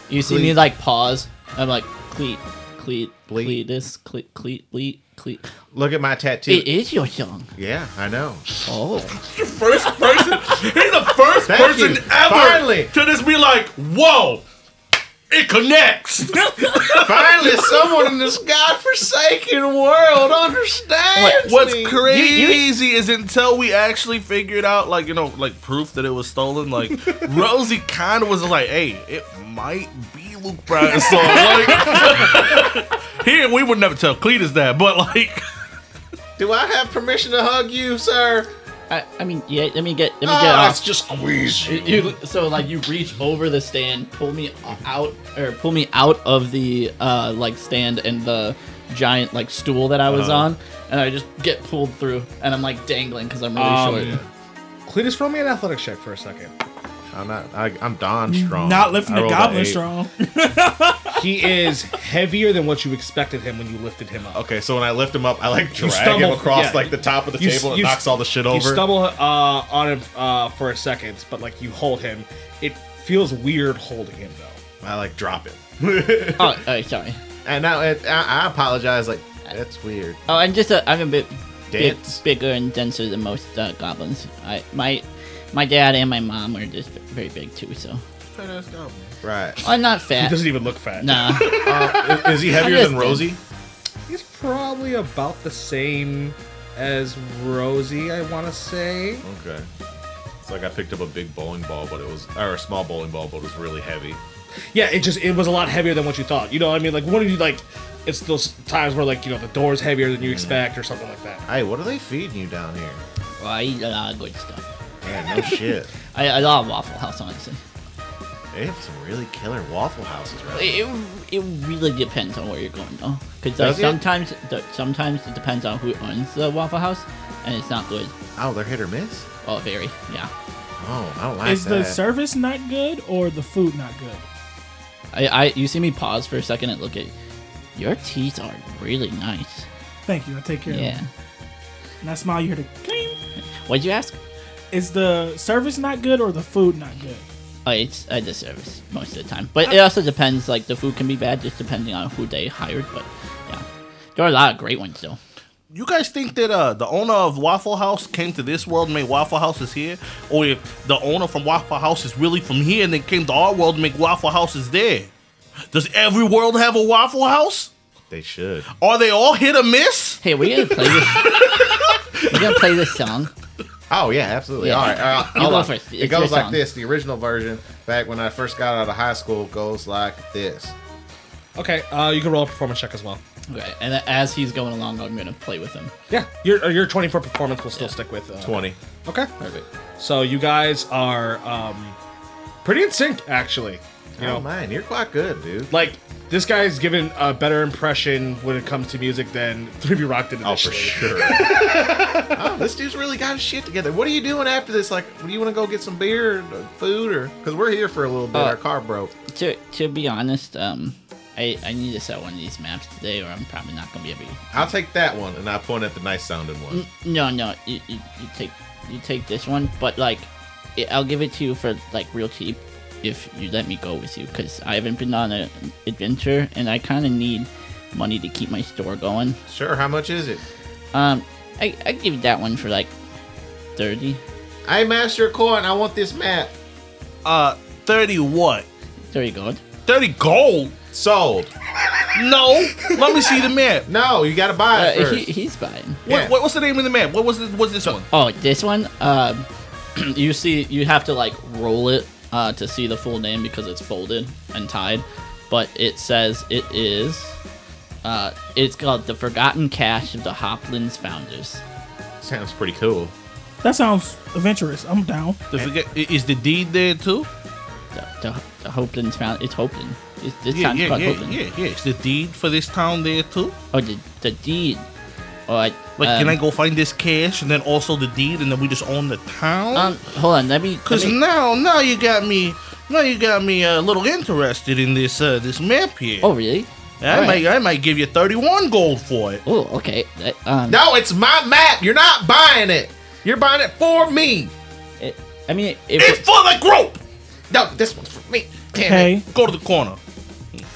[SPEAKER 6] You see me
[SPEAKER 7] Cleat.
[SPEAKER 6] like pause. I'm like cleat, cleat,
[SPEAKER 7] Bleat.
[SPEAKER 6] cleat, this cleat, cleat, cleat, cleat.
[SPEAKER 7] Look at my tattoo.
[SPEAKER 6] It is your song.
[SPEAKER 7] yeah, I know.
[SPEAKER 6] Oh,
[SPEAKER 5] First person. He's the first
[SPEAKER 7] Thank
[SPEAKER 5] person
[SPEAKER 7] you.
[SPEAKER 5] ever
[SPEAKER 7] Finally.
[SPEAKER 5] to just be like, "Whoa, it connects."
[SPEAKER 7] Finally, someone in this godforsaken world understands
[SPEAKER 5] What's
[SPEAKER 7] me.
[SPEAKER 5] crazy is until we actually figured out, like you know, like proof that it was stolen. Like Rosie kind of was like, "Hey, it might be Luke Bryan's song." Like, here we would never tell Cletus that, but like,
[SPEAKER 7] Do I have permission to hug you, sir?
[SPEAKER 6] I, I mean yeah. Let me get, let me get
[SPEAKER 7] Ah, it's
[SPEAKER 6] off.
[SPEAKER 7] just squeeze you.
[SPEAKER 6] You, so like you reach over the stand, pull me out or pull me out of the uh like stand and the giant like stool that I was
[SPEAKER 7] Uh-huh.
[SPEAKER 6] on, and I just get pulled through, and I'm like dangling because I'm really
[SPEAKER 7] Oh,
[SPEAKER 6] short.
[SPEAKER 2] Cletus, roll me an athletic check for a second.
[SPEAKER 7] I'm not. I, I'm Don Strong.
[SPEAKER 4] Not lifting
[SPEAKER 7] I
[SPEAKER 4] the
[SPEAKER 7] rolled a
[SPEAKER 4] goblin
[SPEAKER 7] eight.
[SPEAKER 4] strong.
[SPEAKER 2] He is heavier than what you expected him when you lifted him up.
[SPEAKER 7] Okay, so when I lift him up, I like drag
[SPEAKER 2] stumble-
[SPEAKER 7] him across
[SPEAKER 2] yeah.
[SPEAKER 7] like the top of the
[SPEAKER 2] You s-
[SPEAKER 7] table and
[SPEAKER 2] you s-
[SPEAKER 7] knocks all the shit
[SPEAKER 2] You
[SPEAKER 7] over.
[SPEAKER 2] stumble uh, on him uh, for a second, but like you hold him. It feels weird holding him though.
[SPEAKER 7] I like drop it.
[SPEAKER 6] Oh, oh, sorry.
[SPEAKER 7] And now it, I, I apologize. Like that's weird.
[SPEAKER 6] Oh, I'm just a, I'm a bit big,
[SPEAKER 7] Dance.
[SPEAKER 6] bigger and denser than most uh, goblins. I my my dad and my mom are just very big too. So
[SPEAKER 7] Right.
[SPEAKER 6] I'm not
[SPEAKER 2] He
[SPEAKER 6] fat.
[SPEAKER 2] doesn't even look fat.
[SPEAKER 6] Nah.
[SPEAKER 7] Uh, is, is he
[SPEAKER 6] I
[SPEAKER 7] heavier
[SPEAKER 6] just
[SPEAKER 7] than
[SPEAKER 6] did.
[SPEAKER 7] Rosie?
[SPEAKER 2] He's probably about the same as Rosie, I want to say.
[SPEAKER 7] Okay.
[SPEAKER 3] It's like I picked up a big bowling ball, but it was or a small bowling ball, but it was really heavy.
[SPEAKER 2] Yeah, it just it was a lot heavier than what you thought. You know what I mean? Like one of you like it's those times where like, you know, the door's heavier than you expect or something like that.
[SPEAKER 7] Hey, what are they feeding you down here?
[SPEAKER 6] well, I eat a lot of good stuff.
[SPEAKER 7] Man, no shit.
[SPEAKER 6] I, I love Waffle House, honestly.
[SPEAKER 7] They have some really killer Waffle Houses right
[SPEAKER 6] It, it really depends on where you're going though, because like
[SPEAKER 7] Does it?
[SPEAKER 6] sometimes the, sometimes it depends on who owns the Waffle House, and it's not good.
[SPEAKER 7] Oh, they're hit or miss?
[SPEAKER 6] Oh, very yeah.
[SPEAKER 7] Oh, I don't like
[SPEAKER 4] Is
[SPEAKER 7] that.
[SPEAKER 4] the service not good or the food not good?
[SPEAKER 6] I, I you see me pause for a second and look at your teeth are really nice.
[SPEAKER 4] Thank you. I take care of
[SPEAKER 6] Yeah.
[SPEAKER 4] them. And I smile, you hear the cling.
[SPEAKER 6] What'd you ask?
[SPEAKER 4] Is the service not good or the food not good?
[SPEAKER 6] Uh, it's a disservice most of the time. But it also depends, like, the food can be bad just depending on who they hired. But yeah, there are a lot of great ones, though.
[SPEAKER 5] you guys think that uh, the owner of Waffle House came to this world and made Waffle Houses here, or if the owner from Waffle House is really from here and they came to our world to make Waffle Houses there? Does every world have a Waffle House?
[SPEAKER 7] They should.
[SPEAKER 5] Are they all hit or miss?
[SPEAKER 6] Hey, we're gonna play this. we're gonna play this song.
[SPEAKER 7] Oh yeah, absolutely.
[SPEAKER 6] Yeah.
[SPEAKER 7] All right, all right,
[SPEAKER 6] You
[SPEAKER 7] hold
[SPEAKER 6] go
[SPEAKER 7] on.
[SPEAKER 6] first. It's
[SPEAKER 7] It goes
[SPEAKER 6] your
[SPEAKER 7] like
[SPEAKER 6] song.
[SPEAKER 7] this. The original version, back when I first got out of high school, goes like this.
[SPEAKER 2] Okay, uh you can roll a performance check as well.
[SPEAKER 6] Okay, and as he's going along, I'm gonna play with him.
[SPEAKER 2] Yeah, your your 24 performance will still stick with uh,
[SPEAKER 3] Twenty.
[SPEAKER 2] Okay. So you guys are um pretty in sync actually. You know,
[SPEAKER 7] Oh man, you're quite good, dude.
[SPEAKER 2] like this guy's given a better impression when it comes to music than 3B Rock did initially.
[SPEAKER 7] Oh, for sure. oh, this dude's really got his shit together. What are you doing after this? Like, do you want to go get some beer or food or? Because we're here for a little bit.
[SPEAKER 6] Uh,
[SPEAKER 7] Our car broke.
[SPEAKER 6] To to be honest, um, I I need to set one of these maps today, or I'm probably not gonna be able. to-
[SPEAKER 7] I'll take that one, and I point at the nice sounding one.
[SPEAKER 6] No, no, you, you, you take you take this one, but like, i I'll give it to you for like real cheap if you let me go with you, because I haven't been on an adventure and I kind of need money to keep my store going.
[SPEAKER 7] Sure. How much is it?
[SPEAKER 6] Um, I I give that one for like thirty.
[SPEAKER 7] Hey, Master Coin, I want this map
[SPEAKER 5] Uh, 30 what?
[SPEAKER 6] 30 gold.
[SPEAKER 5] 30 gold?
[SPEAKER 7] sold.
[SPEAKER 3] No, let me see the map.
[SPEAKER 7] No, you gotta buy
[SPEAKER 6] Uh,
[SPEAKER 7] it first.
[SPEAKER 6] he, he's buying.
[SPEAKER 7] Yeah.
[SPEAKER 3] What, what, what's the name of the map? What was this, what's this one?
[SPEAKER 6] Oh, this one. Um, you see, you have to like roll it uh, to see the full name because it's folded and tied. But it says it is. Uh, it's called the Forgotten Cache of the Hoplands Founders.
[SPEAKER 3] Sounds pretty cool.
[SPEAKER 4] That sounds adventurous. I'm down.
[SPEAKER 3] The forget- i- is the deed there too?
[SPEAKER 6] The, the, the Hoplands found. It's Hopland. It's, this
[SPEAKER 3] Yeah,
[SPEAKER 6] town's
[SPEAKER 3] yeah,
[SPEAKER 6] called
[SPEAKER 3] yeah,
[SPEAKER 6] Hopland.
[SPEAKER 3] yeah, yeah. Is the deed for this town there too?
[SPEAKER 6] Oh, the, the deed. All right.
[SPEAKER 3] Like,
[SPEAKER 6] um,
[SPEAKER 3] can I go find this cash and then also the deed, and then we just own the town?
[SPEAKER 6] Um, hold on. Let me. let
[SPEAKER 3] Cause
[SPEAKER 6] me-
[SPEAKER 3] now, now you got me, now you got me a little interested in this uh, this map here.
[SPEAKER 6] oh, really?
[SPEAKER 3] I
[SPEAKER 6] all
[SPEAKER 3] might, I might give you thirty one gold for it.
[SPEAKER 6] Oh, okay. That, um,
[SPEAKER 7] No, it's my map. You're not buying it. You're buying it for me.
[SPEAKER 6] it, I mean, if
[SPEAKER 3] It's
[SPEAKER 6] it,
[SPEAKER 3] for the group.
[SPEAKER 7] No, this one's for me. Damn it.
[SPEAKER 4] Hey,
[SPEAKER 3] Go to the corner.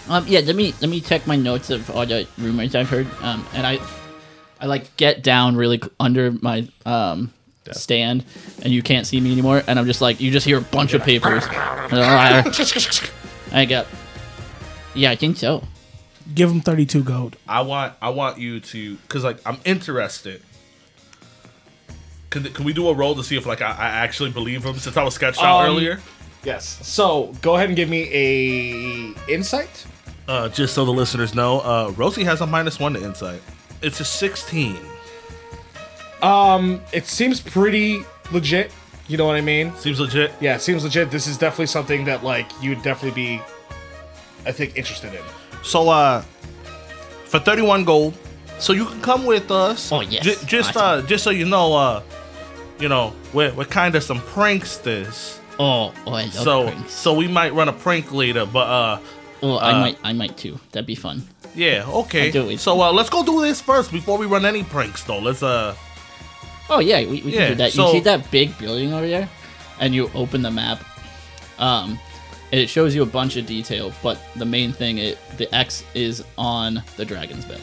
[SPEAKER 6] um, yeah. Let me let me check my notes of all the rumors I've heard. Um, and I, I like get down really c- under my um stand, and you can't see me anymore. And I'm just like, you just hear a bunch of papers. I got. Yeah, I think so.
[SPEAKER 4] give him 32 gold.
[SPEAKER 5] I want I want you to because like I'm interested. Can, can we do a roll to see if like I, I actually believe him since I was sketched out
[SPEAKER 2] Um,
[SPEAKER 5] earlier?
[SPEAKER 2] Yes. So go ahead and give me a insight.
[SPEAKER 5] Uh, just so the listeners know, uh, Rosie has a minus one to insight. It's a sixteen.
[SPEAKER 2] It seems pretty legit. You know what I mean?
[SPEAKER 5] Seems legit.
[SPEAKER 2] Yeah, it seems legit. This is definitely something that like you would definitely be, I think, interested in.
[SPEAKER 3] So, uh, for thirty-one gold, so you can come with us.
[SPEAKER 6] Oh, yes.
[SPEAKER 5] Ju- just uh, just so you know, uh, you know we're, we're kind of some pranksters,
[SPEAKER 6] Oh, oh, I love
[SPEAKER 5] so
[SPEAKER 6] drinks.
[SPEAKER 5] so we might run a prank later. But uh,
[SPEAKER 6] Oh, I
[SPEAKER 5] uh,
[SPEAKER 6] might, I might too. That'd be fun.
[SPEAKER 5] yeah,
[SPEAKER 6] I do
[SPEAKER 5] okay.
[SPEAKER 6] it.
[SPEAKER 5] So uh, let's go do this first before we run any pranks, though. Let's uh.
[SPEAKER 6] Oh yeah, we, we
[SPEAKER 5] Yeah,
[SPEAKER 6] can do that.
[SPEAKER 5] so-
[SPEAKER 6] you see that big building over there, and you open the map. Um, and it shows you a bunch of detail, but the main thing, it the X is on the dragon's belly.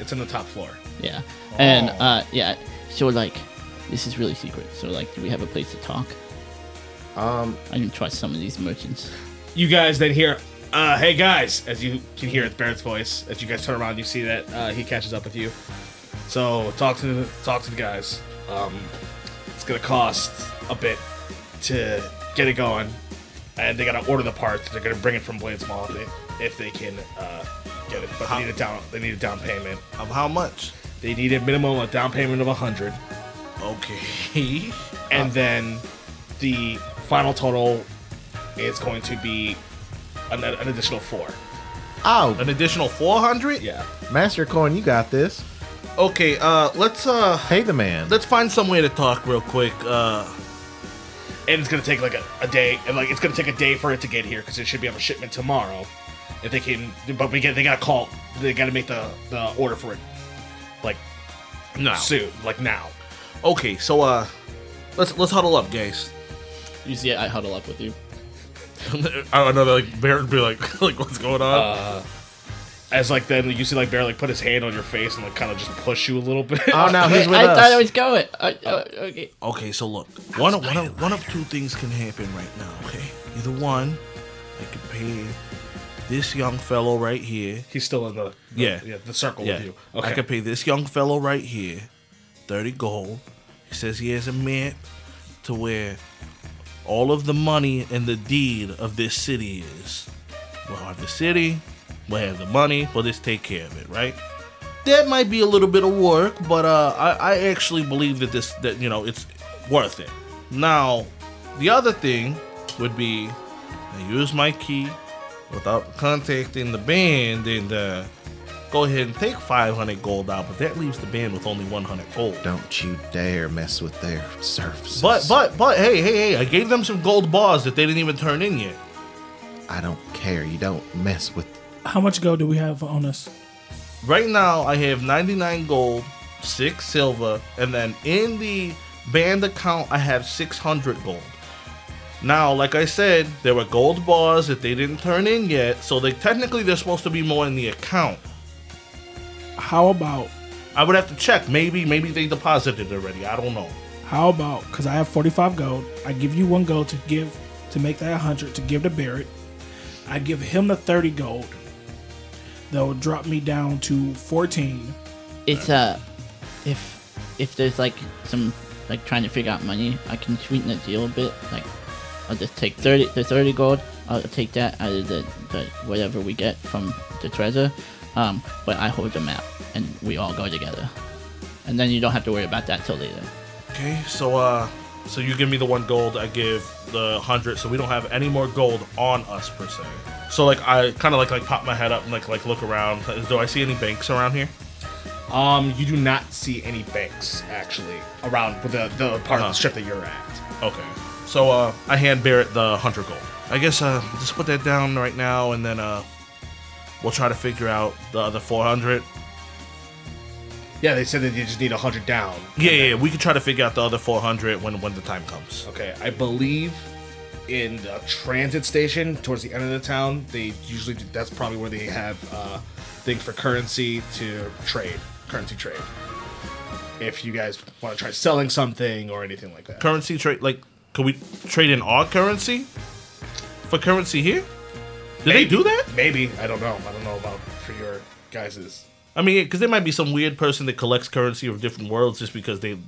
[SPEAKER 2] It's in the top floor.
[SPEAKER 6] Yeah, and
[SPEAKER 7] Oh.
[SPEAKER 6] uh, yeah, so like, this is really secret. So like, do we have a place to talk? Um, I can trust some of these merchants.
[SPEAKER 2] You guys then hear, uh, "Hey guys!" As you can hear it's Barrett's voice. As you guys turn around, you see that uh, he catches up with you. So talk to talk to the guys. Um, it's gonna cost a bit to get it going, and they gotta order the parts. They're gonna bring it from Bladesmall if they, if they can uh, get it. But they need a down they need a down payment.
[SPEAKER 5] Of how much?
[SPEAKER 2] They need a minimum of down payment of 100
[SPEAKER 5] Okay.
[SPEAKER 2] and
[SPEAKER 5] Uh.
[SPEAKER 2] then the final total is going to be an, an additional 4.
[SPEAKER 7] Oh,
[SPEAKER 5] An additional 400?
[SPEAKER 2] Yeah.
[SPEAKER 7] Master Coin, you got this.
[SPEAKER 5] Okay, uh let's uh
[SPEAKER 7] Pay the man.
[SPEAKER 5] let's find some way to talk real quick. Uh
[SPEAKER 2] And it's going to take like a, a day and like it's going to take a day for it to get here cuz it should be on a shipment tomorrow. If they can but we get they got to call they got to make the the order for it like
[SPEAKER 5] no.
[SPEAKER 2] soon, like now.
[SPEAKER 5] Okay, so uh let's let's huddle up, guys.
[SPEAKER 6] You see, I huddle up with you.
[SPEAKER 5] I don't know like Bear would be like like what's going on?
[SPEAKER 2] As like then you see like Bear like put his hand on your face and like kind of just push you a little bit.
[SPEAKER 5] Uh,
[SPEAKER 7] Oh, no, he's with
[SPEAKER 6] I
[SPEAKER 7] us. Oh.
[SPEAKER 6] thought I was going. Uh, uh, okay.
[SPEAKER 5] okay, so look. One of one of one of two things can happen right now, okay? Either one, I could pay this young fellow right here.
[SPEAKER 2] He's still in the, the-
[SPEAKER 5] Yeah.
[SPEAKER 2] yeah the circle
[SPEAKER 5] Yeah.
[SPEAKER 2] with you.
[SPEAKER 5] I could pay this young fellow right here 30 gold. He says he has a map to where all of the money and the deed of this city is. We'll have the city, we'll have the money, we'll just take care of it, right? That might be a little bit of work, but uh, I, I actually believe that this that you know it's worth it. Now, the other thing would be I use my key without contacting the band and uh, go ahead and take 500 gold out, but that leaves the band with only 100 gold.
[SPEAKER 7] Don't you dare mess with their services.
[SPEAKER 5] But but but hey hey hey! I gave them some gold bars that they didn't even turn in yet.
[SPEAKER 7] I don't care. You don't mess with.
[SPEAKER 4] how much gold do we have on us?
[SPEAKER 5] Right now, I have 99 gold, six silver, and then in the band account, I have 600 gold. Now, like I said, there were gold bars that they didn't turn in yet, so they technically they're supposed to be more in the account.
[SPEAKER 4] How about,
[SPEAKER 5] I would have to check. Maybe maybe they deposited already. I don't know.
[SPEAKER 4] how about, because I have 45 gold, I give you one gold to give, to make that 100, to give to Barrett. I give him the 30 gold. That will drop me down to 14.
[SPEAKER 6] It's uh, if if there's like some like trying to figure out money, I can sweeten the deal a bit. Like, I'll just take thirty the thirty gold. I'll take that out of the, the whatever we get from the treasure. Um, but I hold the map, and we all go together. And then you don't have to worry about that till later.
[SPEAKER 5] Okay, so uh, so you give me the one gold, I give the hundred, so we don't have any more gold on us per se. So like I kind of like like pop my head up and like like look around. Like, Do I see any banks around here?
[SPEAKER 2] Um, you do not see any banks actually around the the part
[SPEAKER 5] Uh.
[SPEAKER 2] of the strip that you're at.
[SPEAKER 5] Okay, so uh, I hand Barrett the hundred gold. I guess uh, just put that down right now, and then uh, we'll try to figure out the other four hundred.
[SPEAKER 2] Yeah, they said that you just need hundred down.
[SPEAKER 5] Yeah, yeah, yeah, we can try to figure out the other four hundred when when the time comes.
[SPEAKER 2] Okay, I believe in the transit station towards the end of the town, they usually do, that's probably where they have uh thing for currency to trade, currency trade. If you guys want to try selling something or anything like that.
[SPEAKER 5] Currency trade, like, can we trade in our currency for currency here? Do they do that?
[SPEAKER 2] Maybe, I don't know. I don't know about for your guys's.
[SPEAKER 5] I mean, because there might be some weird person that collects currency of different worlds just because they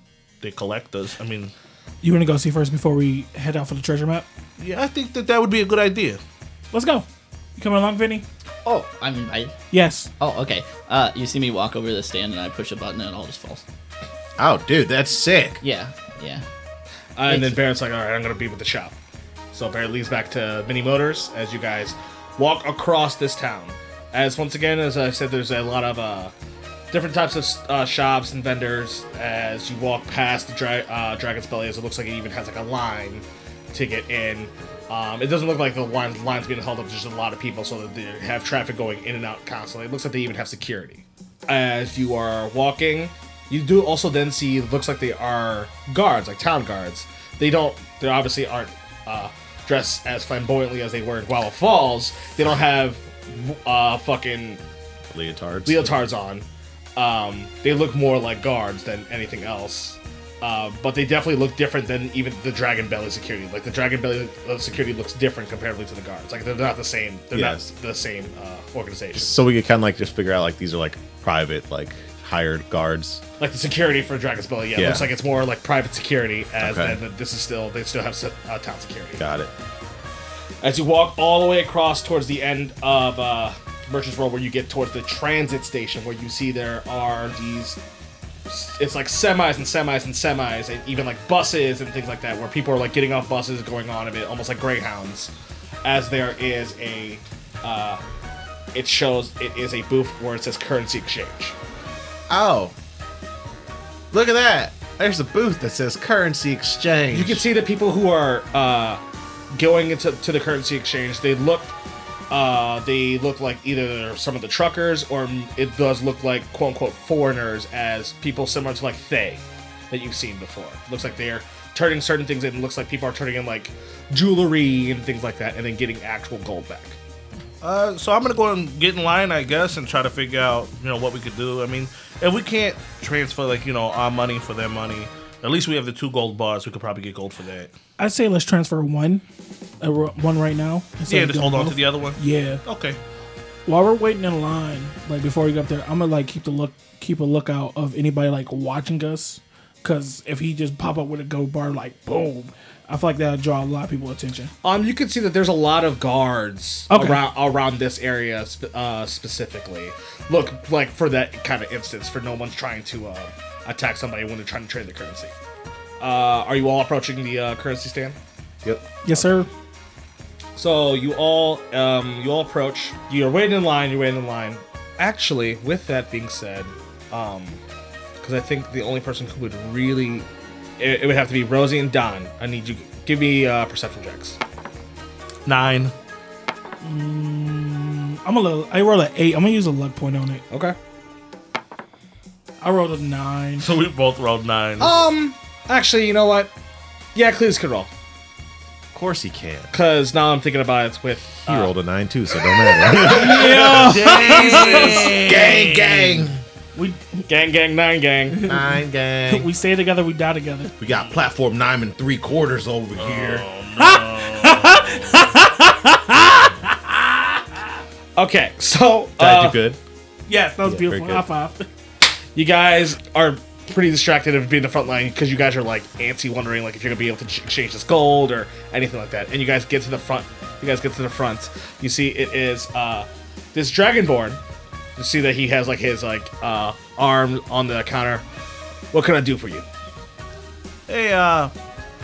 [SPEAKER 5] they collect us. I mean,
[SPEAKER 4] You want to go see first before we head out for the treasure map?
[SPEAKER 5] yeah, I think that that would be a good idea.
[SPEAKER 4] Let's go. You coming along, Vinny?
[SPEAKER 6] Oh, I'm invited.
[SPEAKER 4] Yes.
[SPEAKER 6] Oh, okay. Uh, you see me walk over to the stand, and I push a button, and it all just falls.
[SPEAKER 7] Oh, dude, that's sick.
[SPEAKER 6] Yeah, yeah.
[SPEAKER 2] and then Barrett's like, all right, I'm going to be with the shop. So Barrett leads back to Mini Motors as you guys walk across this town. As once again, as I said, there's a lot of uh, different types of uh, shops and vendors as you walk past the dra- uh, Dragon's Belly, as it looks like it even has like a line to get in. Um, it doesn't look like the line, line's being held up, there's just a lot of people, so that they have traffic going in and out constantly. It looks like they even have security. As you are walking, you do also then see, it looks like they are guards, like town guards. They don't, they obviously aren't uh, dressed as flamboyantly as they were in Guava Falls. They don't have uh, fucking
[SPEAKER 7] Leotards.
[SPEAKER 2] leotards on. Um, they look more like guards than anything else. Uh, but they definitely look different than even the Dragon Belly security. Like the Dragon Belly uh, security looks different comparatively to the guards. Like they're not the same. They're
[SPEAKER 7] Yes.
[SPEAKER 2] not the same uh, organization.
[SPEAKER 3] So we could kind of like just figure out like these are like private, like hired guards.
[SPEAKER 2] Like the security for Dragon's Belly, yeah,
[SPEAKER 3] Yeah.
[SPEAKER 2] looks like it's more like private security. As
[SPEAKER 3] Okay.
[SPEAKER 2] then that this is still they still have se- uh, town security.
[SPEAKER 3] Got it.
[SPEAKER 2] As you walk all the way across towards the end of uh, Merchant's Row, where you get towards the transit station, where you see there are these. It's like semis and semis and semis, and even like buses and things like that, where people are like getting off buses, going on a bit, almost like greyhounds. As there is a. Uh, it shows it is a booth where it says currency exchange.
[SPEAKER 7] Oh, look at that. There's a booth that says currency exchange.
[SPEAKER 2] You can see the people who are uh, going into to the currency exchange. They look, uh, they look like either some of the truckers, or it does look like quote unquote foreigners, as people similar to like they that you've seen before. Looks like they're turning certain things in. Looks like people are turning in like jewelry and things like that, and then getting actual gold back.
[SPEAKER 5] Uh, so I'm gonna go and get in line, I guess, and try to figure out you know what we could do. I mean, if we can't transfer like you know our money for their money, at least we have the two gold bars. We could probably get gold for that.
[SPEAKER 4] I'd say let's transfer one, uh, ro- one right now. instead
[SPEAKER 5] yeah,
[SPEAKER 4] of
[SPEAKER 5] just
[SPEAKER 4] doing
[SPEAKER 5] hold on to
[SPEAKER 4] both.
[SPEAKER 5] the other one.
[SPEAKER 4] Yeah.
[SPEAKER 5] Okay.
[SPEAKER 4] While we're waiting in line, like before we get up there, I'm gonna like keep the look, keep a lookout of anybody like watching us, because if he just pop up with a gold bar, like boom, I feel like that'll draw a lot of people attention.
[SPEAKER 2] Um, you can see that there's a lot of guards
[SPEAKER 4] Okay.
[SPEAKER 2] around around this area sp- uh, specifically. Look, like for that kind of instance, for no one's trying to uh, attack somebody when they're trying to trade the currency. Uh, are you all approaching the uh, currency stand?
[SPEAKER 7] Yep.
[SPEAKER 4] Yes, sir.
[SPEAKER 2] So you all um, you all approach. You're waiting in line. You're waiting in line. Actually, with that being said, um, because I think the only person who would really it, it would have to be Rosie and Don. I need you give me uh, perception checks.
[SPEAKER 5] Nine.
[SPEAKER 4] I'm a little. I roll an eight. I'm gonna use a luck point on it.
[SPEAKER 2] Okay.
[SPEAKER 4] I rolled a nine.
[SPEAKER 5] So we both rolled nine.
[SPEAKER 2] Um, actually, you know what? Yeah, Cletus could roll.
[SPEAKER 7] Of course he can. Uh,
[SPEAKER 2] Cause now I'm thinking about it with uh,
[SPEAKER 7] He rolled a nine too, so don't matter. gang, gang,
[SPEAKER 4] We
[SPEAKER 2] gang, gang, nine, gang.
[SPEAKER 7] nine, gang.
[SPEAKER 4] we stay together. We die together.
[SPEAKER 7] We got platform nine and three quarters over here.
[SPEAKER 2] Okay, so
[SPEAKER 3] Dad,
[SPEAKER 2] uh,
[SPEAKER 3] you good?
[SPEAKER 4] Yes, that was
[SPEAKER 3] very
[SPEAKER 4] beautiful.
[SPEAKER 3] good.
[SPEAKER 4] High five.
[SPEAKER 2] you guys are pretty distracted of being the front line because you guys are like antsy, wondering like if you're gonna be able to ch- exchange this gold or anything like that. And you guys get to the front. You guys get to the front. You see it is uh, this dragonborn. You see that he has like his like uh, arm on the counter. What can I do for you?
[SPEAKER 5] Hey, uh,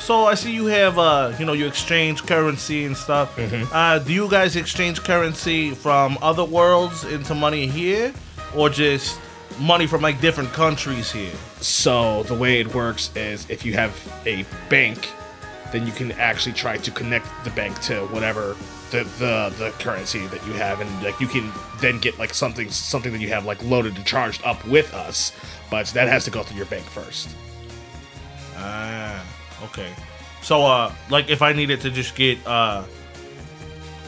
[SPEAKER 5] so I see you have, uh, you know, you exchange currency and stuff.
[SPEAKER 3] Mm-hmm.
[SPEAKER 5] Uh, do you guys exchange currency from other worlds into money here, or just money from like different countries here?
[SPEAKER 2] So the way it works is if you have a bank, then you can actually try to connect the bank to whatever the the, the currency that you have, and like you can then get like something something that you have like loaded and charged up with us, but that has to go through your bank first.
[SPEAKER 5] Ah, okay. So, uh, like if I needed to just get uh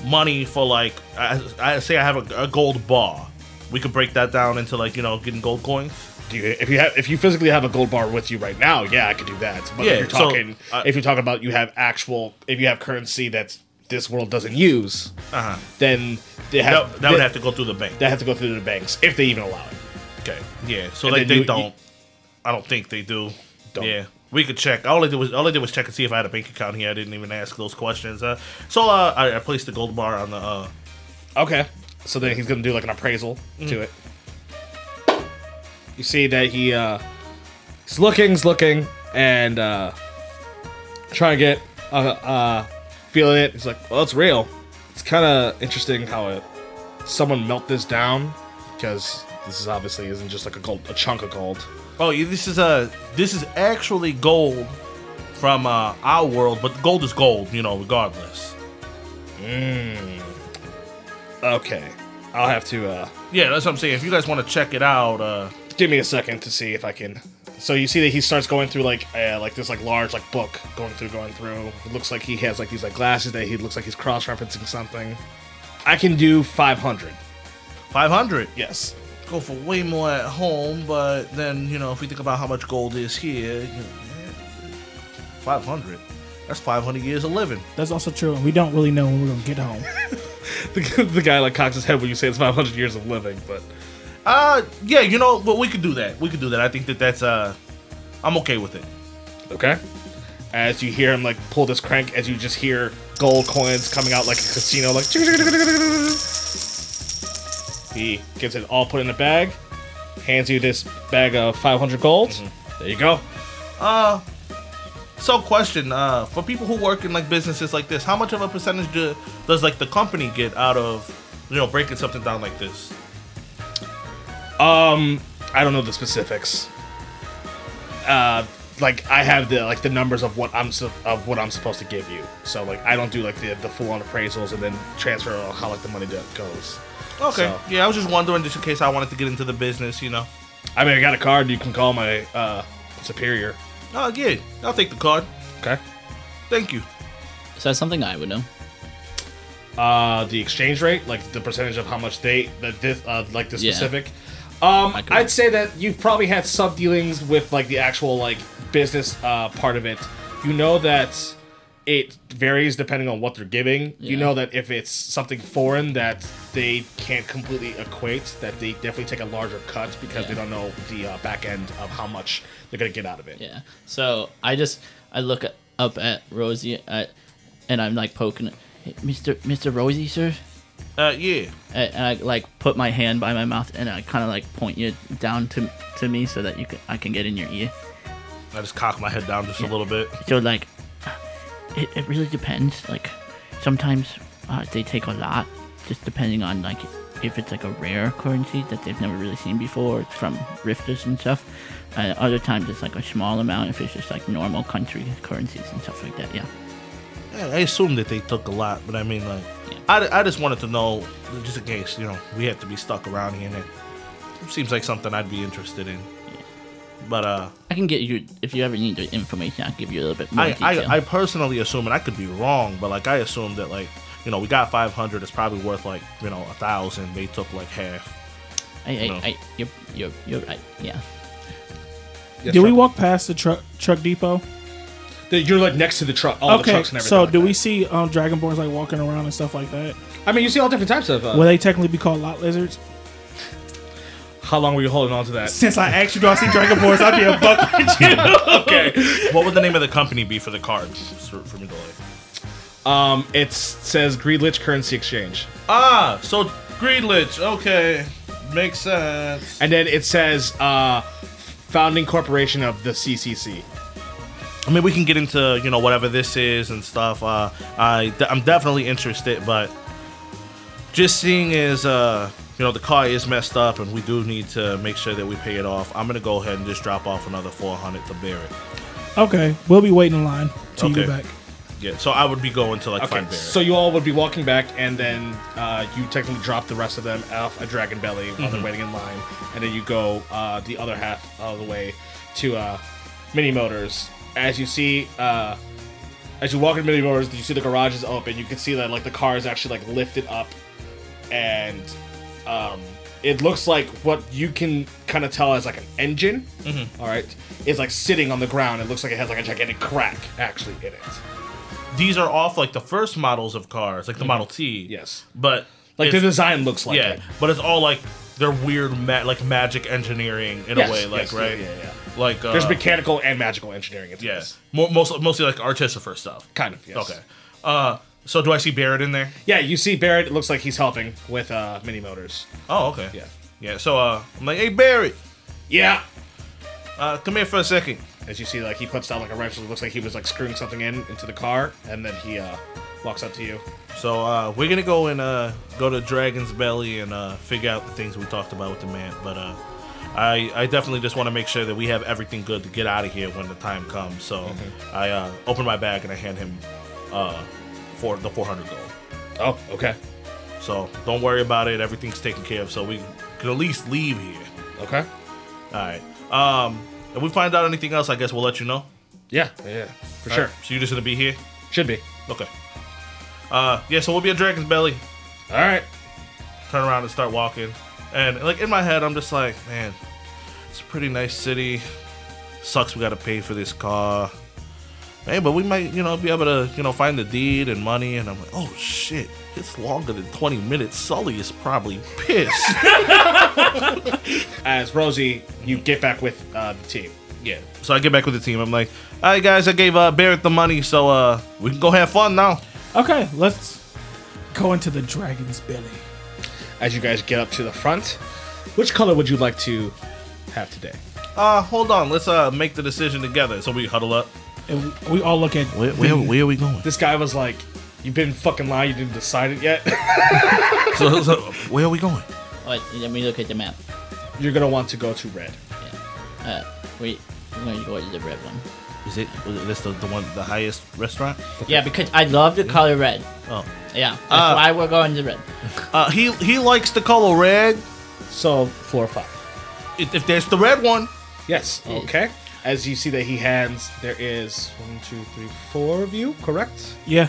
[SPEAKER 5] money for like, I, I say I have a, a gold bar, we could break that down into like you know getting gold coins.
[SPEAKER 2] Do you, if you have if you physically have a gold bar with you right now, yeah, I could do that. But
[SPEAKER 5] Yeah,
[SPEAKER 2] if you're
[SPEAKER 5] so,
[SPEAKER 2] talking
[SPEAKER 5] uh,
[SPEAKER 2] if you're talking about you have actual if you have currency that this world doesn't use,
[SPEAKER 5] Uh huh.
[SPEAKER 2] then they have
[SPEAKER 5] That, that would have to go through the bank.
[SPEAKER 2] that have to go through the banks if they even allow it.
[SPEAKER 5] Okay. Yeah. So
[SPEAKER 2] And
[SPEAKER 5] like
[SPEAKER 2] then
[SPEAKER 5] they
[SPEAKER 2] you- you-
[SPEAKER 5] don't. I don't think they do.
[SPEAKER 2] Don't.
[SPEAKER 5] Yeah. We could check. All I did was all I did was check and see if I had a bank account here. I didn't even ask those questions. Uh, so uh, I, I placed the gold bar on the. Uh,
[SPEAKER 2] Okay. So then he's gonna do like an appraisal to it. You see that he uh he's looking, he's looking, and uh trying to get uh uh feeling it. He's like, well it's real. It's kinda interesting how it someone melt this down because this is obviously isn't just like a gold a chunk of gold.
[SPEAKER 5] oh, yeah, this is uh, this is actually gold from uh, our world, but gold is gold, you know, regardless.
[SPEAKER 2] Okay. I'll have to uh
[SPEAKER 5] Yeah, that's what I'm saying. If you guys want to check it out, uh,
[SPEAKER 2] give me a second to see if I can. So you see that he starts going through like uh, like this like large like book going through going through. It looks like he has like these like glasses that he looks like he's cross referencing something. I can do five hundred.
[SPEAKER 5] 500.
[SPEAKER 2] Yes.
[SPEAKER 5] Go for way more at home, but then you know, if we think about how much gold is here, you know, 500. That's 500 years of living.
[SPEAKER 4] That's also true. And we don't really know when we're gonna get home.
[SPEAKER 2] The, the guy like cocks his head when you say it's five hundred years of living, but
[SPEAKER 5] Uh, yeah, you know, but we could do that. We could do that. I think that that's uh, I'm okay with it.
[SPEAKER 2] okay. As you hear him like pull this crank, as you just hear gold coins coming out like a casino, like he gets it all put in a bag, hands you this bag of five hundred gold. Mm-hmm. There you go.
[SPEAKER 5] So, question, uh, for people who work in like businesses like this, how much of a percentage do, does like the company get out of, you know, breaking something down like this?
[SPEAKER 2] I don't know the specifics. Uh, like I have the like the numbers of what I'm su- of what I'm supposed to give you. So like I don't do like the, the full on appraisals and then transfer how like the money do- goes.
[SPEAKER 5] Okay.
[SPEAKER 2] So-
[SPEAKER 5] Yeah, I was just wondering just in case I wanted to get into the business, you know.
[SPEAKER 2] I mean I got a card. You can call my uh, superior.
[SPEAKER 5] Oh yeah, I'll take the card.
[SPEAKER 2] Okay.
[SPEAKER 5] Thank you.
[SPEAKER 6] Is that something I would know?
[SPEAKER 2] Uh, the exchange rate, like the percentage of how much they that this uh, like the
[SPEAKER 6] Yeah.
[SPEAKER 2] specific. Um,
[SPEAKER 6] I could-
[SPEAKER 2] I'd say that you've probably had sub dealings with like the actual like business uh, part of it. You know that it varies depending on what they're giving. You
[SPEAKER 6] Yeah.
[SPEAKER 2] know that if it's something foreign that they can't completely equate, that they definitely take a larger cut because they
[SPEAKER 6] Yeah.
[SPEAKER 2] don't know the uh, back end of how much they're gonna get out of it.
[SPEAKER 6] Yeah. So I just I look at- up at Rosie I, and I'm like poking it. Hey, Mr. Mr. Rosie, sir.
[SPEAKER 5] Uh, yeah.
[SPEAKER 6] And and I like put my hand by my mouth and I kind of like point you down to to me so that you can I can get in your ear.
[SPEAKER 5] I just cocked my head down just a little bit.
[SPEAKER 6] So like, it, it really depends. Like, sometimes uh, they take a lot, just depending on like if it's like a rare currency that they've never really seen before it's from rifters and stuff. Uh, other times it's like a small amount if it's just like normal country currencies and stuff like that. Yeah.
[SPEAKER 5] Yeah, I assume that they took a lot, but I mean, like, I, I just wanted to know, just in case, you know, we have to be stuck around here, and it seems like something I'd be interested in. But uh,
[SPEAKER 6] I can get you if you ever need the information. I'll give you a little bit more
[SPEAKER 5] I,
[SPEAKER 6] detail.
[SPEAKER 5] I, I personally assume, and I could be wrong, but like, I assume that like, you know, we got 500. It's probably worth like, you know, a thousand. They took like half.
[SPEAKER 6] I, I,
[SPEAKER 5] no.
[SPEAKER 6] I- you're, you're, you're right. Yeah.
[SPEAKER 4] Did we walk past the truck truck depot?
[SPEAKER 2] You're like next to the truck, all the
[SPEAKER 4] okay,
[SPEAKER 2] trucks and everything.
[SPEAKER 4] so
[SPEAKER 2] like
[SPEAKER 4] do
[SPEAKER 2] that.
[SPEAKER 4] we see um, dragonborns like walking around and stuff like that?
[SPEAKER 2] I mean, you see all different types of. Uh,
[SPEAKER 4] Will they technically be called lot lizards?
[SPEAKER 2] how long were you holding on to that?
[SPEAKER 4] Since I asked you, do I see dragonborns? I'd be a buck with you.
[SPEAKER 2] Okay.
[SPEAKER 5] What would the name of the company be for the card for, for Midori?
[SPEAKER 2] um, it says Greedlich Currency Exchange,
[SPEAKER 5] Ah, so Greenlich. Okay, makes sense.
[SPEAKER 2] and then it says uh, founding corporation of the CCC.
[SPEAKER 5] I mean, we can get into you know whatever this is and stuff. Uh, I I'm definitely interested, but just seeing is uh you know the car is messed up and we do need to make sure that we pay it off. I'm gonna go ahead and just drop off another 400 to Barrett.
[SPEAKER 4] okay, we'll be waiting in line till you get
[SPEAKER 5] Okay.
[SPEAKER 4] back.
[SPEAKER 5] Yeah, so I would be going to like
[SPEAKER 2] Okay,
[SPEAKER 5] find Barrett.
[SPEAKER 2] so you all would be walking back, and then uh, you technically drop the rest of them off a Dragon Belly while
[SPEAKER 5] Mm-hmm.
[SPEAKER 2] they're waiting in line, and then you go uh, the other half of the way to uh, Mini Motors. As you see, uh, as you walk in Mini Motors, you see the garage is open. You can see that like the car is actually like lifted up, and um, it looks like what you can kind of tell as like an engine.
[SPEAKER 5] Mm-hmm.
[SPEAKER 2] all right, is like sitting on the ground. It looks like it has like a gigantic crack actually in it.
[SPEAKER 5] These are off like the first models of cars, like the Model T.
[SPEAKER 2] Mhm. Yes.
[SPEAKER 5] but
[SPEAKER 2] Like the
[SPEAKER 5] it's-
[SPEAKER 2] design looks like
[SPEAKER 5] yeah,
[SPEAKER 2] it.
[SPEAKER 5] but it's all like they're weird, ma- like magic engineering in
[SPEAKER 2] Yes,
[SPEAKER 5] a way, like
[SPEAKER 2] yes,
[SPEAKER 5] right,
[SPEAKER 2] yeah, yeah,
[SPEAKER 5] like uh,
[SPEAKER 2] There's mechanical and magical engineering. Into
[SPEAKER 5] yeah,
[SPEAKER 2] this.
[SPEAKER 5] Mo- most, mostly like artistifer stuff.
[SPEAKER 2] kind of. Yes.
[SPEAKER 5] Okay, uh, so do I see Barrett in there?
[SPEAKER 2] Yeah, you see Barrett. It looks like he's helping with uh, mini motors.
[SPEAKER 5] Oh, okay,
[SPEAKER 2] Yeah.
[SPEAKER 5] yeah. So uh, I'm like, hey Barrett,
[SPEAKER 2] Yeah.
[SPEAKER 5] uh, come here for a second.
[SPEAKER 2] As you see, like he puts down like a wrench. It looks like he was like screwing something in into the car, and then he uh, walks up to you.
[SPEAKER 5] So uh, we're gonna go and uh, go to Dragon's Belly and uh, figure out the things we talked about with the man. But uh, I, I definitely just want to make sure that we have everything good to get out of here when the time comes. So I uh, open my bag and I hand him uh, for the 400 gold.
[SPEAKER 2] Oh, okay,
[SPEAKER 5] So don't worry about it. Everything's taken care of. So we can at least leave here.
[SPEAKER 2] okay.
[SPEAKER 5] All right. Um, if we find out anything else, I guess we'll let you know.
[SPEAKER 2] Yeah, yeah, for sure.
[SPEAKER 5] So you're just gonna be here.
[SPEAKER 2] Should be.
[SPEAKER 5] Okay. Uh, yeah. So we'll be at Dragon's Belly.
[SPEAKER 2] All right.
[SPEAKER 5] turn around and start walking. And like in my head, I'm just like, man, it's a pretty nice city. Sucks we gotta pay for this car. Hey, but we might, you know, be able to, you know, find the deed and money. And I'm like, oh shit, it's longer than 20 minutes. Sully is probably pissed.
[SPEAKER 2] As Rosie, you get back with uh, the team.
[SPEAKER 5] yeah. So I get back with the team. I'm like, all right, guys, I gave uh, Barrett the money, so uh, we can go have fun now.
[SPEAKER 4] Okay, let's go into the dragon's belly.
[SPEAKER 2] As you guys get up to the front, which color would you like to have today?
[SPEAKER 5] Uh, hold on, let's uh make the decision together. So we huddle up.
[SPEAKER 4] And we- we all look at
[SPEAKER 5] Where, where, where are we going?
[SPEAKER 2] This guy was like, "You've been fucking lying. You didn't decide it yet."
[SPEAKER 5] so, so where are we going?
[SPEAKER 6] Wait, let me look at the map.
[SPEAKER 2] You're gonna want to go to red.
[SPEAKER 6] Uh, wait, I'm going to go to the red one.
[SPEAKER 5] Is it this the, the one the highest restaurant?
[SPEAKER 6] Yeah, because I love the color red.
[SPEAKER 5] Oh.
[SPEAKER 6] Yeah, that's why we're going to red.
[SPEAKER 5] Uh, he he likes the color red.
[SPEAKER 2] So floor five.
[SPEAKER 5] If, if there's the red one,
[SPEAKER 2] Yes. Okay. As you see that he hands, there is one, two, three, four of you. Correct.
[SPEAKER 4] yeah.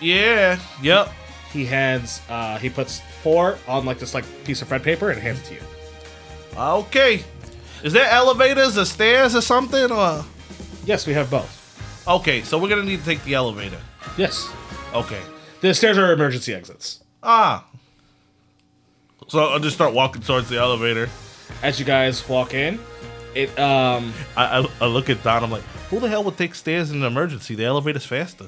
[SPEAKER 5] yeah, yep.
[SPEAKER 2] He hands. Uh, he puts four on like this like piece of red paper and hands it to you.
[SPEAKER 5] Uh, Okay. Is there elevators or stairs or something? Or
[SPEAKER 2] Yes, we have both.
[SPEAKER 5] okay, so we're gonna need to take the elevator.
[SPEAKER 2] Yes.
[SPEAKER 5] Okay.
[SPEAKER 2] The stairs are emergency exits.
[SPEAKER 5] Ah. So I'll just start walking towards the elevator.
[SPEAKER 2] As you guys walk in, it um
[SPEAKER 5] I, I, I look at Don. I'm like, who the hell would take stairs in an emergency? The elevator's faster.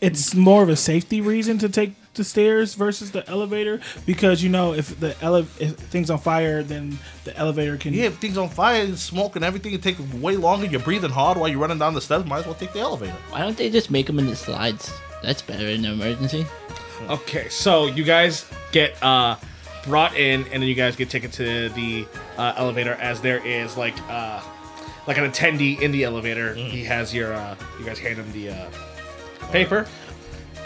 [SPEAKER 4] It's more of a safety reason to take the stairs versus the elevator because you know if the ele- if things on fire then the elevator can
[SPEAKER 5] Yeah, if things on fire, and smoke and everything, it takes way longer. You're breathing hard while you're running down the steps. Might as well take the elevator.
[SPEAKER 6] Why don't they just make them into slides? That's better in an emergency.
[SPEAKER 2] Okay, so you guys get uh, brought in, and then you guys get taken to the uh, elevator as there is like uh, like an attendee in the elevator. He has your uh, you guys hand him the uh, paper,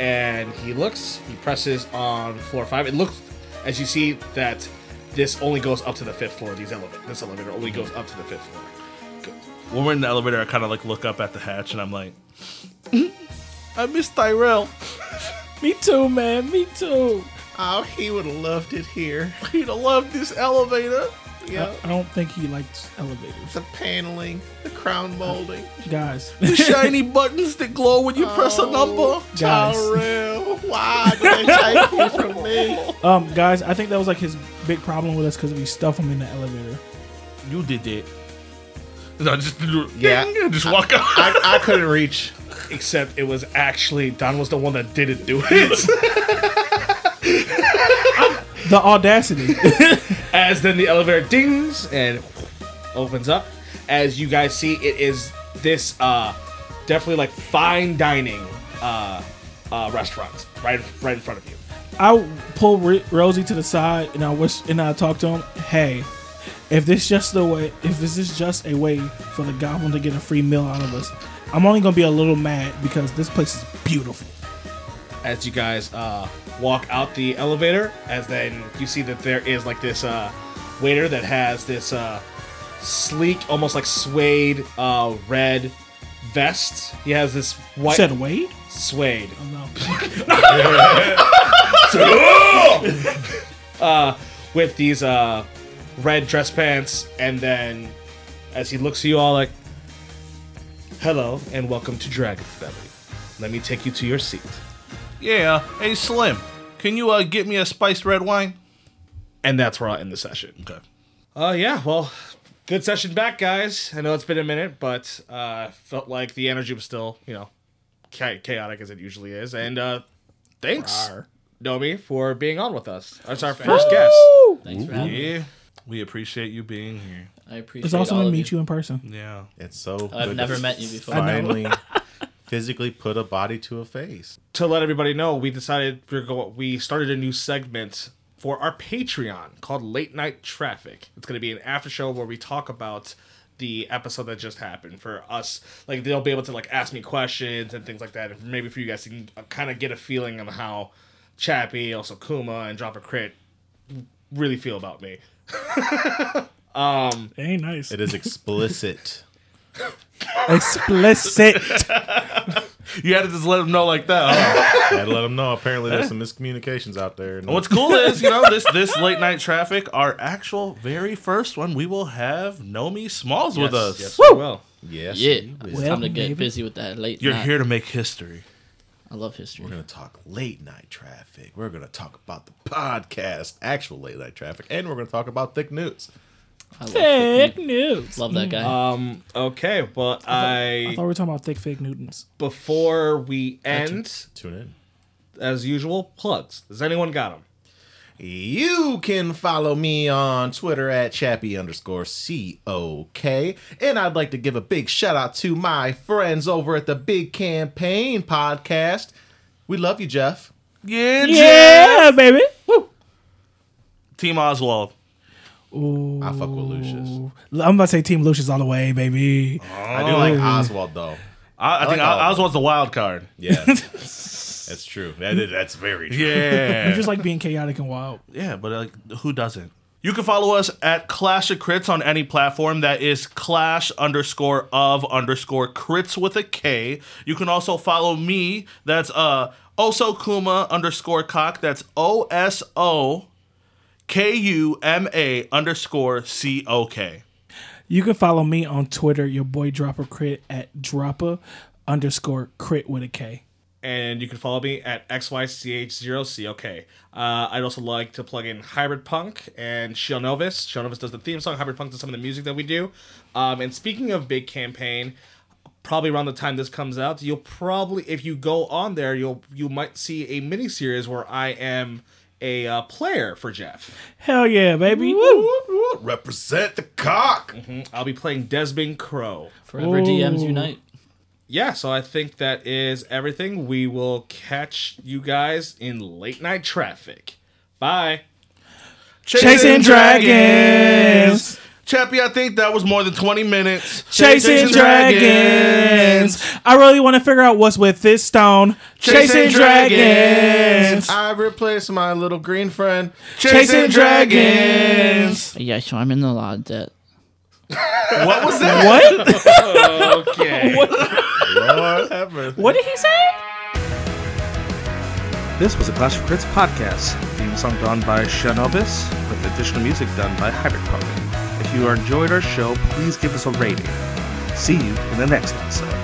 [SPEAKER 2] and he looks. He presses on floor five. It looks as you see that this only goes up to the fifth floor. These elevator, this elevator only goes up to the fifth floor.
[SPEAKER 5] when we're in the elevator, I kind of like look up at the hatch and I'm like, I miss Tyrell.
[SPEAKER 4] me too man me too
[SPEAKER 5] Oh, he would have loved it here. He'd have loved this elevator.
[SPEAKER 4] I, I don't think he likes elevators.
[SPEAKER 7] The paneling, the crown molding,
[SPEAKER 4] Guys,
[SPEAKER 7] the shiny buttons that glow when you press a number.
[SPEAKER 5] Oh.
[SPEAKER 4] Guys.
[SPEAKER 7] Tyrell, why do they take you from me?
[SPEAKER 4] um, guys, I think that was like his big problem with us because we stuff him in the elevator.
[SPEAKER 5] You did that. No, just yeah.
[SPEAKER 7] Yeah.
[SPEAKER 5] Just walk out.
[SPEAKER 7] I, I couldn't reach.
[SPEAKER 2] Except it was actually Don was the one that didn't do it.
[SPEAKER 4] The audacity.
[SPEAKER 2] as then the elevator dings and opens up. As you guys see, it is this uh, definitely like fine dining uh, uh, restaurant right right in front of you.
[SPEAKER 4] I pull Ro- Rosie to the side and I wish and I talk to him. Hey, if this just the way, if this is just a way for the goblin to get a free meal out of us, I'm only gonna be a little mad because this place is beautiful.
[SPEAKER 2] as you guys uh, walk out the elevator. As then you see that there is like this uh, waiter that has this uh, sleek, almost like suede uh, red vest. He has this white
[SPEAKER 4] Said Wade.
[SPEAKER 2] suede.
[SPEAKER 4] No.
[SPEAKER 2] with these uh, red dress pants, and then as he looks at you all like, "Hello and welcome to Dragon's Belly. Let me take you to your seat."
[SPEAKER 5] yeah. Hey, Slim, can you uh, get me a spiced red wine?
[SPEAKER 2] And that's where I'll end the session. Okay. Uh, yeah. Well, good session back, guys. I know it's been a minute, but uh, felt like the energy was still, you know, cha- chaotic as it usually is. And uh, thanks, Nomi, for being on with us. That's our first guest.
[SPEAKER 6] Thanks for having me.
[SPEAKER 5] Yeah. We appreciate you being here.
[SPEAKER 6] I appreciate
[SPEAKER 4] It's awesome
[SPEAKER 6] all
[SPEAKER 4] to
[SPEAKER 6] of
[SPEAKER 4] meet you. in person.
[SPEAKER 5] Yeah.
[SPEAKER 7] It's so.
[SPEAKER 6] I've never met you before. I
[SPEAKER 4] know.
[SPEAKER 7] Finally, physically put a body to a face.
[SPEAKER 2] To let everybody know, we decided we're going. We started a new segment for our Patreon called Late Night Traffic. It's going to be an after show where we talk about the episode that just happened for us like they'll be able to like ask me questions and things like that and maybe for you guys to kind of get a feeling on how chappie also kuma and drop a crit really feel about me
[SPEAKER 4] Ain't nice.
[SPEAKER 7] It is explicit.
[SPEAKER 4] Explicit.
[SPEAKER 5] You had to just let them know like that. huh?
[SPEAKER 7] I had to let them know. Apparently, there's some miscommunications out there.
[SPEAKER 2] Oh,
[SPEAKER 7] and
[SPEAKER 5] What's cool is, you know, this this late night traffic, our actual very first one, we will have Nomi Smalls with us.
[SPEAKER 2] yes we will
[SPEAKER 7] Yes.
[SPEAKER 6] Yeah,
[SPEAKER 7] we
[SPEAKER 6] it's
[SPEAKER 7] will.
[SPEAKER 4] Well,
[SPEAKER 6] time to get
[SPEAKER 4] maybe.
[SPEAKER 6] busy with that late.
[SPEAKER 5] You're
[SPEAKER 6] night.
[SPEAKER 5] here to make history.
[SPEAKER 6] I love history.
[SPEAKER 7] We're gonna talk late night traffic. We're gonna talk about the podcast, actual late night traffic, and we're gonna talk about thick news.
[SPEAKER 6] I love,
[SPEAKER 4] Fake
[SPEAKER 6] Fake
[SPEAKER 4] news.
[SPEAKER 6] love that guy.
[SPEAKER 5] Uh,
[SPEAKER 2] um okay well
[SPEAKER 4] I
[SPEAKER 2] i
[SPEAKER 4] thought we were talking about thick fake Newtons.
[SPEAKER 2] before we end
[SPEAKER 7] Tune in.
[SPEAKER 2] as usual plugs does anyone got them
[SPEAKER 7] You can follow me on Twitter at Chappie underscore C-O-K. And I'd like to give a big shout out to my friends over at the Big Campaign podcast. We love you, Jeff.
[SPEAKER 5] Yeah,
[SPEAKER 4] Yeah, baby.
[SPEAKER 5] Team Oswald.
[SPEAKER 7] I fuck with Lucius.
[SPEAKER 4] I'm about to say Team Lucius all the way, baby.
[SPEAKER 7] I do like Oswald, though.
[SPEAKER 5] Oh. I, I, think
[SPEAKER 7] like Oswald.
[SPEAKER 5] Oswald's the wild card.
[SPEAKER 7] Yeah. that's true. That is, that's very true.
[SPEAKER 4] I
[SPEAKER 5] Yeah.
[SPEAKER 4] just like being chaotic and wild.
[SPEAKER 5] yeah, but like, who doesn't? You can follow us at Clash of Crits on any platform. That is Clash underscore of underscore crits with a K. You can also follow me. That's uh Osokuma underscore cock. That's O S O K U M A underscore C O K.
[SPEAKER 4] You can follow me on Twitter, your boy Dropper Crit at Dropper underscore Crit with a K.
[SPEAKER 2] and you can follow me at xych0cok. Uh, I'd also like to plug in Hybrid Punk and Shiel Novus. Shiel Novus does the theme song. Hybrid Punk does some of the music that we do. Um, and speaking of big campaign, probably around the time this comes out, you'll probably, if you go on there, you'll you might see a mini series where I am a uh, player for Jeff.
[SPEAKER 4] Hell yeah, baby. Woo.
[SPEAKER 7] Represent the cock.
[SPEAKER 2] I'll be playing Desmond Crow.
[SPEAKER 6] Forever DMs
[SPEAKER 4] Oh.
[SPEAKER 6] unite.
[SPEAKER 2] Yeah, so I think that is everything. We will catch you guys in late night traffic. Bye.
[SPEAKER 4] Chasing dragons.
[SPEAKER 5] Chappie, I think that was more than 20 minutes.
[SPEAKER 4] Chasing dragons. I really want to figure out what's with this stone. Chasing
[SPEAKER 5] Chasing
[SPEAKER 4] dragons.
[SPEAKER 7] I replaced my little green friend.
[SPEAKER 4] Chasing dragons.
[SPEAKER 6] Yeah, so I'm in a lot of debt.
[SPEAKER 5] What was that?
[SPEAKER 4] What?
[SPEAKER 2] Okay.
[SPEAKER 7] Lord have mercy.
[SPEAKER 4] what did he say?
[SPEAKER 8] This was a Clash of Crits podcast. Theme song done by Shenovis, with additional music done by Hybrid Pumpkin. you enjoyed our show, please give us a rating. See you in the next episode.